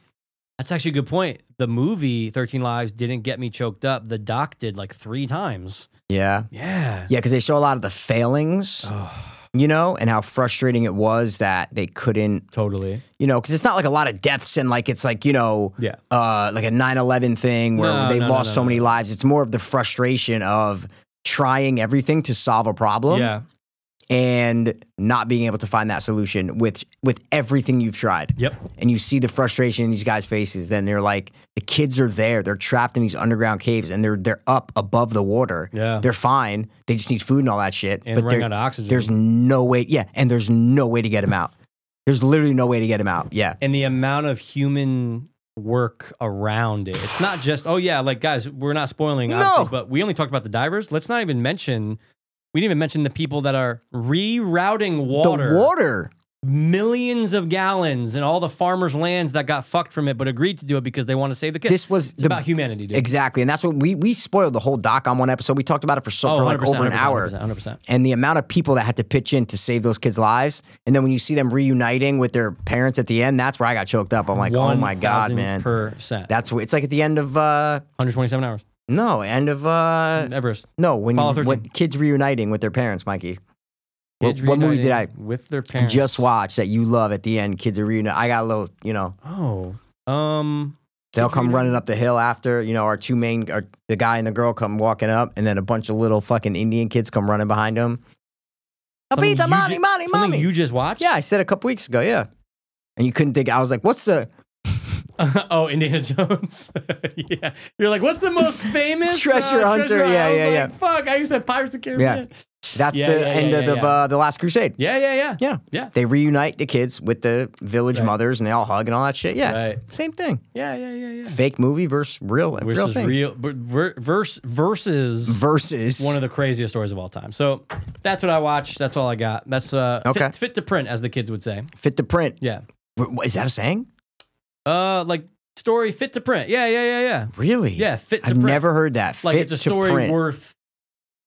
That's actually a good point. The movie Thirteen Lives didn't get me choked up. The doc did like three times.
Yeah,
Yeah.
yeah, because they show a lot of the failings,
Oh,
you know, and how frustrating it was that they couldn't,
totally.
you know, because it's not like a lot of deaths and like it's like you know,
Yeah.
uh, like a 9-11 thing where
No,
they
no, no,
lost
no,
so
no.
many lives. It's more of the frustration of trying everything to solve a problem
yeah.
and not being able to find that solution with with everything you've tried.
Yep.
and you see the frustration in these guys' faces, then they're like, the kids are there. They're trapped in these underground caves and they're they're up above the water.
Yeah.
They're fine. They just need food and all that shit.
And running
there-
out of oxygen.
there's no way. Yeah. And there's no way to get them out. There's literally no way to get them out. Yeah.
and the amount of human work around it. It's not just, oh yeah, like guys, we're not spoiling, obviously,
No.
but we only talked about the divers. Let's not even mention we didn't even mention the people that are rerouting water,
The water.
millions of gallons, and all the farmers' lands that got fucked from it, but agreed to do it because they want to save the kids.
This was
it's
the,
about humanity, dude.
exactly. And that's what we we spoiled the whole doc on one episode. We talked about it for
Oh,
so for like over an hour.
100%, 100%.
and the amount of people that had to pitch in to save those kids' lives. And then when you see them reuniting with their parents at the end, that's where I got choked up. I'm like, oh my god, man.
Percent.
That's what it's like at the end of uh
127 hours.
no, end of uh
Everest.
no, when
Apollo
you,
13.
when kids reuniting with their parents, Mikey. What,
Kids
what movie did I
reuniting with their parents?
just watch that you love at the end? Kids are reuniting. I got a little, you know,
Oh. Um
they'll
Kids
come
reuniting.
running up the hill after, you know, our two main, our, the guy and the girl come walking up, and then a bunch of little fucking Indian kids come running behind them.
something
Abita,
you
mommy,
ju-
mommy,
something
mommy.
you just watched?
Yeah, I said a couple weeks ago. Yeah, and you couldn't think. I was like, "What's the
(laughs) oh, Indiana Jones. (laughs) yeah. You're like, what's
(laughs)
the most famous uh,
Treasure Hunter, yeah,
I was
yeah,
like,
yeah.
Fuck, I used to have Pirates of the Caribbean.
that's
Yeah,
the
yeah, yeah,
end of
yeah,
the
yeah.
Uh, the Last Crusade."
Yeah, yeah, yeah.
Yeah,
Yeah.
They reunite the kids with the village
Right.
mothers, and they all hug and all that shit. Yeah,
Right.
same thing.
Yeah, yeah, yeah, yeah.
Fake movie versus real, real
Versus
thing.
real, ver- ver- verse versus
Versus
one of the craziest stories of all time. So that's what I watched. That's all I got. That's uh,
Okay.
fit, fit to print, as the kids would say.
fit to print.
Yeah.
W- Is that a saying?
Uh, like story fit to print. Yeah, yeah, yeah, yeah.
Really?
Yeah, fit to
I've
print.
never heard that.
like
fit
it's a
to
story
print.
worth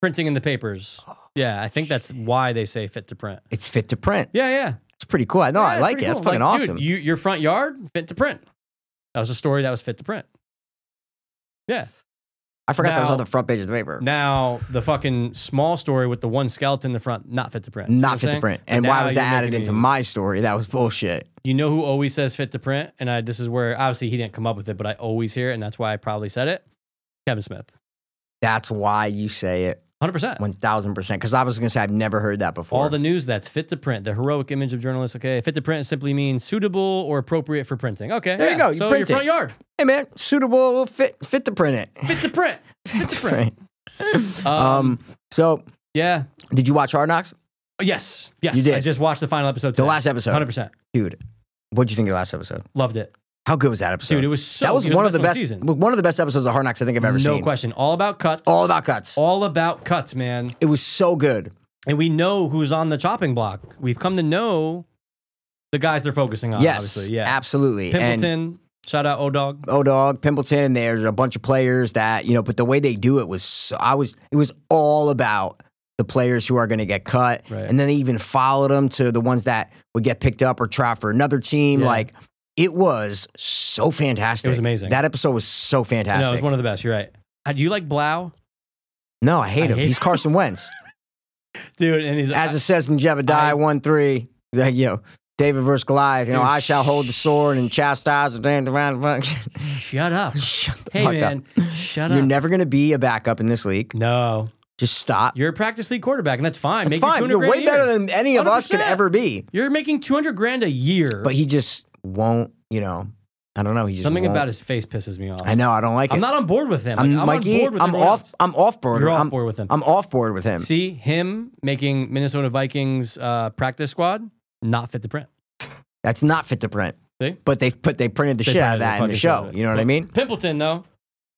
printing in the papers. Yeah, I think that's why they say fit to print.
It's fit to print.
Yeah, yeah.
It's pretty cool. I know.
Yeah,
I
it's
like it.
pretty
That's
cool.
fucking
Like, dude,
awesome.
you, your front yard fit to print. That was a story that was fit to print. Yeah.
I forgot that was
Now-
on the front page of the paper.
Now the fucking small story with the one skeleton in the front, not fit to print. See what I'm
Not fit to
saying?
print.
But
And why
now
was that
you're
added
making
into
me-
my story? That was bullshit.
You know who always says fit to print, and I, this is where obviously he didn't come up with it, but I always hear it, and that's why I probably said it. Kevin Smith,
That's why you say it.
hundred percent.
One thousand percent. Because I was gonna say I've never heard that before.
All the news that's fit to print, the heroic image of journalists. Okay, fit to print simply means suitable or appropriate for printing. Okay,
There you
yeah.
go, you
So your
print it.
front yard
hey man, suitable will fit fit to print it.
fit
(laughs)
to print. It's fit to print. Um,
um. So,
yeah.
did you watch Hard Knocks?
Yes, yes.
You did.
I just watched the final episode.
The
today.
last episode,
100%.
dude. What'd you think of the last episode?
Loved it.
How good was that episode?
Dude, it was so
that was,
it
one of the best.
season.
One of the best episodes of Hard Knocks I think I've ever
no
seen.
question. All about cuts.
All about cuts.
all about cuts, man.
it was so good.
And we know who's on the chopping block. We've come to know the guys they're focusing on,
yes,
Uh, obviously. Yeah.
absolutely. And
Pimpleton, Shout out O Dog.
Oh dog, Pimpleton. There's a bunch of players that you know, but the way they do it was, so, I was, it was all about the players who are going to get cut,
Right.
and then they even followed them to the ones that would get picked up or try for another team.
Yeah.
Like it was so fantastic.
It was amazing.
That episode was so fantastic.
No, it was one of the best. You're right. Uh, Do you like Blau,
No, I hate
I
him.
hate
He's
him.
Carson
(laughs)
Wentz.
dude? And he's
As it says in Jebediah
I-
1 3, like, yo, David versus Goliath, you know,
Dude,
I shall hold the sword and chastise the damned around.
shut
(laughs)
up.
Shut the
Hey
fuck
man,
up.
shut
You're
up.
never going to be a backup in this league.
no,
Just stop.
you're a practice league quarterback, and that's fine.
It's
Make your
fine.
200
You're
grand a
way
year.
better than any of us could
100%.
ever be.
You're making 200 grand a year.
But he just won't, you know, I don't know. He just
Something
won't.
about his face pisses me off.
I know. I don't like
I'm
it.
not on board with him.
I'm,
Like, I'm
Mikey,
on board with
I'm
everyone
off.
else.
I'm off board.
You're off
I'm,
board with him.
I'm off board with him.
See him making Minnesota Vikings uh, practice squad not fit the print.
That's not fit to print.
See?
But they put they printed the
They
shit out of
printed the
that in the
fucking shit
show.
out of it.
You know what I
But-
mean?
Pimpleton though,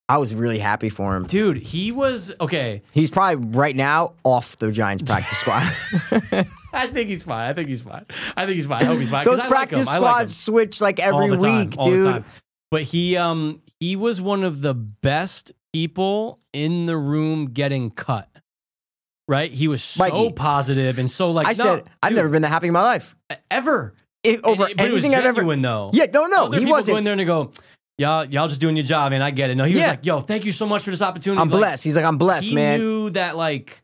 I was really happy for him.
dude, he was okay. (laughs)
He's probably right now off the Giants practice squad.
I think he's fine. I think he's fine. I think he's fine. I hope he's fine.
(laughs)
'Cause
Those
I like him.
practice
I like him.
squads switch like
All
every
the time,
week,
all the
dude.
time. But he um he was one of the best people in the room getting cut. Right? He was so
Mikey.
positive and so like
I
no,
said I've
dude, e-,
never been that happy in my life.
ever
It, over
And- but it was
anything I've ever.
genuine, though.
Yeah, no, no,
Other
he
people go in
wasn't.
there and they go, y'all y'all just doing your job, man. I get it. No, he was
Yeah.
like, yo, thank you so much for this opportunity.
I'm
Like,
blessed. He's like I'm blessed,
he
man.
knew that like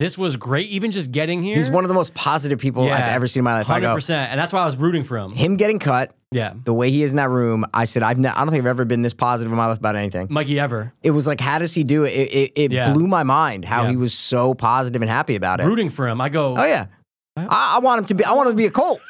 this was great. Even just getting here,
He's one of the most positive people I've
Yeah.
ever seen in my life. I
hundred
go
percent, and that's why I was rooting for him.
him getting cut,
Yeah,
the way he is in that room. I said I've ne- I don't think I've ever been this positive in my life about anything.
Mikey ever
It was like how does he do it? It, it, it
Yeah.
blew my mind how
Yeah.
he was so positive and happy about it.
rooting for him. I go,
Oh yeah. I, I want him to be. I want him to be a
(laughs)
Colt.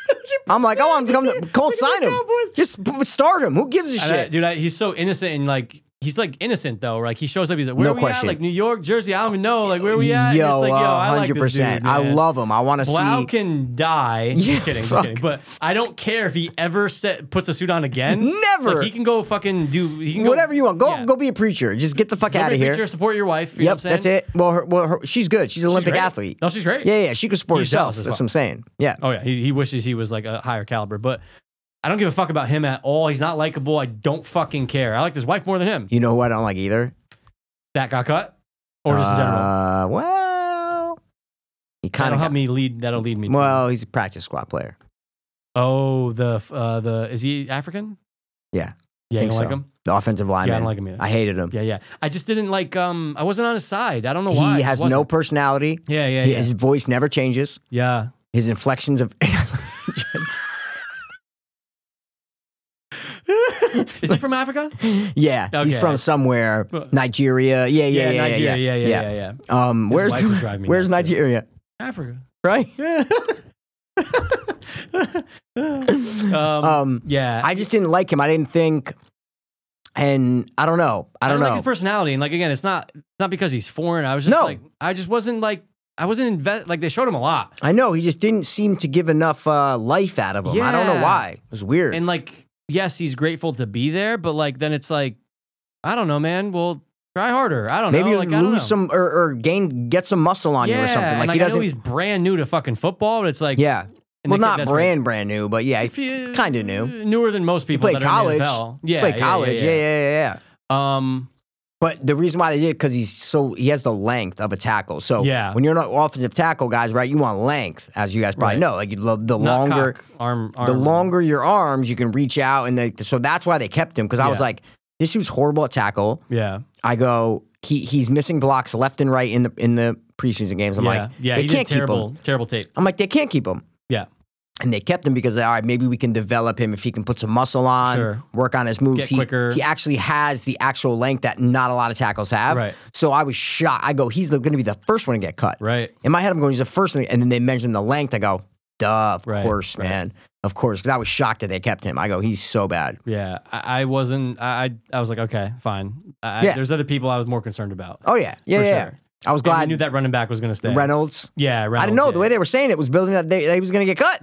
I'm like, I want him to come. To, Colt, sign him. Just b- start him. Who gives a
And I-
shit?
dude, I, he's so innocent and like he's like innocent though. Like he shows up, he's like, where
No
are we
question.
at? Like New York, Jersey, I don't even know. Like where are we at? And you're just like, I like this dude,
I
man.
love him. I want to
Blau
see. (laughs)
can die.
Yeah,
just kidding, just
fuck.
kidding. But I don't care if he ever set, puts a suit on again.
Never.
Like, he can go fucking do. He can go-
Whatever you want, go
Yeah.
go be a preacher. Just get the fuck
Go
out
be
of
a
here.
preacher, support your wife. You know what
yep,
I'm saying?
that's it. Well, her, well, her, she's good. She's an Olympic
great.
athlete.
No, she's great.
Yeah, yeah, she could support
He's
herself.
jealous as
That's
well.
what I'm saying. Yeah,
Oh yeah, he, he wishes he was like a higher caliber, but I don't give a fuck about him at all. He's not likable. I don't fucking care. I like his wife more than him.
you know who I don't like either.
That got cut, or just in general.
Uh, well, he kind
That'll
of
help me lead. That'll lead me. to-
Well, he's a practice squad player.
oh the f- uh, the is he African?
Yeah,
Yeah, you
think
don't like
so.
him.
The offensive lineman.
yeah, I don't like him either.
I hated him.
yeah, yeah. I just didn't like. Um, I wasn't on his side. I don't know why. I
he has
just
no
wasn't.
personality.
Yeah, yeah,
He-
yeah.
His voice never changes.
yeah.
(laughs) His inflections of
Is he from Africa?
(laughs) yeah, he's
Okay.
from somewhere Nigeria. Yeah, yeah, yeah, yeah,
Nigeria.
yeah,
Yeah, yeah, yeah, yeah.
Um,
His
where's (laughs)
wife would drive me
where's
nuts, too.
Nigeria?
Africa.
Right.
(laughs) Um,
Um,
yeah.
I just didn't like him. I didn't think, and I don't know. I don't,
like his
know.
personality, and like again, it's not it's not because he's foreign. I was just
No.
like, I just wasn't like, I wasn't invest. Like they showed him a lot,
I know he just didn't seem to give enough uh, life out of him. I don't know
Yeah.
why. It was weird.
and like, yes, he's grateful to be there, but like then it's like, I don't know, man. Well, try harder. I don't
Maybe
know. Like, I don't know.
lose some or, or gain get some muscle on you or something.
and,
Like,
like
he
I know
doesn't.
he's brand new to fucking football, but it's like,
yeah.
and
Well,
the kid-
not
that's what-
brand brand new, but yeah,
If you-
kind of new.
newer than most people.
He played
that are
college.
in the NFL. Yeah,
played college. Yeah, yeah, yeah, yeah.
Um,
But the reason why they did because he's so he has the length of a tackle. So
Yeah.
when you're not offensive tackle guys, right? You want length, as you guys probably
Right.
know. Like you love the
not
longer,
cock, arm, arm,
the longer your arms, you can reach out, and they, so that's why they kept him. Because I was
Yeah.
like, this dude's horrible at tackle.
Yeah,
I go, he he's missing blocks left and right in the in the preseason games. I'm
yeah,
like,
yeah.
they
he
can't
did
keep
terrible,
him.
terrible tape.
I'm like, they can't keep him.
Yeah.
And they kept him because all right, maybe we can develop him if he can put some muscle on,
Sure.
work on his moves.
Get
he,
quicker.
he actually has the actual length that not a lot of tackles have.
Right.
So I was shocked. I go, he's going to be the first one to get cut.
Right.
In my head, I'm going, he's the first one. And then they mentioned the length. I go, duh, of
Right,
course,
right.
man, of course, because I was shocked that they kept him. I go, he's so bad.
Yeah, I, I wasn't. I I I was like, okay, fine. I,
Yeah.
yeah. There's other people I was more concerned about.
Oh yeah, yeah,
For
yeah.
sure.
I was
And we
glad
knew that running back was going to stay.
Reynolds.
Yeah, Reynolds.
I didn't know
yeah.
the way they were saying it was building that they, they was going to get cut.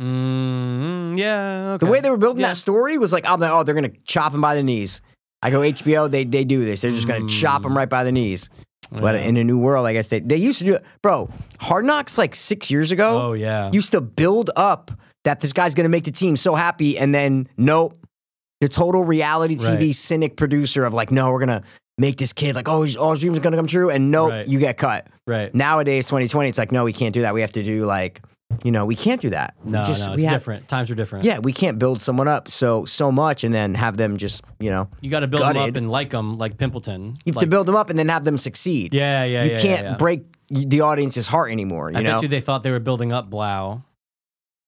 Mm, yeah.
The
Okay.
way they were building
Yeah.
that story was like, I'm like, oh, they're gonna chop him by the knees. I go HBO, they they do this. They're just gonna chop him right by the knees. But
Mm. Yeah.
in a new world, I guess they they used to do it, bro. Hard Knocks like six years ago
Oh yeah.
used to build up that this guy's gonna make the team so happy, and then nope, the total reality TV
Right.
cynic producer of like, no, we're gonna make this kid like, oh, his- all his dreams are gonna come true, and nope,
Right.
you get cut.
Right.
Nowadays, 2020, it's like, no, we can't do that. We have to do like, you know, we can't do that. We
No,
just-
no,
we
it's
have-
different. Times are different.
Yeah, we can't build someone up so so much and then have them just you know
You got to build them
Gutted.
up and like them, like Pimpleton.
you have to
Like-
build them up and then have them succeed.
Yeah, yeah,
you
yeah, yeah,
can't
yeah.
break the audience's heart anymore. You
I
know,
bet you they thought they were building up Blau,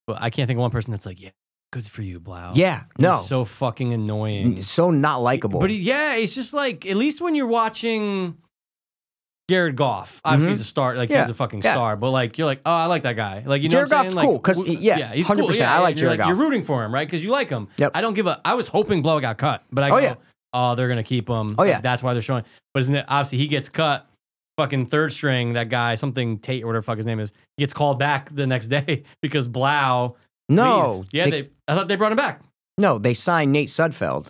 but I can't think of one person that's like, yeah, good for you, Blau.
yeah,
He's
no,
so fucking
so,
annoying.
not likable.
But he, yeah, it's just like at least when you're watching Jared Goff, obviously
Mhm.
he's a star, like
Yeah,
he's a fucking
yeah.
star. But like you're like, oh, I like that guy. Like you know,
Jared
what I'm saying?
Goff's
Like,
cool, 'cause
w-
he- yeah,
he's cool.
100%, I
and
like
you're
Jared
You're
Goff.
rooting for him, right? Because you like him.
Yep.
I don't give a. I was hoping Blow got cut, but I
Oh,
go,
yeah.
oh, they're gonna keep him.
Oh,
Like,
yeah.
that's why they're showing. But isn't it obviously he gets cut? Fucking third string, that guy, something Tate or whatever the fuck his name is, gets called back the next (laughs) day because Blau.
no,
leaves. yeah,
they,
they, I thought they brought him back.
no, they signed Nate Sudfeld.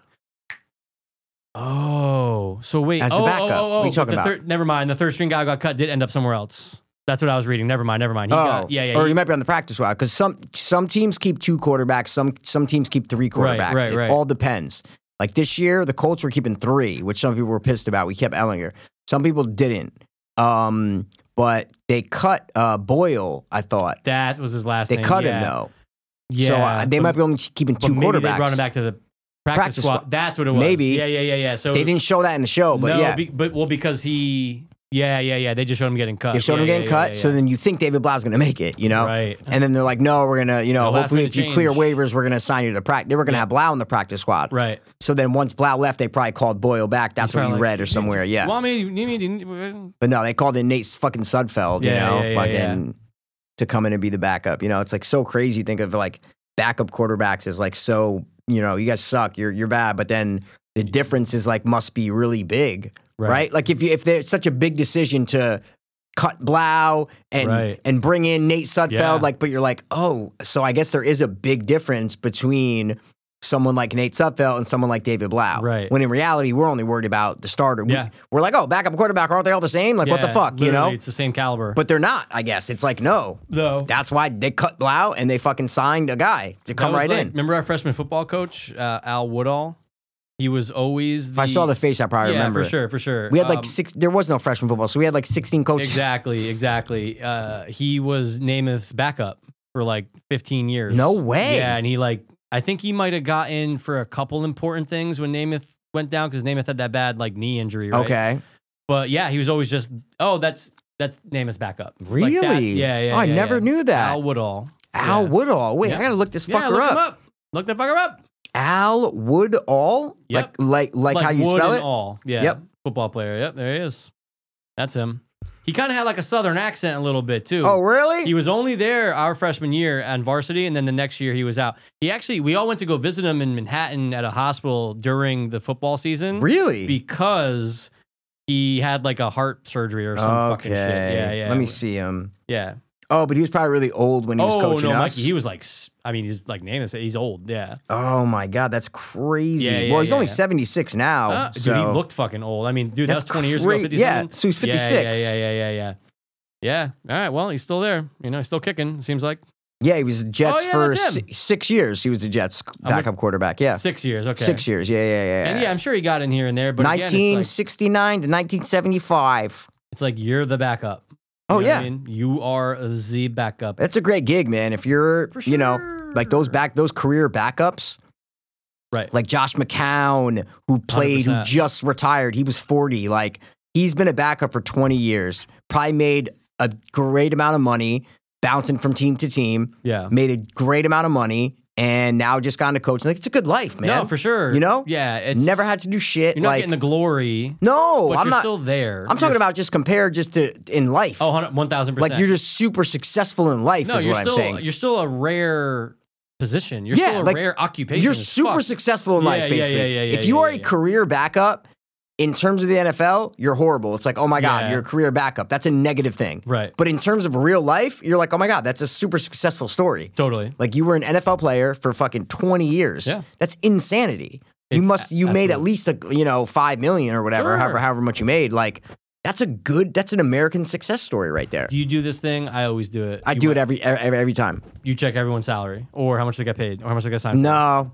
Oh, so wait.
As the
oh,
backup.
Oh, oh,
What are you
but
talking
the
about?
third- never mind. The third string guy who got cut. Did end up somewhere else. That's what I was reading. Never mind. Never mind. He
oh,
got, yeah, yeah.
or
he-
you might be on the practice squad because some some teams keep two quarterbacks, some some teams keep three
Right,
quarterbacks.
right,
it
right.
all depends. Like this year, the Colts were keeping three, which some people were pissed about. We kept Ellinger. Some people didn't. Um, but they cut uh, Boyle. I thought
that was his last.
they
name.
cut
yeah.
him though.
Yeah.
so uh, they
but-
might be only keeping
but
two
maybe
quarterbacks.
They brought him back to the practice,
Practice
squad.
squad.
That's what it was.
Maybe.
Yeah, yeah, yeah, yeah. So
They didn't show that in the show, but
no,
yeah,
be, but well, because he. Yeah, yeah, yeah. They just showed him getting cut.
they showed
yeah,
him getting
yeah,
cut.
Yeah, yeah,
So then you think David Blau's going to make it, you know?
Right.
And then they're like, no, we're gonna, you know,
The last
hopefully if
minute
you clear
change.
waivers, we're gonna sign you to the practice. They were gonna have Blau in the practice squad.
right.
So then once Blau left, they probably called Boyle back. That's
He's
what you
probably like,
read or somewhere. Yeah.
Well, I mean, you mean, you mean-
But no, they called in Nate fucking Sudfeld, you
Yeah,
know,
yeah, yeah,
fucking
yeah.
to come in and be the backup. You know, it's like so crazy. to Think of like backup quarterbacks as like so, you know, you guys suck, you're you're bad. But then the difference is like must be really big. Right. Like if you if there's such a big decision to cut Blau and
Right.
and bring in Nate Sudfeld,
Yeah.
like, but you're like, oh, so I guess there is a big difference between someone like Nate Sudfeld and someone like David Blau.
Right.
When in reality, we're only worried about the starter. We,
Yeah.
We're like, oh, backup quarterback, aren't they all the same? Like, what the
Yeah,
fuck, you
literally,
know?
It's the same caliber.
But they're not. I guess it's like no.
though,
That's why they cut Blau and they fucking signed a guy to
That
come
was
right
like-
in.
Remember our freshman football coach, uh, Al Woodall? He was always
if
the.
I saw the face, I probably
yeah,
remember.
for
it.
sure, for sure.
We had like
Um,
six. There was no freshman football, so we had like sixteen coaches.
Exactly, exactly. Uh, he was Namath's backup for like 15 years.
No way.
Yeah, and he like I think he might have gotten for a couple important things when Namath went down because Namath had that bad like knee injury. Right?
Okay.
but yeah, he was always just oh that's that's Namath's backup. Like,
Really? Oh,
that's- yeah, yeah.
I
yeah,
never
yeah.
knew that.
Al Woodall.
Al
Yeah.
Woodall. Wait,
Yeah.
I gotta look this fucker
yeah, look
up.
him up. Look that fucker up.
Al Woodall.
Yep.
Like, like, like, how you
wood
spell
and
it.
All. Yeah.
Yep.
Football player. Yep. There he is. That's him. He kind of had like a southern accent a little bit too.
Oh, really?
He was only there our freshman year on varsity, and then the next year he was out. He actually, we all went to go visit him in Manhattan at a hospital during the football season
really?
because he had like a heart surgery or some fucking shit. Yeah, yeah.
Let me see him.
Yeah.
Oh, but he was probably really old when he was
oh
coaching
no,
us.
Mikey, he was like, s- I mean, he's like name is he's old. Yeah.
oh my God, that's crazy.
Yeah, yeah,
well, he's only
yeah.
seventy six now.
Uh, dude,
Oh, so-
he looked fucking old. I mean, dude,
That's
that's, 20 years
cra-
ago. 50
yeah,
something.
so he's
Yeah,
56.
Yeah, yeah, yeah, yeah, yeah. Yeah. All right. Well, he's still there. You know, he's still kicking. Seems like
yeah, he was the Jets
Oh, yeah,
for
that's him.
si- six years. He was the Jets backup quarterback. Yeah,
six years. Okay.
six years. Yeah, yeah, yeah.
And yeah, I'm sure he got in here and there, but again, it's like-
1969 to 1975.
it's like you're the backup. You
Oh,
know what
yeah.
I mean? You are the backup.
That's a great gig, man. If you're,
For
you know, like those
sure.
back, those career backups,
Right.
like Josh McCown, who played, who
100%.
just retired. He was 40. Like he's been a backup for 20 years, probably made a great amount of money, bouncing from team to team,
yeah.
made a great amount of money, and now just got into coaching. Like it's a good life, man.
No, for sure.
You know?
Yeah. It's
Never had to do shit.
You're not
like
getting the glory,
no,
but
I'm
you're
not.
still there.
I'm talking
You're-
about just compared just to in life.
oh, 100 1000 percent.
like you're just super successful in life
no,
is
you're
what
still
I'm saying.
you're still a rare position. You're
Yeah,
still a
like,
rare occupation.
You're
as
super
fuck.
successful in
Yeah,
life,
yeah, yeah,
basically.
yeah, yeah,
if you
yeah,
are a
yeah.
career backup in terms of the NFL, you're horrible. It's like, oh my God,
Yeah.
you're a career backup. That's a negative thing.
Right.
But in terms of real life, you're like, oh my God, that's a super successful story.
Totally.
Like you were an NFL player for fucking 20 years.
Yeah.
That's insanity. you
It's
must
a-
you made at
absolutely.
least a you know five million or whatever,
Sure.
however however much you made. Like that's a good that's an American success story right there.
Do you do this thing? I always do it.
I
You
do it
went-
every every, every time.
You check everyone's salary or how much they got paid or how much they got signed. for.
No.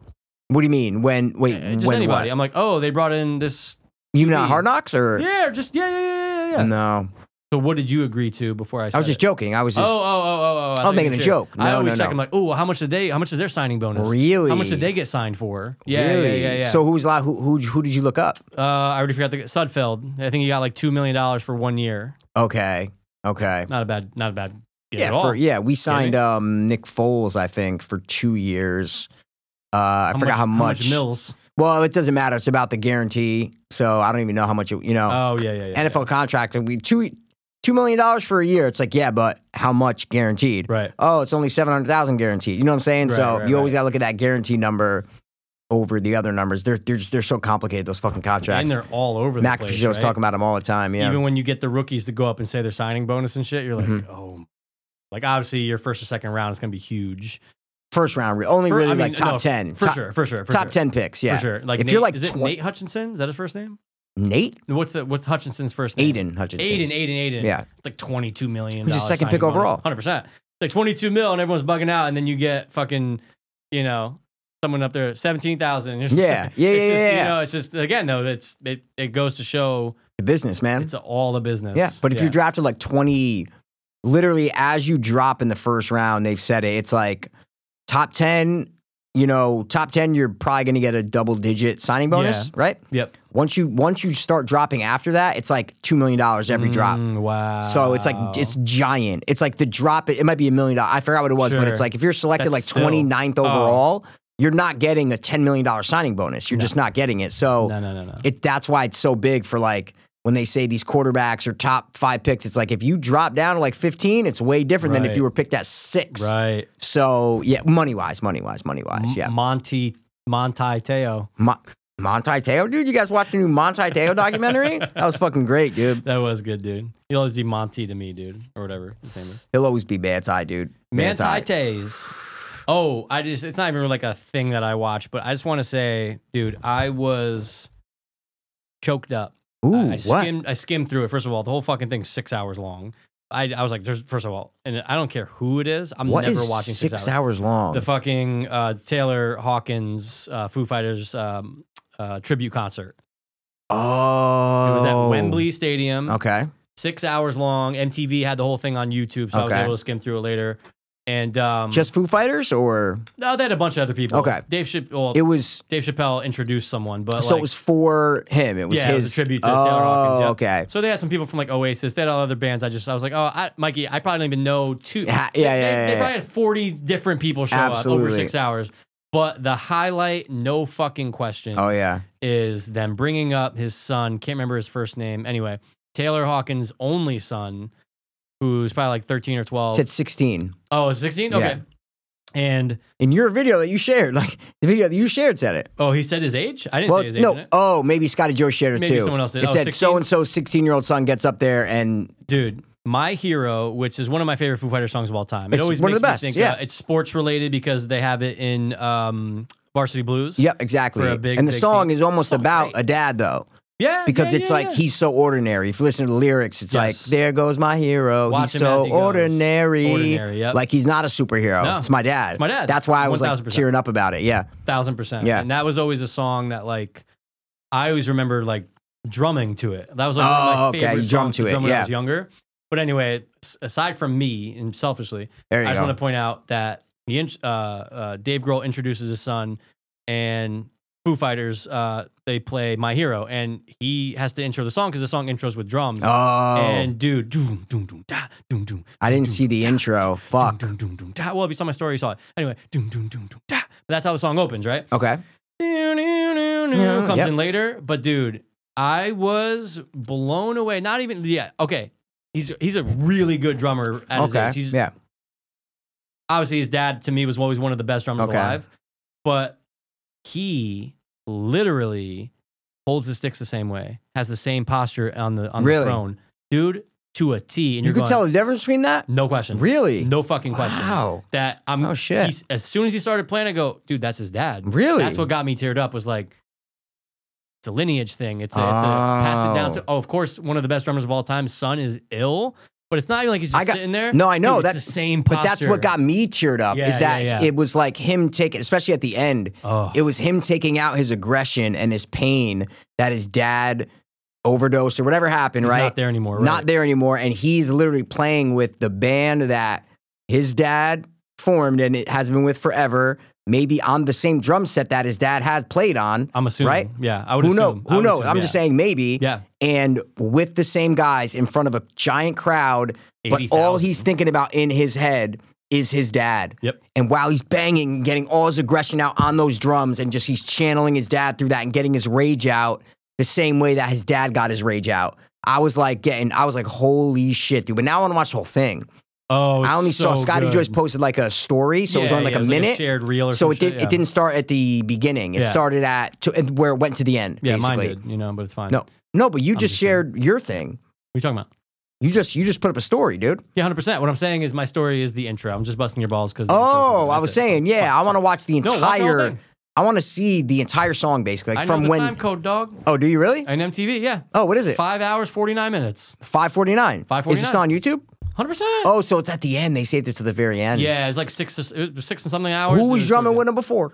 What do you mean? When wait,
Uh, Just
when
anybody.
what?
I'm like, oh, they brought in this.
You not
me.
hard knocks or
Yeah, or just yeah, yeah, yeah, yeah, yeah.
no?
So what did you agree to before I? Said
I was just
it?
joking. I was just
oh, oh, oh, oh, oh! I thought you
making
were
a
serious.
joke.
I
No,
always
no,
check.
no.
I'm like, oh, how much did they? How much is their signing bonus?
really.
How much did they get signed for? Yeah,
really?
yeah, yeah, yeah.
So who's li- who, who? Who did you look up?
uh, I already forgot the Sudfeld. I think he got like two million dollars for one year.
Okay, okay.
Not a bad, not a bad. Get
yeah,
at all.
for, yeah. We signed
me?
um, Nick Foles, I think, for two years. Uh, I forgot how much.
Mills.
well, it doesn't matter. It's about the guarantee, so I don't even know how much. It, you know,
Oh yeah, yeah, yeah.
NFL contract. and We two two million dollars for a year. It's like yeah, but how much guaranteed?
Right.
Oh, it's only seven hundred thousand guaranteed. You know what I'm saying?
Right,
so
right,
you always
right.
gotta look at that guarantee number over the other numbers. They're they're just they're so complicated. Those fucking
And
contracts.
they're all over the
Mac
place.
Fitzgerald's
right?
talking about them all the time. Yeah.
Even when you get the rookies to go up and say their signing bonus and shit, you're like,
Mhm.
oh, like obviously your first or second round is going to be huge.
First round, re- only
For-
really
I mean,
like top
no,
ten.
For
top,
sure, for sure, for
top
sure.
ten picks. Yeah.
for sure. Like
If
Nate,
you're like
is it
twen-
Nate Hutchinson? Is that his first name?
Nate
What's the what's Hutchinson's first name?
Aiden Hutchinson.
Aiden, Aiden, Aiden.
Yeah.
it's like twenty two million.
Who's the second pick overall?
Hundred percent. Like twenty two mil, and everyone's bugging out, and then you get fucking, you know, someone up there seventeen thousand. (laughs)
Yeah. Yeah,
(laughs) it's
yeah,
just,
yeah, yeah.
You know, it's just again though, it's it, it goes to show
The business man.
it's all the business.
Yeah. But if you drafted like twenty, literally as you drop in the first round, they've said it. It's like top ten. You know, top ten, you're probably going to get a double digit signing bonus,
Yeah.
right?
yep,
Once you once you start dropping after that, it's like two million dollars every drop.
Mm, wow.
So it's like it's giant. It's like the drop. It, it might be a million dollars. I forgot what it was, but
Sure.
it's like if you're selected
That's
like
still-
29th
Oh.
overall, you're not getting a ten million dollar signing bonus. You're
No.
just not getting it. So
no, no, no, no.
it that's why it's so big for like when they say these quarterbacks are top five picks. It's like if you drop down to like 15, it's way different than if
Right.
you were picked at six.
right.
So yeah, money wise, money wise, money wise. Yeah,
M- Monty Monty Teo.
Mo- Monty Teo, dude, you guys watch the new Monty Teo
(laughs)
documentary? that was fucking great, dude.
That was good, dude. He'll always be Monty to me, dude, or whatever his name is.
He'll always be Manti, dude. Manti.
Mantites. Oh, I just it's not even like a thing that I watch, but I just want to say, dude, I was choked up.
Ooh,
I, I
what?
skimmed I skimmed through it. First of all, the whole fucking thing's six hours long. I, I was like, there's first of all, and I don't care who it is, I'm
What
never
is
watching six, hours.
long?
The fucking uh, Taylor Hawkins uh, Foo Fighters um, uh, tribute concert.
oh,
It was at Wembley Um, Stadium.
Okay,
six hours long. MTV had the whole thing on YouTube, so I was
Okay.
able to skim through it later. And um,
just Foo Fighters, or
no, they had a bunch of other people.
Okay.
Dave Chappelle. Well,
it was.
Dave Chappelle introduced someone, but
so
like,
it was for him. It was
yeah,
his
it was a tribute to
oh,
Taylor Hawkins. yeah.
okay.
So they had some people from like Oasis. They had all other bands. I just I was like, oh, I, Mikey, I probably don't even know two.
Yeah,
They-
yeah,
they,
yeah,
they
yeah,
probably had forty different people show up over
Absolutely.
six hours. But the highlight, no fucking question,
Oh yeah.
is them bringing up his son. Can't remember his first name. Anyway, Taylor Hawkins' only son, who's probably like 13 or 12.
It's at sixteen
Oh, it's 16? Okay. And
in your video that you shared. (laughs) Like the video that you shared said it.
oh, he said his age? I didn't
Well,
say his age.
no.
didn't I?
Oh, maybe Scotty Joe shared it
Maybe
too.
someone else did.
It
Oh,
said
16?
so and so sixteen year old son gets up there and
Dude, My Hero, which is one of my favorite Foo Fighters songs of all time. It
It's
always
one of
makes
the
me
best,
think
yeah.
uh, it's sports related because they have it in um, Varsity Blues.
yep, exactly.
For a big,
and the
big
song
scene.
is almost
Song's
about
great.
a dad though.
Yeah.
because
yeah,
it's
yeah,
like
yeah.
he's so ordinary. If you listen to the lyrics, it's like
Yes.
there goes my hero.
Watch
he's
him as
so
he goes.
ordinary.
Ordinary, yep.
Like he's not a superhero.
No.
It's my dad.
It's my dad.
That's why I was like
1000%.
tearing up about it. Yeah.
thousand percent.
Yeah.
and that was always a song that like I always remember like drumming to it. That was like one
Oh,
of my
okay,
favorite
you drummed
songs
to it,
drum when I
yeah.
was younger. But anyway, s- aside from me and selfishly,
There you
I just
go.
want to point out that the int- uh, uh, Dave Grohl introduces his son, and Foo Fighters uh, they play My Hero, and he has to intro the song because the song intros with drums.
oh,
And dude, doom, doom, doom, da, doom, doom,
I didn't
doom,
see the
da,
intro. Fuck.
Doom, doom, doom, doom, da. Well, if you saw my story, you saw it. Anyway, doom, doom, doom, doom, da. That's how the song opens, right?
Okay.
comes
Yep.
in later. But dude, I was blown away. Not even yeah. Okay, he's he's a really good drummer
Okay.
at his age. He's
yeah.
obviously his dad to me was always one of the best drummers
Okay.
alive. But he literally holds the sticks the same way, has the same posture on the on
Really?
the throne, dude, to a T. And
You
you're
could
going,
tell the difference between that.
no question,
Really.
no fucking question.
Wow.
That I'm
Oh, shit.
he's- as soon as he started playing, I go, dude, that's his dad.
Really.
That's what got me teared up was like, it's a lineage thing. It's a, it's a pass it down
Oh.
to, oh, of course, one of the best drummers of all time, son is ill, But it's not even like he's
I
just
got-
sitting there.
No, I know,
Dude, it's
that's-
the same. Posture.
But that's what got me cheered up
Yeah,
is that
yeah, yeah.
it was like him taking, especially at the end,
Oh.
it was him taking out his aggression and his pain that his dad overdosed or whatever happened,
He's
right?
not there anymore. Right?
Not there anymore. And he's literally playing with the band that his dad formed and it has been with forever, maybe on the same drum set that his dad had played on.
I'm assuming.
right?
Yeah. I would
Who,
assume.
know,
I
who
would
knows?
assume,
I'm
yeah.
just saying maybe.
Yeah.
And with the same guys in front of a giant crowd, but
80,000.
all he's thinking about in his head is his dad.
Yep.
And while he's banging and getting all his aggression out on those drums and just he's channeling his dad through that and getting his rage out the same way that his dad got his rage out. I was like getting, I was like, holy shit, dude. But now I want to watch the whole thing.
Oh,
I
it's
only saw
so
Scotty
good.
Joyce posted like a story, so it was
Yeah,
only like
yeah,
a
it was
minute.
shared reel or
so
some
it, did,
shit,
it
yeah.
didn't start at the beginning. It
Yeah.
started at to, and where it went to the end.
Yeah,
basically.
mine did. You know, but it's fine.
No,
What
No, but you
I'm
just,
just kidding.
shared your thing.
are you talking about?
You just you just put up a story, dude.
Yeah, hundred percent. What I'm saying is my story is the intro. I'm just busting your balls because.
Oh, I was saying, yeah, I want to watch the
No, watch the whole
entire.
thing.
I want to see the entire song basically, like
I know
from
the
when.
time code, dog.
Oh, do you really?
And MTV, yeah.
Oh, what is it?
Five hours, forty nine minutes.
Five forty nine. Is this
549.
on YouTube?
Hundred percent.
Oh, so it's at the end. They saved it to the very end.
Yeah, it's like six, it was six and something hours.
Who
It
was drumming
sort
with them
of-
before?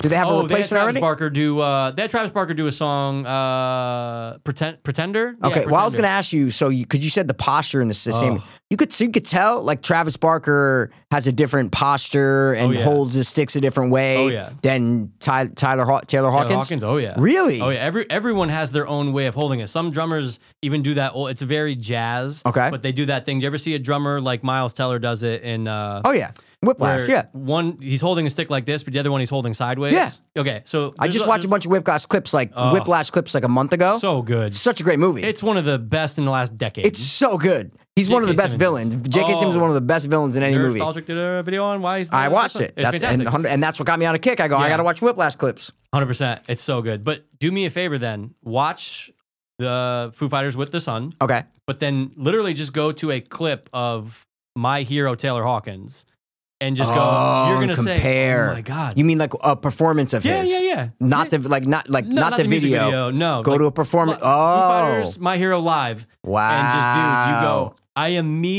Do they have a
Oh, they had
replacement
Travis
already?
Barker do. Uh, they had Travis Barker do a song, uh, Pretend, Pretender. Yeah,
Okay. well, I was
Pretender.
gonna ask you. So, you because you said the posture and the s- same,
Oh.
you could so you could tell like Travis Barker has a different posture and
Oh, yeah.
holds his sticks a different way
Oh, yeah.
than Ty, Tyler Haw- Taylor
Taylor
Hawkins.
Oh yeah.
Really?
Oh yeah. Every everyone has their own way of holding it. Some drummers even do that. Old, it's very jazz.
Okay.
But they do that thing. Do you ever see a drummer like Miles Teller does it in? Uh,
Oh yeah. Whiplash.
where
yeah.
One he's holding a stick like this, but the other one he's holding sideways.
Yeah.
Okay. So
I just watched a bunch of Whiplash clips like Whiplash clips like a month ago.
Uh, So good.
Such a great movie.
It's one of the best in the last decade.
It's so good. He's one of the
J.K.
best
Simmons.
villains. J.K. Simmons is
Oh.
one of the best villains in any
Nerd
movie.
Nostalgic did a video on why he's.
I
the-
watched it.
It's
That's, and,
fantastic.
100 and that's what got me on a kick. I go, I
Yeah.
got to watch Whiplash clips.
Hundred percent. It's so good. But do me a favor then. Watch the Foo Fighters with the Sun.
Okay.
but then literally just go to a clip of my hero Taylor Hawkins and just go,
Oh,
you're gonna
and
say,
compare.
oh my god,
You mean like a performance of
yeah,
his?
yeah, yeah,
Not the like, not like,
No,
not, the,
music
video.
no,
Go
like,
to a oh, performance.
Foo
Oh,
Fighters, my hero live,
wow!
and just dude, you go. I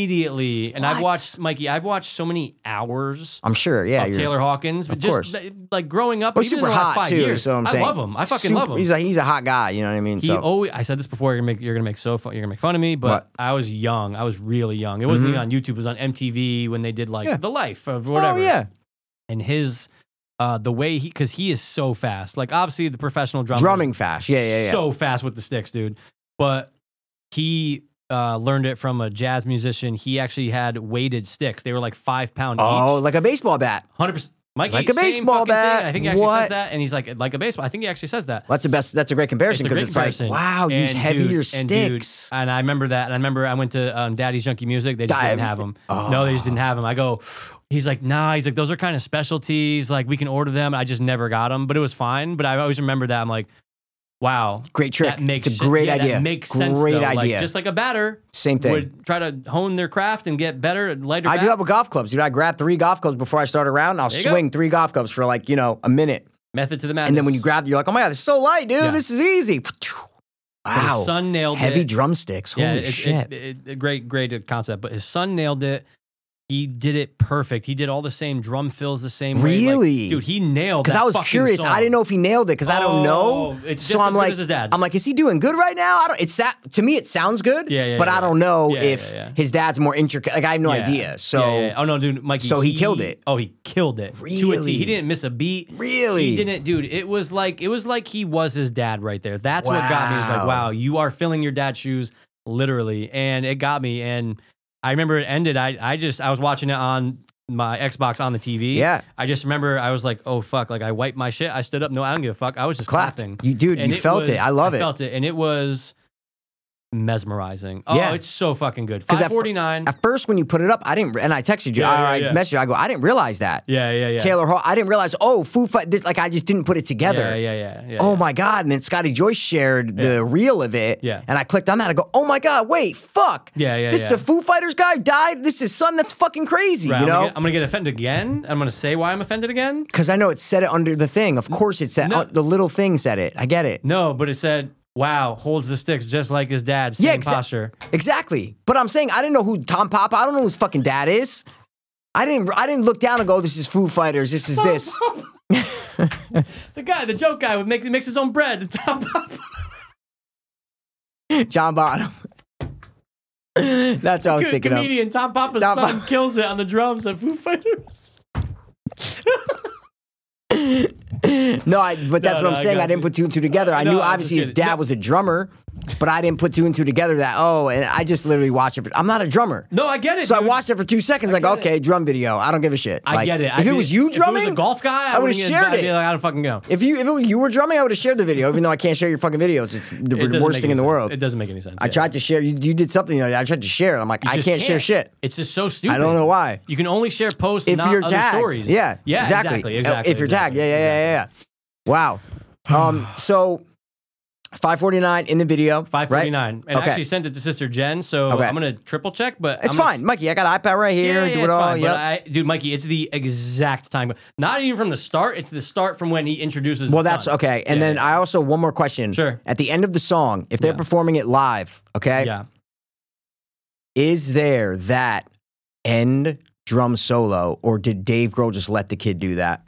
immediately, and I've
What?
watched Mikey, I've watched so many hours.
I'm sure. Yeah,
of
you're-
Taylor Hawkins, but
Of
just
course.
li- like growing up,
Well,
even in
super
the last
hot
five
too.
years,
So I'm
I
saying,
love him. I fucking
Super-
love him.
He's a he's a hot guy. You know what I mean?
He
so
always. I said this before. You're gonna make. You're gonna make so fun. You're gonna make fun of me. But
What? Mm-hmm.
I was young. I was really young. It wasn't even on YouTube. It was on MTV when they did like
Yeah.
the life of whatever.
Oh yeah,
And his, uh, the way he, because he is so fast. Like obviously the professional drummer. is
drumming fast. Yeah, yeah, yeah.
So fast with the sticks, dude. But he uh, learned it from a jazz musician. He actually had weighted sticks. They were like five pound
oh,
each.
like a baseball bat.
Hundred percent. Mikey,
Like a
same
baseball
fucking thing.
bat.
I think he actually
What?
says that, and he's like, like a baseball. I think he actually says that.
That's the best. That's a great comparison
a
because
great
it's,
comparison.
like wow, use
And
heavier
dude- and dude-
sticks.
And, I remember that. And I remember I went to um, Daddy's Junkie Music. They just didn't
Dives.
have them. No, they just didn't have them. I go, he's like, nah. He's like, those are kind of specialties. Like we can order them. I just never got them, but it was fine. But I always remember that. I'm like, wow,
Great trick.
That makes
it's a
sen-
great
yeah, that
idea.
makes
great
sense. though. Like,
idea.
just like a batter
Same thing.
would try to hone their craft and get better at later.
I do
bat-
that with golf clubs, dude. I grab three golf clubs before I start a round. and I'll
There you go.
swing three golf clubs for like you know a minute,
method to the madness.
and then when you grab, you're like, oh my god, it's so light, dude.
Yeah.
This is easy.
But his
Wow,
son nailed
heavy
it.
drumsticks. Holy
Yeah, it,
shit.
It, it, it- great, great concept. But his son nailed it. He did it perfect. He did all the same drum fills the same way. Like,
Really?
dude, he nailed.
Because
Because
I was curious. I didn't know if he nailed it because I don't know.
Oh, it's
so
just
I'm
as good
like,
as his dad's.
I'm like, is he doing good right now? I don't. It's that to me, it sounds good.
Yeah, yeah,
But
yeah.
I don't know
Yeah,
if
yeah, yeah.
his dad's more intricate. Like I have no
Yeah.
idea. So
Yeah, yeah, yeah. oh no, dude, Mikey.
So he killed it.
Oh, he killed it. To a T.
Really?
He didn't miss a beat.
really,
He didn't, dude. It was like it was like he was his dad right there. That's what got me. It was like,
Wow.
wow, you are filling your dad's shoes, literally, and it got me. And I remember it ended. I I just I was watching it on my Xbox on the TV.
Yeah.
I just remember I was like, oh fuck, like I wiped my shit. I stood up. No, I don't give a fuck. I was just
clapped.
clapping.
You dude,
And
you felt
was-
it. I love it.
Felt it, and it was mesmerizing. Oh,
Yeah.
it's so fucking good.
'Cause at fir-
Five forty nine.
At first, when you put it up, I didn't, and I texted you,
Yeah,
I,
yeah,
I
yeah.
messaged you. I go, I didn't realize that.
Yeah, yeah, yeah.
Taylor Hall. I didn't realize. Oh, Foo Fight. This like I just didn't put it together.
Yeah, yeah, yeah. yeah
Oh
yeah.
my God. And then Scotty Joyce shared the reel of it.
Yeah.
And I clicked on that. I go, oh my God, wait, fuck.
Yeah, yeah,
This
yeah.
the Foo Fighters guy died. This is son. That's fucking crazy,
Right,
you
I'm gonna
know?
get- I'm gonna get offended again. I'm gonna say why I'm offended again.
Because I know it said it under the thing. Of course it said
No.
uh, the little thing said it. I get it.
No, but it said wow, holds the sticks just like his dad, same
Yeah, exa-
posture.
Exactly. But I'm saying I didn't know who Tom Papa. I don't know who his fucking dad is. I didn't. I didn't look down and go, "This is Foo Fighters. This is this."
The guy, the joke guy, would make makes his own bread (laughs) and top up.
(laughs) John Bottom. That's what I was
Good
thinking of.
comedian Tom Papa's
Tom
son
Pa-
kills it on the drums at
(laughs)
Foo Fighters.
No, I, but that's what
No,
I'm
no, I
saying. I,
got
didn't
you.
put two and two together. I
No,
knew
I'm just
obviously his
kidding.
dad was a drummer, but I didn't put two and two together that, oh, and I just literally watched it. for- I'm not a drummer.
No, I get it.
So I
dude.
watched it for two seconds, like,
get it.
okay, drum video. I don't give a shit.
I
Like,
get it.
If
I'd
it
be-
was you drumming,
if it was a golf guy, I,
I
would've
would've shared
I'd be
it.
Like, I don't fucking know.
If you if it was you were drumming, I would have shared the video, even though I can't share your fucking videos. It's the
It doesn't
worst
make
thing
any
in the
sense.
world.
It doesn't make any sense.
I
yeah.
tried to share. You, you did something. the other day. I tried to share. it. I'm like, I
just
can't, share shit.
It's just so stupid.
I don't know why.
You can only share posts
If
not
you're
other
tagged,
stories.
yeah,
yeah,
exactly,
exactly.
Uh,
exactly,
If you're tagged,
exactly,
yeah, yeah, yeah, yeah, yeah. Wow.
(sighs)
Um. So, five forty nine in the video. right?
Five forty nine, and I
Okay.
actually sent it to Sister Jen, so
Okay.
I'm gonna triple check. But
It's
I'm gonna-
fine, Mikey. I got iPad right here.
Yeah, yeah,
do it
it's
all.
fine.
yep.
But I, dude, Mikey, it's the exact time. Not even from the start. It's the start from when he introduces.
Well,
his
that's
son.
okay. And
Yeah,
then I also one more question.
Sure.
At the end of the song, if they're
Yeah.
performing it live, okay,
yeah.
is there that end drum solo, or did Dave Grohl just let the kid do that?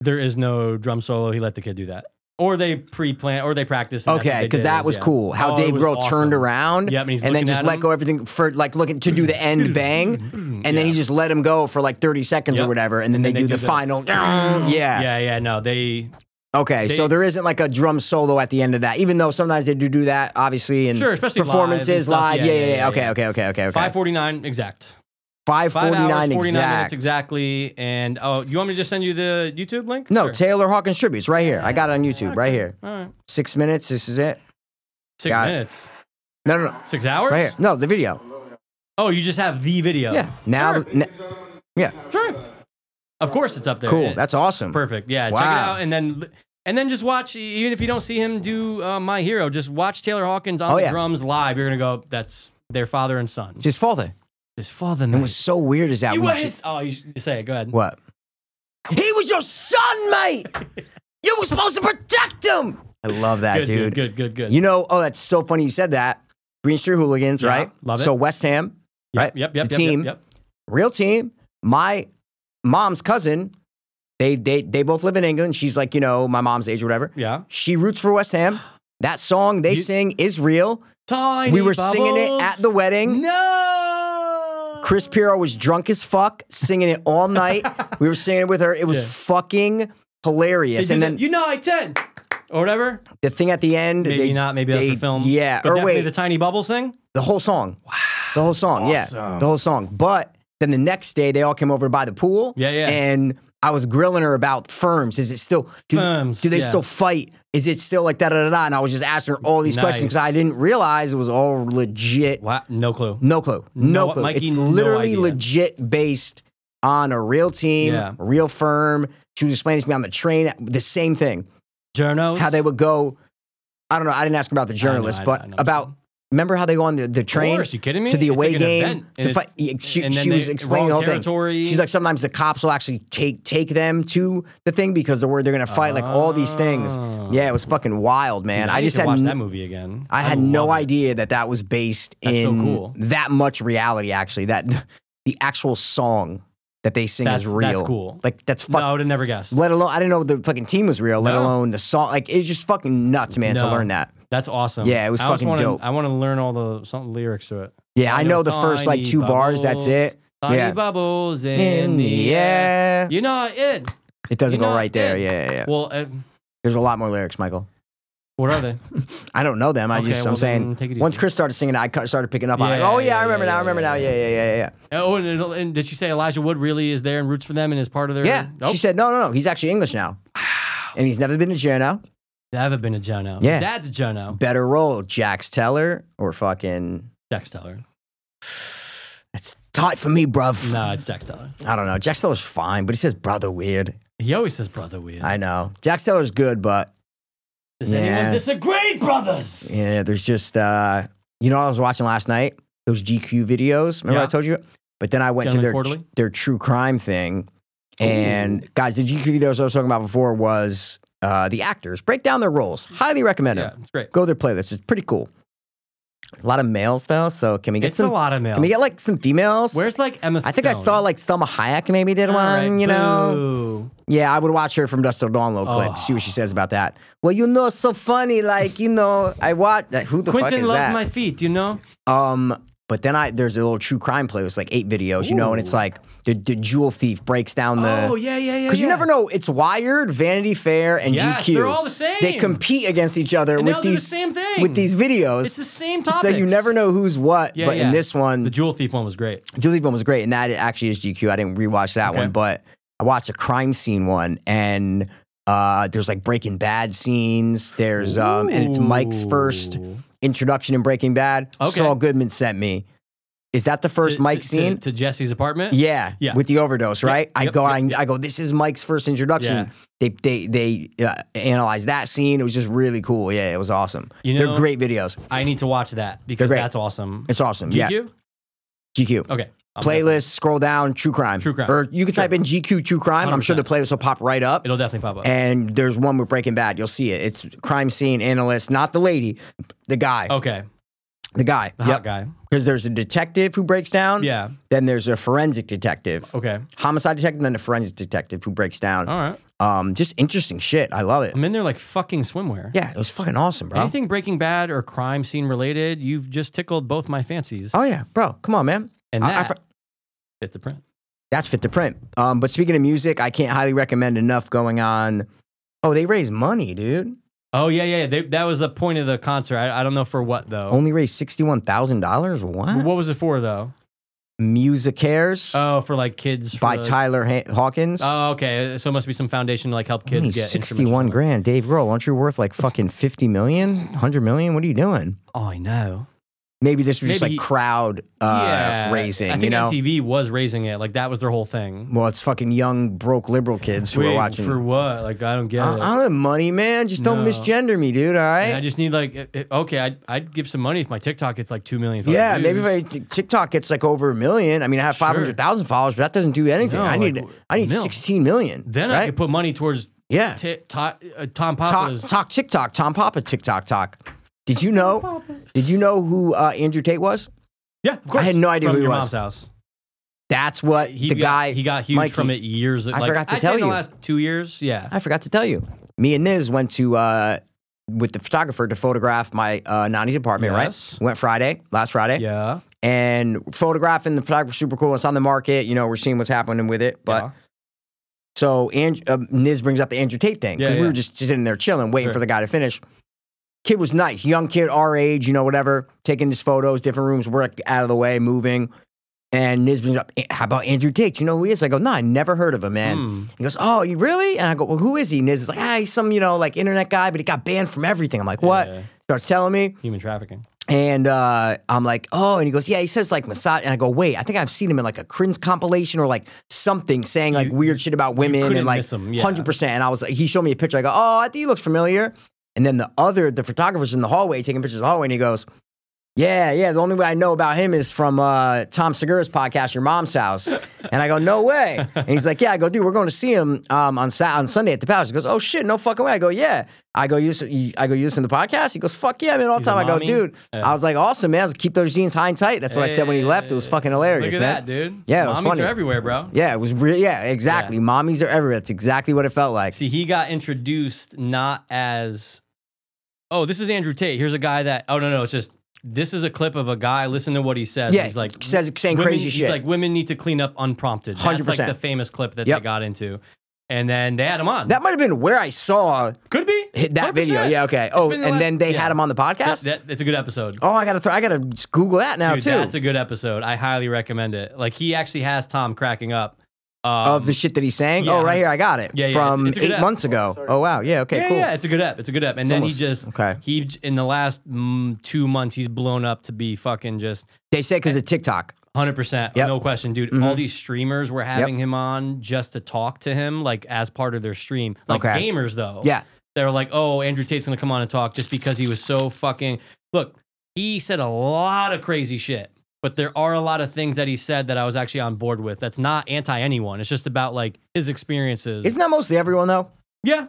There is no drum solo. He let the kid do that, or they pre-plan, or they practice.
Okay, because that was cool.
Oh,
How Dave Grohl turned around
Yep, and he's
then
looking
just
at
let
him.
go everything for like looking to do the
(clears throat)
end bang, and then he just let him go for like thirty seconds
Yep.
or whatever, and then they,
then
do
they
the
do the-
final. Yeah.
(clears throat) Yeah. yeah, yeah. No, they
Okay, so
They-
there isn't like a drum solo at the end of that, even though sometimes they do do that, obviously, and
Sure, especially live and
performances
stuff.
live.
Yeah,
Yeah, yeah,
yeah,
yeah.
yeah,
Okay,
yeah.
okay, okay, okay, okay.
five forty nine exact.
Five
Five
forty
hours,
nine
forty nine
exact.
minutes exactly. And oh, you want me to just send you the YouTube link?
No,
Sure.
Taylor Hawkins tributes right here. I got it on YouTube right here.
All right.
Six minutes. This is it.
Six
Got it.
minutes.
No, no, no.
Six hours.
Right here. No, the video.
Oh, you just have the video.
Yeah. Now,
Sure.
n- yeah.
Sure. Of course, it's up there.
Cool.
It-
That's awesome.
perfect. Yeah, check it
Mm. Wow.
out, and then and then just watch. e, Even if you don't see him do uh, My Hero, just watch Taylor Hawkins on
Oh,
the
yeah.
drums live. You're gonna go, that's their father and son.
It's his father.
His father
And
and
what's so weird is that
You
we
was-
just-
oh, you should say it. Go ahead.
what? He was your son, (laughs) mate. you were supposed to protect him. I love that,
good,
dude.
Good, good, good.
You know, oh, that's so funny you said that. Green Street Hooligans,
Yeah,
right?
love it.
So West Ham,
yep,
right?
Yep, yep,
The
yep,
team.
Yep,
real team. My mom's cousin, they they they both live in England. She's like, you know, my mom's age or whatever.
yep. Yeah.
She roots for West Ham. That song they
You-
sing is real.
Tiny
we were singing it at the
bubbles.
wedding.
No.
Chris Pirro was drunk as fuck, singing it
(laughs)
all night. we were singing it with her. It was
Yeah.
fucking
They
hilarious.
do
And
the-
then
you know I ten or whatever.
the thing at the end,
Maybe
they-
not. Maybe that's
they-
for film.
Yeah,
but
or
definitely
wait,
the tiny bubbles thing.
The whole song. Wow. The whole song. Yeah.
Awesome.
The whole song. But then the next day, they all came over by the pool.
Yeah, yeah.
And I was grilling her about firms. Is it still do,
Firms,
Do they
yeah.
still fight? Is it still like da da da da? And I was just asking her all these questions because
Nice.
I didn't realize it was all legit.
Wow, no clue.
No clue. No,
No,
clue.
Mikey,
it's
no
literally
idea.
legit based on a real team,
Yeah.
a real firm. She was explaining to me on the train the same thing
Journos.
how they would go. I don't know. I didn't ask about the
know,
journalist,
I know,
but
I know.
about remember how they go on the, the train?
Of course, you kidding me?
to the
It's
away
like an event,
game
and
to fight.
it's-
yeah, She,
and then
she was
they-
explaining the whole
wrong
thing.
territory.
She's like, sometimes the cops will actually take take them to the thing because the word they're gonna fight, like all these things.
Oh.
Yeah, it was fucking wild, man.
Dude,
I
need
just
to
had
watch
n-
that movie again.
I had
love
no
it.
idea that that was based
That's so
in
cool.
that much reality. Actually, that (laughs) the actual song that they sing
That's
is real.
That's cool.
Like that's
no,
fuck.
I would have never guessed.
Let alone I didn't know the fucking team was real. Let
No.
alone the song. Like it's just fucking nuts, man, to
No.
learn that.
That's awesome.
Yeah, it was
I just
fucking
wanna,
dope.
I want to learn all the some lyrics to it.
Yeah, I know the first like
tiny
two bars. That's
bubbles,
it.
Tiny
Yeah.
bubbles in, the air. You know it.
It doesn't
You
go
know,
right there.
it-
Yeah, yeah, yeah.
Well, uh,
There's a lot more lyrics, Michael.
what are they?
I don't know them. (laughs) I
Okay,
just,
well
I'm
then take it
saying, once
easy.
Chris started singing, I cu- started picking up on it.
Yeah,
Like, oh, yeah,
yeah,
I remember
yeah,
now. I remember
yeah,
now. Yeah, yeah, yeah, yeah.
Oh, and, it'll- and did she say Elijah Wood really is there and roots for them and is part of their?
Yeah.
Nope.
She said, no, no, no. He's actually English now. And he's never been to Journo.
I haven't been a Jono.
Yeah.
that's a Jono.
Better role, Jax Teller or fucking.
Jax Teller.
It's tight for me, bruv.
No, it's Jax Teller.
I don't know. Jax Teller's fine, but he says brother weird.
He always says brother weird.
I know. Jax Teller's good, but
Does
Yeah.
anyone disagree, brothers?
Yeah, there's just uh, you know, what I was watching last night those GQ videos. Remember I
Yeah.
told you? But then I went
Gentleman
to their
Quarterly? Oh,
their true crime thing, and guys, the GQ video I was talking about before was uh, the actors break down their roles. Highly recommend
Yeah,
it.
it's great.
Go to their playlists. It's pretty cool. A lot of males though, so can we get
It's
some?
a lot of males.
Can we get like some females?
Where's like Emma?
I think I
Stone?
saw like Selma Hayek maybe did
All
one.
right,
you know?
boo.
Yeah, I would watch her from Dust Till Dawn
Oh.
little clip. See what she says about that. Well, you know, it's so funny. Like you know, I watch. Like, who the fuck
Quentin
is
loves
that?
my feet. You know.
Um, but then I there's a little true crime play. It's like eight videos, you know, and it's like the, the jewel thief breaks down the.
oh yeah, yeah, yeah.
Because you
yeah.
never know. It's Wired, Vanity Fair, and
Yes,
GQ.
they're all the same.
They compete against each other
And
with
they'll do the
these
same thing.
with these videos.
It's the same
So you
topics.
never know who's what.
Yeah,
but
yeah.
in this one,
The
the
jewel thief one was great.
jewel thief one was great, and that actually is GQ. I didn't rewatch that
Okay.
one, but I watched a crime scene one, and uh, there's like Breaking Bad scenes. There's um, and it's Mike's first
Ooh.
introduction in Breaking Bad.
Okay.
Saul Goodman sent me. Is that the first
To-
Mike
to- to-
scene?
to, Jesse's apartment.
yeah,
Yeah.
with the overdose, right? I
yep,
go,
yep,
I, I go. This is Mike's first introduction.
Yeah.
They they they uh, analyzed that scene. It was just really cool. Yeah, it was awesome.
You know-
They're great videos.
I need to watch that because
great.
that's awesome.
It's awesome.
GQ.
Yeah, GQ
Okay. I'm
playlist. Scroll down, true crime,
True crime.
or you can type in GQ true crime. i am sure the
100%.
playlist will pop right up.
Definitely, it'll definitely pop up.
and there's one with Breaking Bad. You'll see it. It's crime scene analyst, not the lady, the guy,
okay.
the guy.
Oh, The hot guy.
Because there's a detective who breaks down.
Yeah.
Then there's a forensic detective,
Okay.
homicide detective, and then a forensic detective who breaks down.
All right.
Um, just interesting shit. I love it.
I'm in there like fucking swimwear.
Yeah, it was fucking awesome, bro.
Mm. Anything Breaking Bad or crime scene related, you've just tickled both my fancies.
Oh yeah, bro. Come on, man.
and
I- I
that
fr-
fit the print.
that's fit to print. Um, but speaking of music, I can't highly recommend enough going on. Oh, they raise money, dude.
Oh yeah, yeah. They, that was the point of the concert. I, I don't know for what though.
Only raised sixty one thousand dollars. What?
What was it for though?
Music cares
Oh, for like kids. for,
by
like-
Tyler ha- Hawkins.
Oh, okay. So it must be some foundation to like help kids
Only
get
sixty one
instruments
grand. Dave Grohl, aren't you worth like fucking fifty million, hundred million? What are you doing?
or something. Oh, I know.
Maybe this was just
Maybe
like
he-
crowd uh, raising,
I think
you know?
MTV was raising it. Like that was their whole thing.
Well, it's fucking young, broke liberal kids who
Wait,
are watching. Uh,
for what? Like I don't get
I,
it.
I don't have money, man. Just don't
No.
misgender me, dude. All
And I
right.
just need like it- it- okay, I'd, I'd give some money if my TikTok gets like two million. fucking
Yeah, maybe if
views.
I, TikTok gets like over a million. I mean, I have
Sure.
five hundred thousand followers, but that doesn't do anything.
No,
I need
like,
I need
no.
sixteen million.
then I
right?
could put money towards
yeah.
ti- to- uh, Tom
talk,
Papa's.
talk TikTok, Tom Papa TikTok talk. Did you know? Did you know who uh, Andrew Tate was?
Yeah, of course.
had no idea
from
who he
your
was.
mom's house.
That's what
He
the
got,
guy
he got huge
Mikey-
from it years.
I
like,
forgot to
I'd say
tell
in the
you.
last two years. Yeah,
I forgot to tell you. Me and Niz went to uh, with the photographer to photograph my uh, nanny's apartment.
Yes.
Right, went Friday, last Friday.
yeah.
and photographing the photographer's super cool. It's on the market. You know, we're seeing what's happening with it. But
yeah.
so and, uh, Niz brings up the Andrew Tate thing
Yeah,
because we
yeah.
were just sitting there chilling, waiting
Sure.
for the guy to finish. Kid was nice, young kid, our age, you know, whatever. Taking his photos, different rooms, we're out of the way, moving. And Niz brings up, "Eh, how about Andrew Tate? You know who he is? I go, nah, I never heard of him, man.
Hmm.
He goes, oh, you really? And I go, well, who is he? Niz is like, ah, he's some, you know, like internet guy, but he got banned from everything. I'm like, what?
Yeah.
Starts telling me.
human trafficking.
And uh, I'm like, oh, and he goes, yeah, he says like massage. And I go, wait, I think I've seen him in like a cringe compilation or like something saying like weird shit about women
couldn't
and like
miss him, yeah.
100%. And I was like, he showed me a picture. I go, oh, I think he looks familiar. And then the other, the photographer's in the hallway taking pictures of the hallway and he goes, yeah, yeah, the only way I know about him is from uh, Tom Segura's podcast, Your Mom's
(laughs)
House. And I go, no way. And he's like, yeah, I go, dude, we're going to see him um, on Sa- on Sunday at the Palace. He goes, oh shit, no fucking way. I go, yeah. I go, you, listen- you- I go, you listen to the podcast? He goes, fuck yeah, man, all the
a
time. I go,
mommy?
dude,
Yeah.
I was like, awesome, man. I was like, keep those jeans high and tight. That's what I said when he left. It was fucking hilarious,
Look at
man.
that, dude.
Yeah, it
mommies
was funny.
are everywhere, bro.
Yeah, it was really, yeah, exactly. Mommies are everywhere. That's exactly what it felt like.
See, he got introduced not as, oh, this is Andrew Tate. Here's a guy that, oh, no, no, it's just, this is a clip of a guy. Listen to what he says.
Yeah,
he's like,
says- saying
women,
crazy
he's
shit.
like, women need to clean up unprompted. That's like
100%.
the famous clip that they
Yep.
got into. And then they had him on.
that might have been where I saw
could be
hit that video.
100%.
Yeah, okay.
It's
Oh,
been
and
the la-
then they
yeah.
had him on the
That,
podcast.
that- that's a good episode.
oh, I gotta, throw, I gotta Google that now
Dude,
too.
that's a good episode. I highly recommend it. Like, he actually has Tom cracking up. Um,
of the shit that he's saying.
yeah.
Oh, right here, I got it.
Yeah, yeah, it's-
from
it's a good
eight
app.
months ago. Oh wow, yeah, okay,
yeah,
cool.
yeah, it's a good app. It's a good app. And then
almost-
he just
okay.
He j- in the last mm, two months he's blown up to be fucking just
They say because of TikTok.
100 percent
Yep. Mm-hmm.
no question, dude. All these streamers were having him on just to talk to him like as part of their stream. Like
Okay.
gamers though,
Yeah,
they were like, oh, Andrew Tate's gonna come on and talk just because he was so fucking. Look, he said a lot of crazy shit. But there are a lot of things that he said that I was actually on board with. That's not anti anyone. It's just about like his experiences.
isn't that mostly everyone though?
yeah,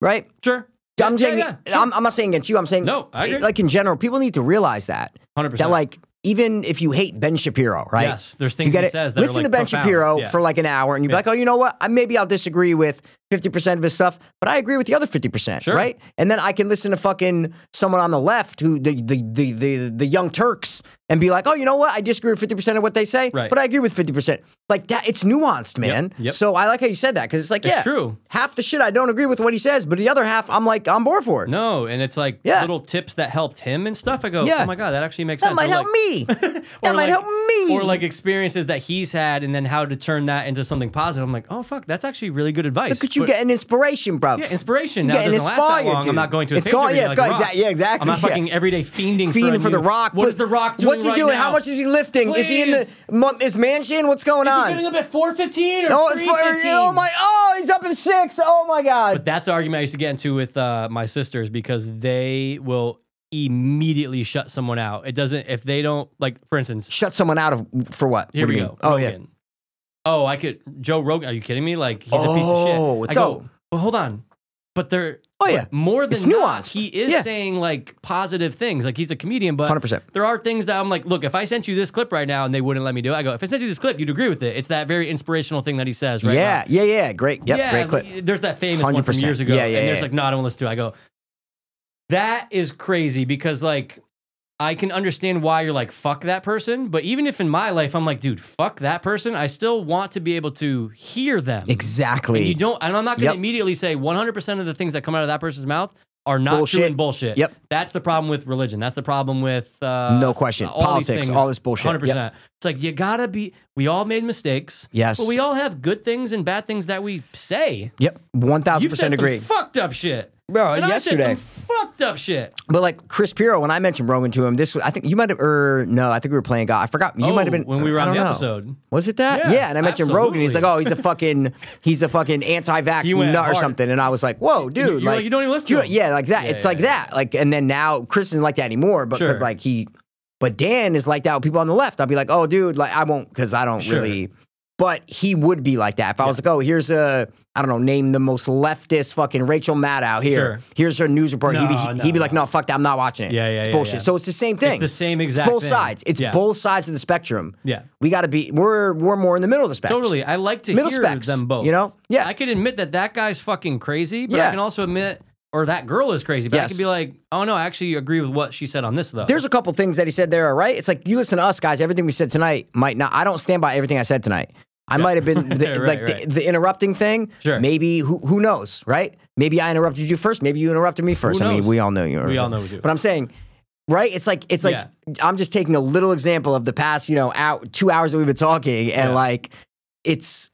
right?
Sure.
I'm,
Yeah,
saying,
yeah, yeah,
I'm, I'm not saying against you. I'm saying
No, I agree.
like in general, people need to realize that
Hundred percent.
that like even if you hate Ben Shapiro, right?
Yes, there's
You
things
get
he
it.
says that are,
Listen
like,
to Ben
profound.
Shapiro
Yeah.
for like an hour, and you'd be
Yeah.
like, "Oh, you know what? I, maybe I'll disagree with fifty percent of his stuff, but I agree with the other fifty percent,
Sure.
right?" And then I can listen to fucking someone on the left who the the the the, the Young Turks and be like, "Oh, you know what? I disagree with fifty percent of what they say,
Right.
but I agree with fifty percent." Like that, it's nuanced, man.
yep.
So I like how you said that because it's like,
It's
yeah,
true.
Half the shit I don't agree with what he says, but the other half I'm like on board for it.
No, and it's like
Yeah.
little tips that helped him and stuff. I go,
Yeah.
oh my god, that actually makes
that
sense.
might
Or
help
like- (laughs)
me. that
or
might
like-
help me.
Or like experiences that he's had, and then how to turn that into something positive. I'm like, oh fuck, that's actually really good advice.
Look at you
But-
getting inspiration, bro.
Yeah, inspiration.
You
Now it
getting
doesn't last that
inspired,
long.
dude.
I'm not going to. a
It's
page
gone-
every
yeah,
day
it's
like
gone-
Rock.
exact- yeah, exactly,
I'm not
yeah.
fucking every day fiending,
feeding
for, a
for the
new-
rock.
What is the rock doing?
What's he
right
doing?
now?
How much is he lifting? Is he in the
Please.
mu- his mansion? What's going
Is
on?
he getting up at 4:15 or
oh, it's
3:15?
for- oh my! Oh, he's up at six. Oh my
But
god!
that's an argument I used to get into with uh, my sisters because they will immediately shut someone out. It doesn't if they don't like. For instance,
Shut someone out of for what?
here
What do
we
you
go.
mean? Oh yeah.
Rogan. Oh, I could Joe Rogan. Are you kidding me? Like he's a piece
Oh,
of shit. I
so-
go. But hold on. But they're
Oh, yeah.
but more than
It's
not,
nuanced.
He is
Yeah.
saying like positive things. Like he's a comedian, but
100%.
there are things that I'm like, look, if I sent you this clip right now and they wouldn't let me do it, I go, if I sent you this clip, you'd agree with it. It's that very inspirational thing that he says, right?
yeah, yeah, yeah. Great. Yep,
yeah,
great clip.
like, there's that famous one from
100%.
years ago.
Yeah, yeah,
and there's
yeah.
like, no, I don't listen to it. I go, that is crazy because like I can understand why you're like, fuck that person. But even if in my life I'm like, dude, fuck that person, I still want to be able to hear them.
Exactly.
And you don't, and I'm not going to
Yep.
immediately say 100% of the things that come out of that person's mouth are not
Bullshit.
true and bullshit.
Yep.
That's the problem with religion. That's the problem with uh,
No question.
all these
Politics,
things.
all this bullshit.
100%. It's like you got to be we all made mistakes.
Yes.
But we all have good things and bad things that we say.
Yep, one thousand
You've said
percent agree.
some fucked up shit.
Bro,
and
yesterday-
I said some fucked up shit.
But like Chris Pirro, when I mentioned Rogan to him, this was- I think you might have, or no, I think we were playing God. I forgot. You
Oh,
might have been
when we were
I
on
don't
the
know.
episode.
Was it that? Yeah,
Yeah,
and I mentioned Rogan. He's like, oh,
absolutely.
he's a fucking, he's a fucking anti-vax
He went
nut or
hard.
something. And I was like, whoa, dude,
you were
like,
like, you don't even listen
do
to
it."
him.
Yeah, like that.
Yeah,
it's
yeah,
like
yeah.
that. Like, and then now Chris isn't like that anymore, but because
Sure.
like he, but Dan is like that. With people on the left, I'll be like, oh, dude, like I won't because I don't
Sure.
really. But he would be like that if I was like, oh, here's a. I don't know, name the most leftist fucking Rachel Maddow here.
Sure.
Here's her news report. he'd, be,
No,
he'd be
no,
like, no, fuck that. I'm not watching it.
Yeah, yeah,
It's
yeah,
bullshit.
yeah.
So it's the same thing.
It's the same exact
both
thing.
sides. It's
Yeah.
both sides of the spectrum.
Yeah.
We got to be, we're, we're more in the middle of the spectrum.
Totally. I like to
Middle
hear
specs,
them both.
you know? Yeah.
I can admit that that guy's fucking crazy, but
Yeah.
I can also admit, or that girl is crazy, but I
Yes.
can be like, oh no, I actually agree with what she said on this though.
There's a couple things that he said there, are right? It's like you listen to us guys. Everything we said tonight might not. I don't stand by everything I said tonight. I might have
(laughs)
been the,
Right,
like
right.
The, the interrupting thing.
Sure.
Maybe who who knows, right? Maybe I interrupted you first. Maybe you interrupted me first. I mean,
knows?
we all know you.
We all know we do.
But I'm saying, right? It's like it's like I'm just taking a little example of the past, you know, out two hours that we've been talking, and
Yeah.
like it's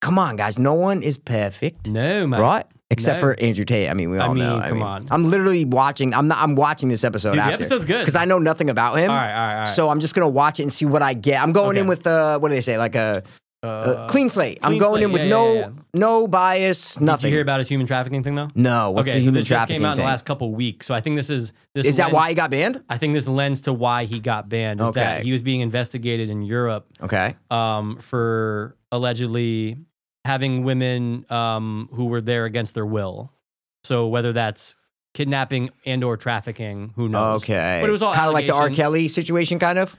come on, guys. No one is perfect.
no, man.
Right? Except
No.
for Andrew Tate. I mean, we
I
all know.
mean, come on.
I'm literally watching. I'm not. I'm watching this episode.
Dude, the
after.
episode's good.
because I know nothing about him.
All right, all right, all right.
So I'm just gonna watch it and see what I get. I'm going in
Okay.
with uh, what do they say? Like a, a
Uh,
clean slate. I'm
clean
going
slate.
in with
Yeah, yeah,
no
yeah, yeah.
no bias,
Did you
nothing.
hear about his human trafficking thing though?
no. What's the
okay, so
human
this just
trafficking
came out in
thing?
the last couple weeks. So I think this is this
Is that
lends-
why he got banned?
I think this lends to why he got banned. Is
Okay.
that he was being investigated in Europe
Okay.
um, for allegedly having women um, who were there against their will. So whether that's kidnapping and or trafficking, who knows?
Okay.
But it was all
kind of like the R.
allegation.
Kelly situation, kind of,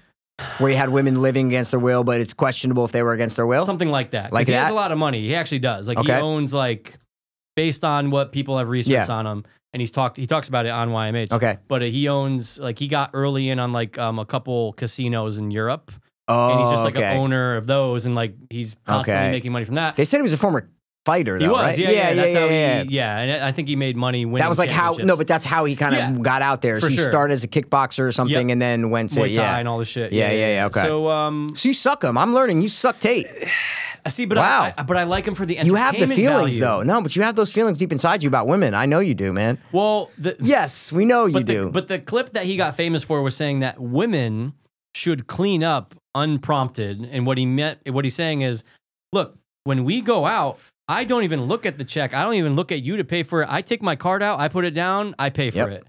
where you had women living against their will, but it's questionable if they were against their will.
something like that. 'Cause
Like
he has
that?
a lot of money. He actually does. Like
Okay.
he owns like based on what people have researched
Yeah.
on him, and he's talked. He talks about it on YMH.
Okay.
but uh, he owns like he got early in on like um a couple casinos in Europe,
Oh,
and he's just like
okay.
an owner of those, and like he's constantly
Okay.
making money from that.
They said he was a former fighter, though,
he was,
right?
yeah, yeah,
yeah,
that's how
yeah,
he, yeah, and I think he made money winning.
That was like how no,
championships.
but that's how he kind of
Yeah,
got out there. So
for
he
sure.
started as a kickboxer or something, and then went to
Muay Thai
yeah.
and all the shit.
Yeah, yeah, yeah, okay.
So um,
So you suck him. I'm learning. You suck Tate.
I see, but
Wow.
I, I, but I like him for the
You have the
entertainment
feelings
value.
though. No, but you have those feelings deep inside you about women. I know you do, man.
Well, the,
Yes, we know you
but the,
do.
But the clip that he got famous for was saying that women should clean up unprompted, and what he meant, what he's saying is, look, when we go out, I don't even look at the check. I don't even look at you to pay for it. I take my card out, I put it down, I pay for
Yep.
it.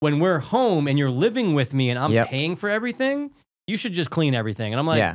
When we're home and you're living with me and I'm
Yep.
paying for everything, you should just clean everything. And I'm like,
yeah,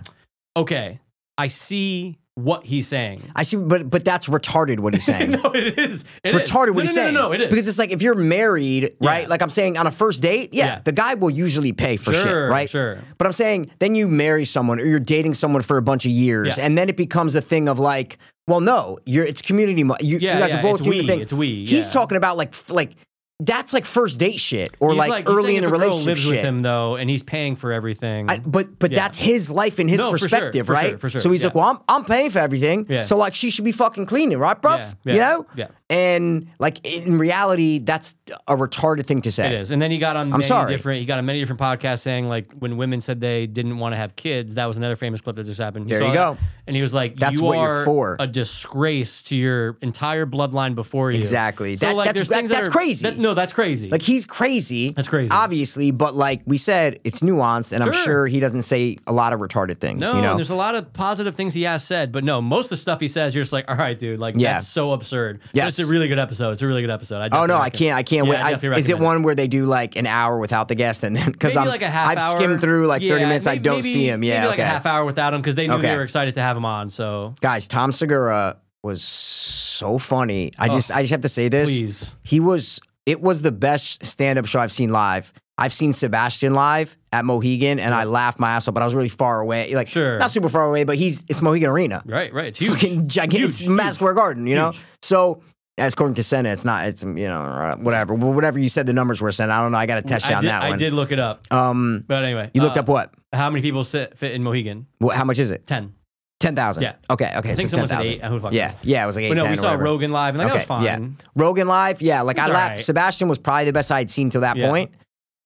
okay, I see what he's saying.
I see, but but that's retarded
(laughs)
what he's saying.
no, it is.
It's
It is.
retarded
no,
what he's
no,
saying.
No, no, no, it is.
Because it's like if you're married, right?
Yeah.
Like I'm saying on a first date, yeah,
Yeah.
the guy will usually pay for shit,
Sure,
right?
sure.
But I'm saying then you marry someone or you're dating someone for a bunch of years
Yeah.
and then it becomes a thing of like, well, no, you're it's community mo- you,
Yeah,
you guys
yeah,
are both
it's
doing
we,
the thing.
it's we,
He's
yeah.
talking about like f- like that's like first date shit or
He's
like,
he's
early
saying
in
if
a
girl
relationship
lives
shit.
with him though, and he's paying for everything.
I, but but
Yeah.
that's his life and his
No, for sure,
perspective,
for sure,
right?
for sure,
So he's
yeah.
like, well, I'm, I'm paying for everything,
Yeah.
so like she should be fucking cleaning, right, bruv?
Yeah, yeah,
you know?
yeah.
And like in reality, that's a retarded thing to say.
It is. And then he got on many
sorry.
different he got on many different podcasts saying like when women said they didn't want to have kids, that was another famous clip that just happened.
There
saw
you
that?
go.
And he was like,
That's
you
what you're
are
for."
a disgrace to your entire bloodline before you.
Exactly.
So
That-
like
that's-
there's
that-
things that
that's
are-
crazy.
that- no, that's crazy.
Like he's crazy.
That's crazy.
Obviously, but like we said, it's nuanced, and I'm
Sure.
sure he doesn't say a lot of retarded things.
no,
you
and
know,
there's a lot of positive things he has said, but no, most of the stuff he says, you're just like, all right, dude, like
Yeah.
that's so absurd. But
Yes.
It's a really good episode. It's a really good episode. I
Oh
definitely
no, I
recommend-
can't. I can't
Yeah,
wait. I-
definitely
is it
recommend
one where they do like an hour without the guest, and then because
Maybe
I'm
like a half
I've
hour.
skimmed through like 30
Yeah,
minutes. I
may-
don't
maybe-
see him. Yeah,
maybe
okay.
like a half hour without him because they knew
Okay.
they were excited to have him on. So
guys, Tom Segura was so funny. I just I just have to say this.
please.
He was it was the best stand-up show I've seen live. I've seen Sebastian live at Mohegan and I laughed my ass off, but I was really far away. Like
Sure.
not super far away, but he's it's Mohegan Arena.
Right, right. It's huge.
Fucking gigantic
Huge,
it's Madison
huge.
Square Garden, you know?
Huge.
So as according to Senna, it's not it's you know, uh, whatever. Well, whatever you said the numbers were, Senna. I don't know. I gotta test you
I
on
did,
that
I
one.
did look it up.
Um
But anyway,
you looked
uh,
up what?
how many people sit, fit in Mohegan?
What how much is it?
Ten.
Ten thousand.
Yeah.
Okay, okay.
I think
so
someone
ten
said
thousand.
eight. Who the fuck
Yeah,
knows?
yeah, it was like eight.
But no,
10 or
we saw
whatever.
Rogan live, and like, that was
Yeah.
fine.
Rogan live, yeah. Like
It
I
was
laughed.
alright.
Sebastian was probably the best I'd seen till that
Yeah.
point.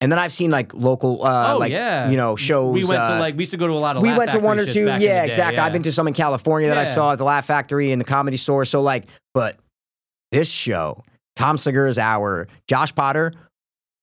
And then I've seen like local, uh,
oh
like
yeah,
you know shows.
We went
uh,
to like we used to go to a lot of.
we
Laugh
went to one or
Factory shits
two.
back in the
Yeah,
day,
exactly. I've
yeah.
been to some in California that I
Yeah.
saw at the Laugh Factory and the Comedy Store. So like, but this show, Tom Segura's hour, Josh Potter,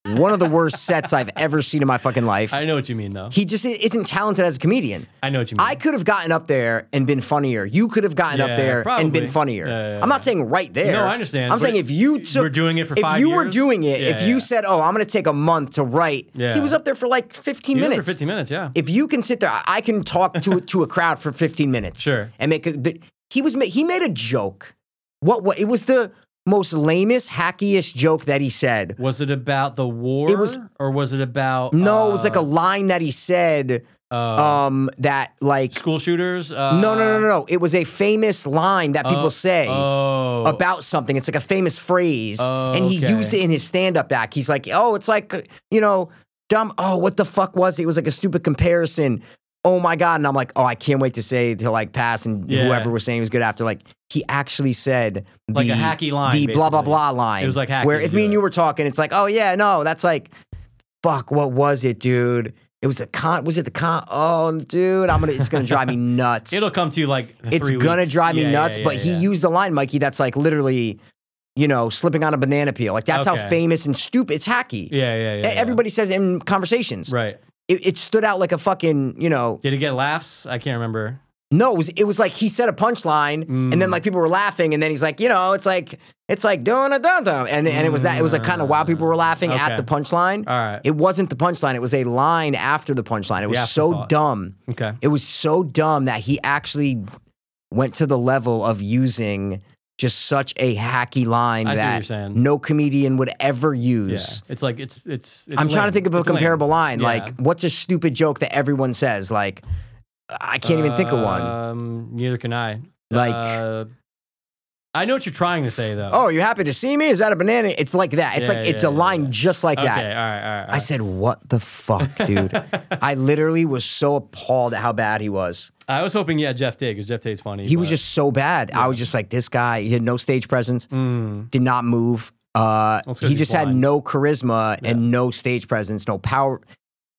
one of the
(laughs)
worst sets I've ever seen in my fucking life.
I know what you mean though.
he just isn't talented as a comedian.
I know what you mean.
I could have gotten up there and been funnier. You could have gotten up
Hmm. Yeah,
there and been
probably.
funnier.
Yeah, yeah,
I'm not
yeah.
saying right there.
No, I understand.
I'm
We're-
saying if you took,
we're doing it for
if
five
you were
years?
doing it,
Yeah,
if you
yeah.
said, "Oh, I'm going to take a month to write," he
Yeah.
was up there for like 15
You did it
minutes.
for fifteen minutes. Yeah.
If you can sit there, I- I can talk
(laughs)
to to a crowd for 15 minutes.
Sure.
and make a, the, he was ma- he made a joke. What what it was the most lamest hackiest joke that he said.
Was it about the war?
It was-
or was it about?
No, it was
uh,
like a line that he said
uh,
um that like
school shooters. Uh,
No, no, no, no, no. It was a famous line that people
oh,
say
oh,
about something. It's like a famous phrase,
Oh,
and he
okay.
used it in his stand-up act. He's like, "Oh, it's like you know, dumb. Oh, what the fuck was it? It was like a stupid comparison. Oh my god!" And I'm like, "Oh, I can't wait to say to like pass and
Yeah.
whoever was saying he was good after." Like he actually said the,
Like a hacky line,
the blah blah
basically.
blah line.
It was like hacky
where
to
if
do
me and
it.
you were talking, it's like, "Oh yeah, no, that's like, fuck, what was it, dude?" It was a con. Was it the con? Oh, dude, I'm gonna. It's gonna
(laughs)
drive me nuts
It'll come to you like. the
it's
three
gonna
weeks.
drive me
Yeah, yeah,
nuts.
yeah,
but he
yeah.
used the line, Mikey, that's like literally, you know, slipping on a banana peel. Like that's how
Okay.
famous and stupid. It's hacky.
Yeah, yeah, yeah.
E-
yeah.
Everybody says it in conversations.
Right.
It, it stood out like a fucking, you know,
Did it get laughs? I can't remember.
no, it was, it was like he said a punchline and
Mm.
then like people were laughing and then he's like, you know, it's like, it's like doing a dum dum. And, and it was that, it was like kind of wow, people were laughing at
Mm. Okay.
the punchline.
All right.
It wasn't the punchline. It was a line after the punchline. It was so
afterthought.
dumb.
Okay.
It was so dumb that he actually went to the level of using just such a hacky line
I see what you're
that
saying.
no comedian would ever
Yeah.
use.
It's like it's it's. it's
I'm trying to
lame.
think of a
It's lame.
comparable line.
Yeah.
Like, what's a stupid joke that everyone says? Like, I can't even think of one.
Um, neither can I.
Like-
Uh, I know what you're trying to say though.
Oh, you happy to see me? Is that a banana? It's like that. It's
Yeah,
like it's
yeah,
a
yeah,
line
yeah.
just like
okay.
that.
All right. All right. all
I
right.
said, "What the fuck,
(laughs)
dude?" I literally was so appalled at how bad he was.
I was hoping yeah Jeff did because Jeff Tate's funny.
He was
but-
just so bad. I was just like, "This guy, he had no stage presence.
Mm,
did not move. Uh,
'cause
he
he's
just had
blind.
no charisma and no stage presence, no power.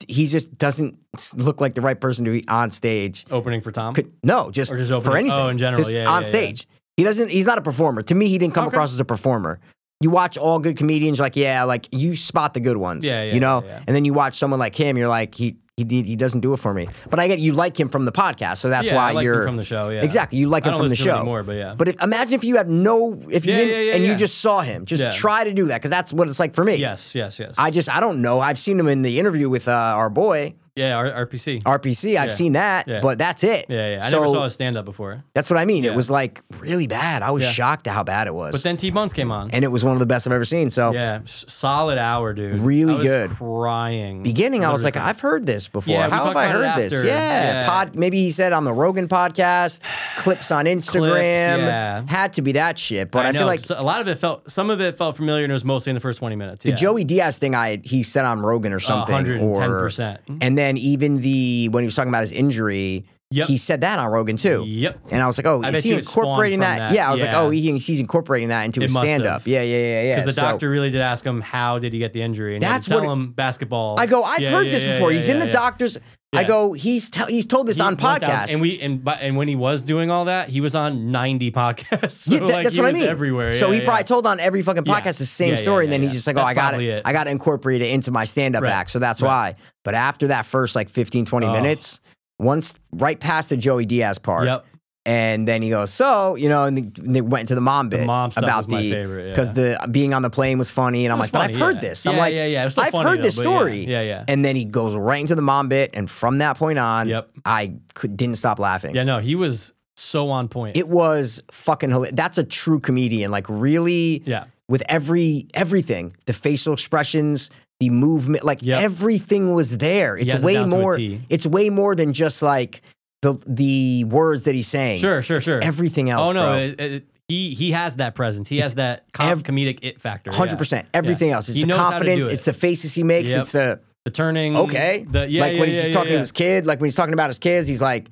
He just doesn't s- look like the right person to be on stage.
opening for Tom.
Could no, just,
Or just
for
opening-
anything.
oh, in general,
just
yeah,
on
yeah, yeah.
stage. He doesn't. He's not a performer. To me, he didn't come
Okay.
across as a performer. You watch all good comedians, you're like yeah, like you spot the good ones,
Yeah, yeah,
you know.
yeah, yeah.
And then you watch someone like him, you're like he he did- he doesn't do it for me. But I get you like him from the podcast, so that's
yeah,
why
I liked him
you're
from the show. Yeah.
Exactly. You like
I
him
don't
from the
listen to him
show.
anymore, but yeah.
But if, imagine if you have no, if you
Yeah,
didn't,
yeah, yeah,
and you
yeah.
just saw him, just
Yeah.
try to do that because that's what it's like for me.
Yes. Yes. Yes.
I just, I don't know. I've seen him in the interview with uh, our boy.
Yeah, R- RPC.
RPC, I've
Yeah.
seen that,
Yeah.
but that's it.
Yeah, yeah. I
so
never saw a stand up before.
that's what I mean.
Yeah.
It was like really bad. I was
Yeah.
shocked at how bad it was.
But then T Bones came on.
and it was one of the best I've ever seen. So
yeah, s- solid hour, dude.
Really
I was
good.
Crying.
beginning, I was like,
Literally.
I've heard this before.
Yeah,
How
we
have
talked
I
about it
heard this?
after.
Yeah.
Yeah.
Pod, maybe he said on the Rogan podcast, clips on Instagram.
yeah.
Had to be that shit. But I,
know,
feel like
so- a lot of it felt. Some of it felt familiar, and it was mostly in the first twenty minutes.
the
yeah.
Joey Diaz thing I he said on Rogan or something. Or,
110%.
and then even the when he was talking about his injury,
Yep.
he said that on Rogan too.
Yep.
And I was like, oh,
I
is
bet
he
you it spawned
incorporating that?
from that.
Yeah, I was like,
Yeah.
oh, he, he's incorporating that into
It
his
must have.
stand up. Yeah, yeah, yeah, yeah.
Because the
So-
doctor really did ask him how did he get the injury, and
That's
he had to
what
tell
it-
him basketball.
I go, I've
Yeah,
heard
yeah,
this
yeah,
before.
yeah,
he's in
yeah,
the
yeah.
doctor's. I
Yeah.
go, he's tell, he's told this
He
on
went down-
podcasts.
and we and but and when he was doing all that, he was on ninety podcasts. (laughs) So
Yeah, that-
like,
that's
he
what I
was
mean.
Everywhere.
So
Yeah,
he
yeah.
probably told on every fucking
Yeah.
podcast the same
Yeah, yeah,
story, and
yeah,
then he's
yeah.
just like, "Oh,
That's
I got
probably it.
I got to incorporate it into my stand-up
Right.
act." So that's why.
Right.
But after that first like 15, 20
Oh.
minutes, once right past the Joey Diaz part,
Yep.
and then he goes, "So you know," and, the, and they went to the mom bit
mom stuff
about
was my
the
favorite, yeah.
the being on the plane was funny, and I'm like,
It was
"But
funny,
I've heard
yeah.
this."
Yeah,
I'm like,
yeah, yeah. It was still
I've
funny,
heard
though,
this
but yeah,
story."
yeah, yeah.
And then he goes right into the mom bit, and from that point on,
Yep.
I could, didn't stop laughing.
Yeah. No, he was so on point.
It was fucking hilarious. That's a true comedian. Like really
yeah.
with every everything, the facial expressions, the movement, like
Yep.
everything was there. It's
has it
way
down to a
more
T.
it's way more than just like the the words that he's saying.
Sure. Sure. Sure.
Everything else.
Oh no.
bro.
It, it, he he has that presence. He has that com-
ev-
comedic it factor. yeah.
100%. Everything else. It's
He
the
knows how to do
confidence,
it.
it's the faces he makes,
Yep.
it's the
The turning.
okay.
The, yeah.
like
yeah,
when he's
yeah,
just
yeah,
talking
yeah.
to his kid, like when he's talking about his kids, he's like,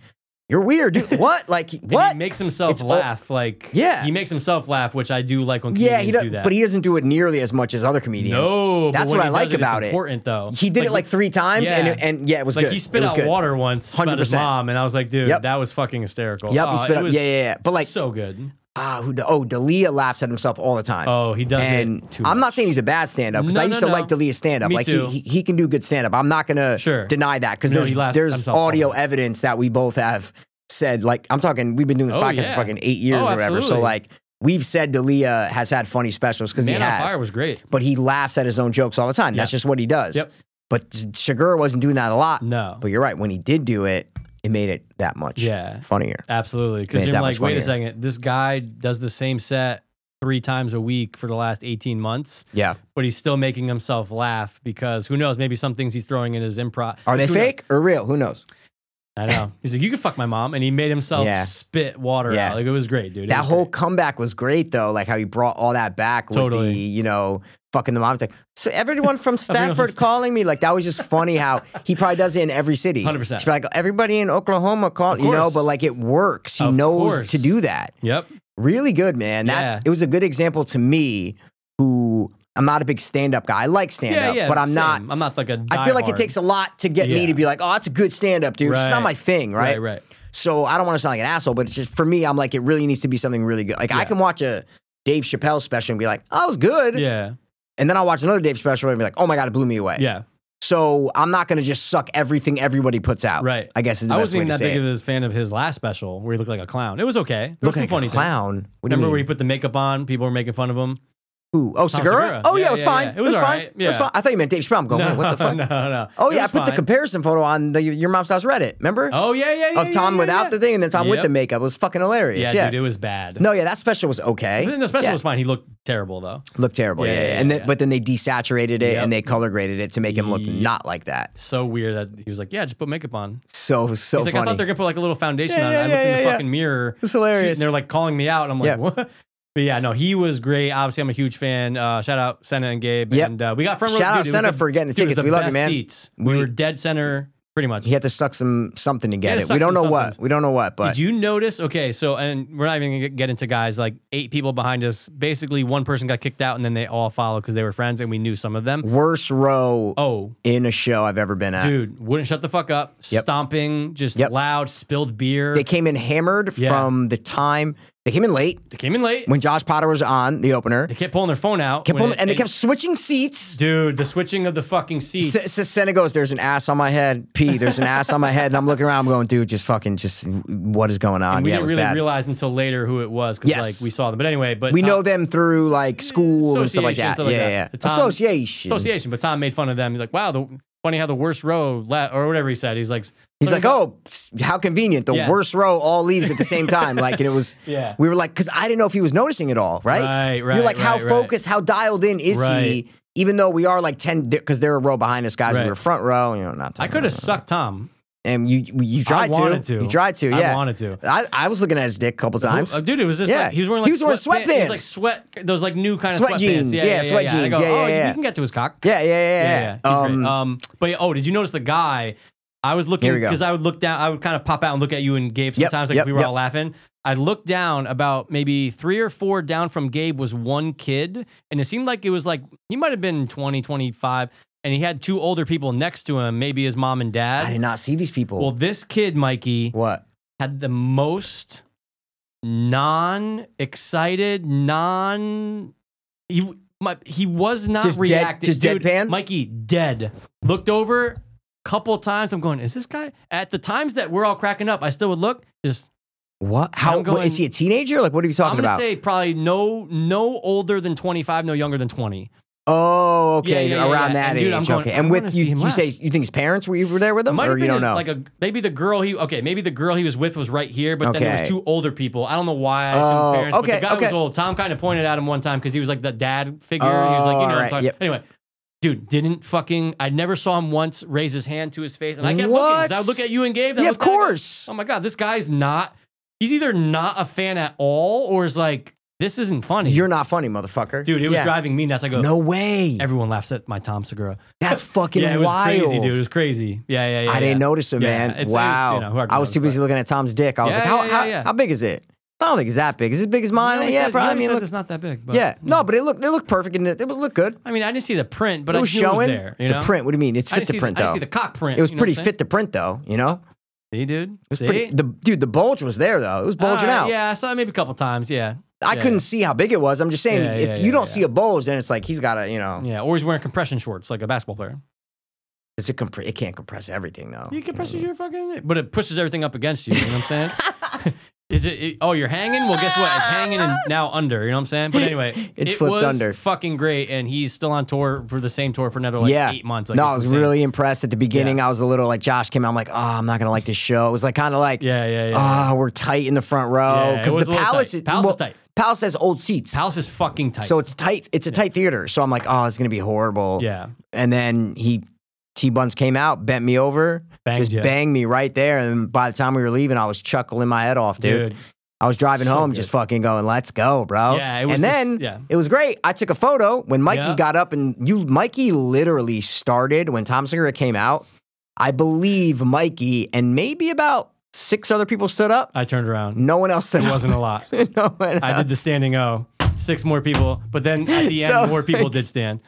You're weird,
(laughs)
dude. What? Like
And
what?
he makes himself
It's all-
laugh. like
Yeah.
he makes himself laugh, which I do like when
yeah,
comedians
he does,
do that.
but he doesn't do it nearly as much as other comedians.
no, but
that's
when
what
he
I like
does it,
about
it's
it.
Important though,
He did it like three times, and
Yeah.
it, and yeah, it was
like
good.
he spit
it was
out
good.
water once about his
100%.
mom, and I was like, dude,
Yep.
that was fucking hysterical.
Yep, he
Oh,
spit
it
out-
was
yeah, yeah, yeah. But, like-
so good.
Ah, who? Oh, Dalia laughs at himself all the time.
Oh, he does
and
it. Too
I'm
much.
not saying he's a bad stand-up because
No,
I
no,
used to
no.
like Dalia's stand-up.
Me
like
too.
He, he he can do good stand-up. I'm not gonna
Sure.
deny that because
No, he
there's
laughs
there's
himself all
audio
the time.
evidence that we both have said. Like I'm talking, we've been doing this
Oh,
podcast
yeah.
for fucking eight years
Oh,
or whatever. So
absolutely.
like we've said Dalia has had funny specials because he
Man on
has,
Fire was great.
but he laughs at his own jokes all the time. That's
Yep.
just what he does.
Yep.
But Shagur wasn't doing that a lot.
No,
But you're right. When he did do it, it made it that much
Yeah.
funnier.
absolutely. Because
Man,
you're
that
like,
was
wait a
funnier.
second, this guy does the same set three times a week for the last 18 months.
Yeah.
But he's still making himself laugh because who knows? Maybe some things he's throwing in his improv.
Are they
who knows?
fake or real? Who knows?
I know. He's like, you can fuck my mom, and he made himself
Yeah.
spit water
Yeah.
out. Like it was great, dude. It
that
was
whole
great.
comeback was great though. Like how he brought all that back with
Totally.
the, you know, fucking the mom. It's like, so everyone from
(laughs) Everyone from
Stanford calling me. Like that was just funny how he probably does it in every city.
100%.
It's like everybody in Oklahoma call,
Of
you know,
course.
but like it works. He
Of
knows
course.
to do that.
Yep.
Really good, man. That's
Yeah.
it was a good example to me who I'm not a big stand-up guy. I like
Yeah,
stand-up,
yeah.
but I'm
same.
not
I'm not like a.
I feel like
diehard.
it takes a lot to get me
Yeah.
to be like, oh, that's a good stand up, dude. It's not
Right.
my thing, right?
Right. Right.
So I don't want to sound like an asshole, but it's just for me, I'm like, it really needs to be something really good. Like, I
Yeah.
can watch a Dave Chappelle special and be like, oh, it was good.
Yeah.
And then I'll watch another Dave special and be like, oh my God, it blew me away.
Yeah.
So I'm not going to just suck everything everybody puts out.
Right.
I guess is the
I
best
wasn't
way
even
to
that
say
big
it.
of a fan of his last special where he looked like a clown. It was okay. There was
Look
some
like
funny
a
things.
clown. What do you
Remember
mean?
where he put the makeup on? People were making fun of him.
Who? Oh,
Tom
Segura?
Segura.
Oh, yeah,
Yeah,
it was
yeah,
fine.
yeah.
It was fine.
alright.
It was
Yeah.
fine. I thought you meant Dave Chappelle. I'm going,
(laughs) no,
Oh, what the fuck?
No, (laughs) no.
Oh,
It
yeah, I
was
put the
fine.
comparison photo on the Your Mom's House Reddit. Remember?
Oh yeah, yeah, yeah.
of Tom
yeah,
without
yeah.
the thing and then Tom with
Yep.
the makeup. It was fucking hilarious.
Yeah,
Yeah.
dude, it was bad.
no, yeah, that special was okay.
But then the special
Yeah,
was fine. He looked terrible though.
looked terrible. Yeah,
Yeah,
yeah,
yeah,
and then,
yeah.
but then they desaturated it
Yep.
and they color graded it to make him look
Yep.
not like that.
So weird that he was like, yeah, just put makeup on.
So so
He's like, I
funny.
thought they're gonna put like a little foundation
Yeah,
on. it.
yeah,
I looked in
yeah,
the
yeah,
fucking mirror.
It's hilarious.
And they're like calling me out. And I'm like,
Yeah.
what? (laughs) But yeah, no, he was great. Obviously, I'm a huge fan. Uh, shout out Senna and Gabe.
Yep.
And uh, we got front row.
Shout
dude,
out
it was
Senna
the-
for getting the
dude, it was
tickets.
the
we love you,
best
man.
Seats. We,
We-
were dead center, pretty much.
He had to suck some something to
had
get
to
it.
suck
We don't
some
know what.
somethings.
We don't know what. But
Did you notice? Okay, so and we're not even gonna get into guys like eight people behind us. Basically, one person got kicked out, and then they all followed because they were friends, and we knew some of them.
worst row
Oh,
in a show I've ever been at.
dude, wouldn't shut the fuck up,
Yep.
stomping, just
Yep.
loud, spilled beer.
They came in hammered
Yeah.
from the time they came in late
They came in late.
when Josh Potter was on the opener.
They kept pulling their phone out.
Kept
when
on-
it-
and they kept switching seats.
Dude, the switching of the fucking seats.
S- S- Senna goes, there's an ass on my head. P, there's an ass on my head. And I'm looking around, I'm going, dude, just fucking, just what is going on?
we
yeah, it
didn't
was
really
bad.
realize until later who it was because
Yes.
like we saw them. But anyway, but
we
Tom-
know them through like school and stuff like
Association,
that.
stuff like
yeah,
that.
yeah.
The Tom-
Association.
association. But Tom made fun of them. He's like, wow, the funny how the worst row left or whatever he said. He's like,
He's
something
like,
about-
oh, psst, how convenient. The
Yeah.
worst row all leaves at the
(laughs)
same time. Like, and it was,
yeah,
we were like, because I didn't know if he was noticing it all, right?
right, right.
You're like, how
right, right.
focused, how dialed in is
Right.
he? Even though we are like 10, because they're a row behind us, guys.
Right.
We were front row, you know, not.
I could have sucked Tom.
And you, you- you tried
wanted to.
You tried to,
I
yeah.
wanted to.
I, I was looking at his dick a couple times.
Oh, dude, it was just
Yeah.
like he was wearing like
He was wearing
sweat pants. It was like sweat, those like new kind
Sweat
of sweatpants.
jeans.
Yeah,
Yeah,
yeah,
sweat
yeah. I
jeans.
go,
Yeah,
oh,
yeah, yeah.
you can get to his cock.
yeah, yeah, yeah, yeah.
He's
Um,
great. um, but yeah, oh, did you notice the guy? I was looking
Here we go.
because I would look down. I would kind of pop out and look at you and Gabe
Yep,
sometimes, like
yep,
if we were
yep.
all laughing. I looked down about maybe three or four down from Gabe was one kid, and it seemed like it was like he might have been 20, 25, and he had two older people next to him, maybe his mom and
I did
dad.
not see these people.
Well, this kid, Mikey,
what?
had the most non-excited, non he my, he was not
Just dead-
reacting.
just
Dude,
deadpan?
Mikey dead. Looked over couple times. I'm going, is this guy at the times that we're all cracking up? I still would look. Just
What? How?
I'm
what,
going-
is he a teenager? Like, what are you
I'm
talking
gonna
about?
say probably no no older than 25, no younger than 20.
oh, okay,
Yeah, yeah, yeah,
around
yeah.
that
And
age.
dude, I'm going,
okay,
I
and
wanna
with
see
you,
him
you
laugh.
say you think his parents were you were there with him,
Might
or
have
you
been
don't
his-
know?
like a maybe the girl he okay maybe the girl he was with was right here, but then there was
Okay.
two older people. I don't know why. I assumed
Oh,
parents, but
okay,
the guy was
okay.
old. Tom kind of pointed at him one time because he was like the dad figure. he was like,
Oh,
you know, what I'm
alright,
talking.
yep.
Anyway, dude didn't fucking. I never saw him once raise his hand to his face, and I kept looking. 'cause I
What?
would look at you and Gabe. and I
yeah, of
looked at him, I go,
course.
Oh my god, this guy's not. He's either not a fan at all, or is like this isn't funny.
You're not funny, motherfucker.
dude. It was
Yeah.
driving me nuts. I go.
No way.
Everyone laughs at my Tom Segura.
That's fucking
yeah, it was
wild.
crazy, dude. It was crazy. Yeah, yeah, yeah.
I didn't
yeah.
notice him,
Yeah,
man.
it's- it's, you
wow.
know, who
I was too
knows,
busy looking at Tom's dick. I was
Yeah,
like, how,
yeah,
how,
yeah, yeah.
how big is it? I don't think it's that big. Is it big as mine?
always
yeah,
says- he
probably. I
always
mean,
says
look-
it's not that big. But
yeah, no, but it looked it looked perfect and it, it looked good.
I mean, I didn't see the print, but
it
I
was
knew it was
showing
there. You know?
the print. What do you mean? It's
I
fit
didn't
to
see
print
the, I
though.
didn't see the cock print.
it was
you know
pretty
what I'm
fit to print though. You know,
saying? See, dude. It
it's pretty. The dude, the bulge was there though. It was bulging out.
Yeah, I saw it maybe a couple times. Yeah,
I
yeah.
couldn't see how big it was. I'm just saying,
Yeah,
if
yeah,
you
yeah,
don't
yeah.
see a bulge, then it's like he's got a you know,
yeah. Or he's wearing compression shorts like a basketball player.
it's a compre- it can't compress everything though. Mm.
You compresses your fucking, but it pushes everything up against you. You know what I'm saying? (laughs) Is it, it- Oh, you're hanging. Well, guess what? It's hanging and now under. You know what I'm saying? But anyway,
(laughs) It's
it
flipped
was
under.
Fucking great, and he's still on tour for the same tour for another like
Yeah.
eight months. Like,
no,
it's
I was
insane.
really impressed at the beginning. I was a little like Josh came out. I'm like, oh, I'm not gonna like this show. It was like kind of like,
Yeah, yeah, yeah.
ah, we're tight in the front row
Yeah, it
because
was
the
a little
palace
tight.
is
Palace is
well,
tight.
Palace has old seats,
House is fucking tight.
so it's tight. It's a tight theater. So I'm like, oh, it's gonna be horrible.
yeah,
And then he T Buns came out, bent me over,
Banged
just
ya.
banged me right there. And by the time we were leaving, I was chuckling my head off, dude.
dude.
I was driving
So
home,
good.
just fucking going, "Let's go, bro."
Yeah, it was
and
just-
then
yeah.
it was great. I took a photo when Mikey
Yeah.
got up, and you, Mikey, literally started when Tom Segura came out. I believe Mikey and maybe about six other people stood up.
I turned around.
No one else stood
It
up.
wasn't a lot.
(laughs) no one
I did
else.
the standing O. Six more people, but then at the end,
So-
more people did stand.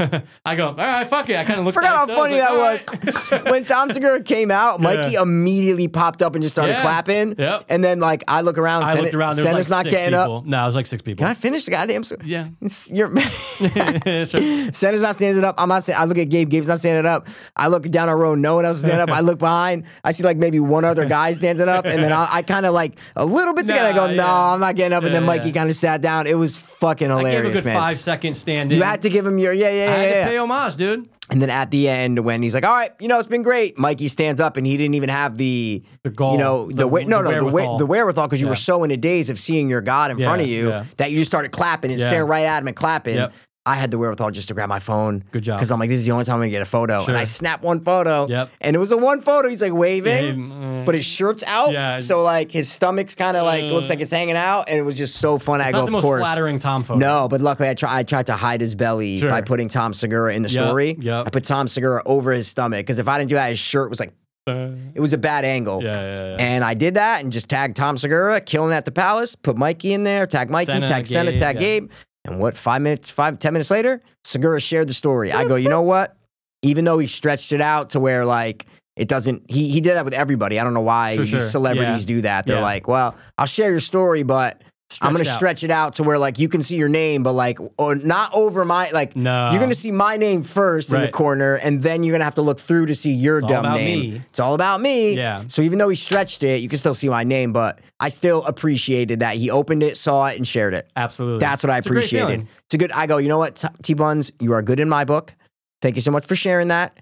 (laughs) I go, all right, fuck it. I kind of looked.
Forgot
at
how
it,
funny
I
that
was
was.
like,
when Tom Segura came out, Mikey
Yeah.
immediately popped up and just started
Yeah.
clapping.
Yep.
And then like I look around,
"All right." (laughs) I
Sen-
looked around. There was
Senna's
like
not
six
getting
people.
up.
No, it was like six people.
Can I finish the goddamn? s-
yeah.
It's- You're. (laughs)
(laughs) Sure.
Sanders not standing up. I'm not. Stand- I look at Gabe. Gabe's not standing up. I look down a row. No one else is standing up. I look behind. I see like maybe one other guy standing up, and then I, I kind of like a little bit together. I go,
Nah,
no,
yeah.
I'm not getting up. And then
Yeah,
Mikey
yeah.
kind of sat down. It was fucking
I
hilarious,
gave a good
man.
five second stand in.
You had to give him your yeah,
I
yeah,
had
yeah,
to pay
yeah.
homage, dude.
And then at the end, when he's like, "All right, you know, it's been great," Mikey stands up, and he didn't even have the,
The gall,
you know,
the-
the, way no, no,
the
the
wherewithal.
way, the wherewithal, because you
Yeah.
were so in a daze of seeing your God in
Yeah,
front of you
yeah.
that you just started clapping and
Yeah.
staring right at him and clapping.
Yep.
I had the wherewithal just to grab my phone.
Good job.
Because I'm like, this is the only time I'm gonna get a photo,
Sure.
and I snap one photo.
Yep.
And it was the one photo. He's like waving,
Yeah, he-
but his shirt's out.
Yeah.
So like his stomach's kind of like
Uh.
looks like it's hanging out, and it was just so fun. I
It's
go,
not the
of
most
course.
flattering Tom photo.
No, but luckily I, try, I tried to hide his belly
Sure.
by putting Tom Segura in the
Yep,
story.
yep.
I put Tom Segura over his stomach because if I didn't do that, his shirt was like,
Uh,
it was a bad angle.
yeah, yeah, yeah.
And I did that and just tagged Tom Segura, killing at the palace, put Mikey in there, tag Mikey,
Senna,
tag Senna,
Gabe,
tag
yeah.
Gabe. And what, five minutes, five, ten minutes later, Segura shared the story. I go, you know what? Even though he stretched it out to where like it doesn't, he, he did that with everybody. I don't know why
For
these
sure.
celebrities
Yeah.
do that. They're
Yeah.
like, well, I'll share your story, but I'm gonna
Stretched out.
stretch it out to where like you can see your name, but like or not over my like.
No.
you're gonna see my name first in the
Uh. Right.
corner, and then you're gonna have to look through to see your
all
dumb
about
name.
me.
It's all about me.
Yeah.
So even though he stretched it, you can still see my name, but I still appreciated that he opened it, saw it, and shared it.
Absolutely.
That's what I
It's a great
appreciated.
feeling.
It's a good. I go. You know what, T Buns, you are good in my book. Thank you so much for sharing that.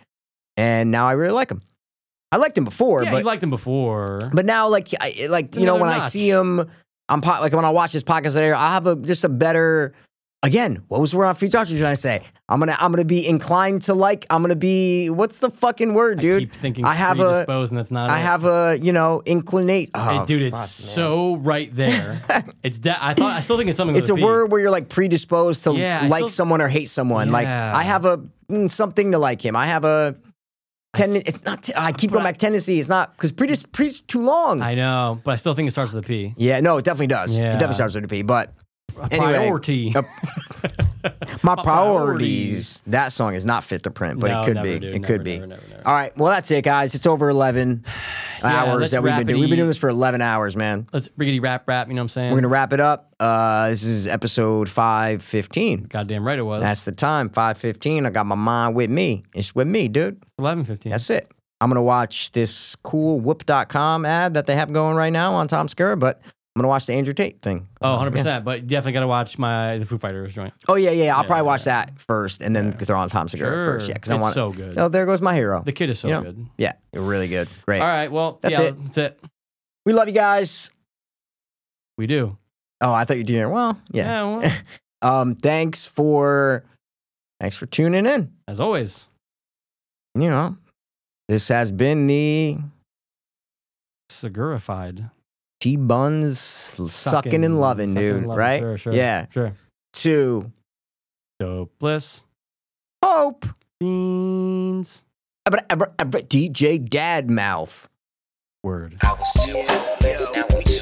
and now I really like him. I liked him before,
yeah,
but
you liked him before.
but now like I, like
It's
you know
another
when I
notch.
see him, I'm po- like when I watch his podcast later, I have a just a better. Again, what was we're on future trying to say? I'm gonna I'm gonna be inclined to like. I'm gonna be what's the fucking word,
I
dude?
keep thinking
I have a-
predisposed, and that's not.
I
it.
have a you know inclinate.
Hey,
Oh,
dude,
fuck,
it's
man.
so right there.
(laughs)
it's de- I thought I still think it's something. with
It's a
P.
word where you're like predisposed to
Yeah, I
like
still-
someone or hate someone. Like
Yeah.
I have a mm, something to like him. I have a ten. It's not. Ten, I keep going
I-
back tendency. It's not because predis predis too long.
I know, but I still think it starts with a P.
yeah, no, it definitely does. It
Yeah.
definitely starts with a P. But
A
Anyway,
priority.
uh, my priorities.
priorities.
That song is not fit to print, but
No,
it could
never
be.
do,
it
never,
could be.
never, never, never.
All right. Well, that's it, guys. It's over
(sighs)
eleven hours
let's
that we've been doing. We've been
rapidly-
doing this for eleven hours, man.
Let's riggedy rap rap. You know what I'm saying?
We're gonna wrap it up. Uh, this is episode five fifteen.
Goddamn right it was.
That's the time, 5.15. I got my mind with me. It's with me, dude.
11:15.
That's it. I'm going to watch this cool whoop.com ad that they have going right now on Tom Skerritt, but I'm going to watch the Andrew Tate thing.
Oh, 100
Yeah.
percent. But definitely gotta watch my the Foo Fighters joint.
Oh, yeah, yeah. I'll
Yeah,
probably watch
yeah.
that first and then throw on Tom Segura first. Yeah, because I
It's
want to.
so good.
Oh, there goes my hero.
The kid is so
you know.
good.
Yeah, really good. Great.
All right. Well,
That's
yeah,
it.
That's it.
We love you guys.
We do.
Oh, I thought you were doing it. Well, yeah.
Yeah.
(laughs)
well,
Um, thanks for thanks for tuning in.
as always,
You know, this has been the
Segurified.
T Buns sucking, and loving,
sucking
dude.
and loving,
right?
Sure. Sure.
Yeah.
Sure.
To
Dopeless
Hope.
beans.
Abra- abra- abra- DJ Dadmouth.
Word.
I was too hopeless, now we too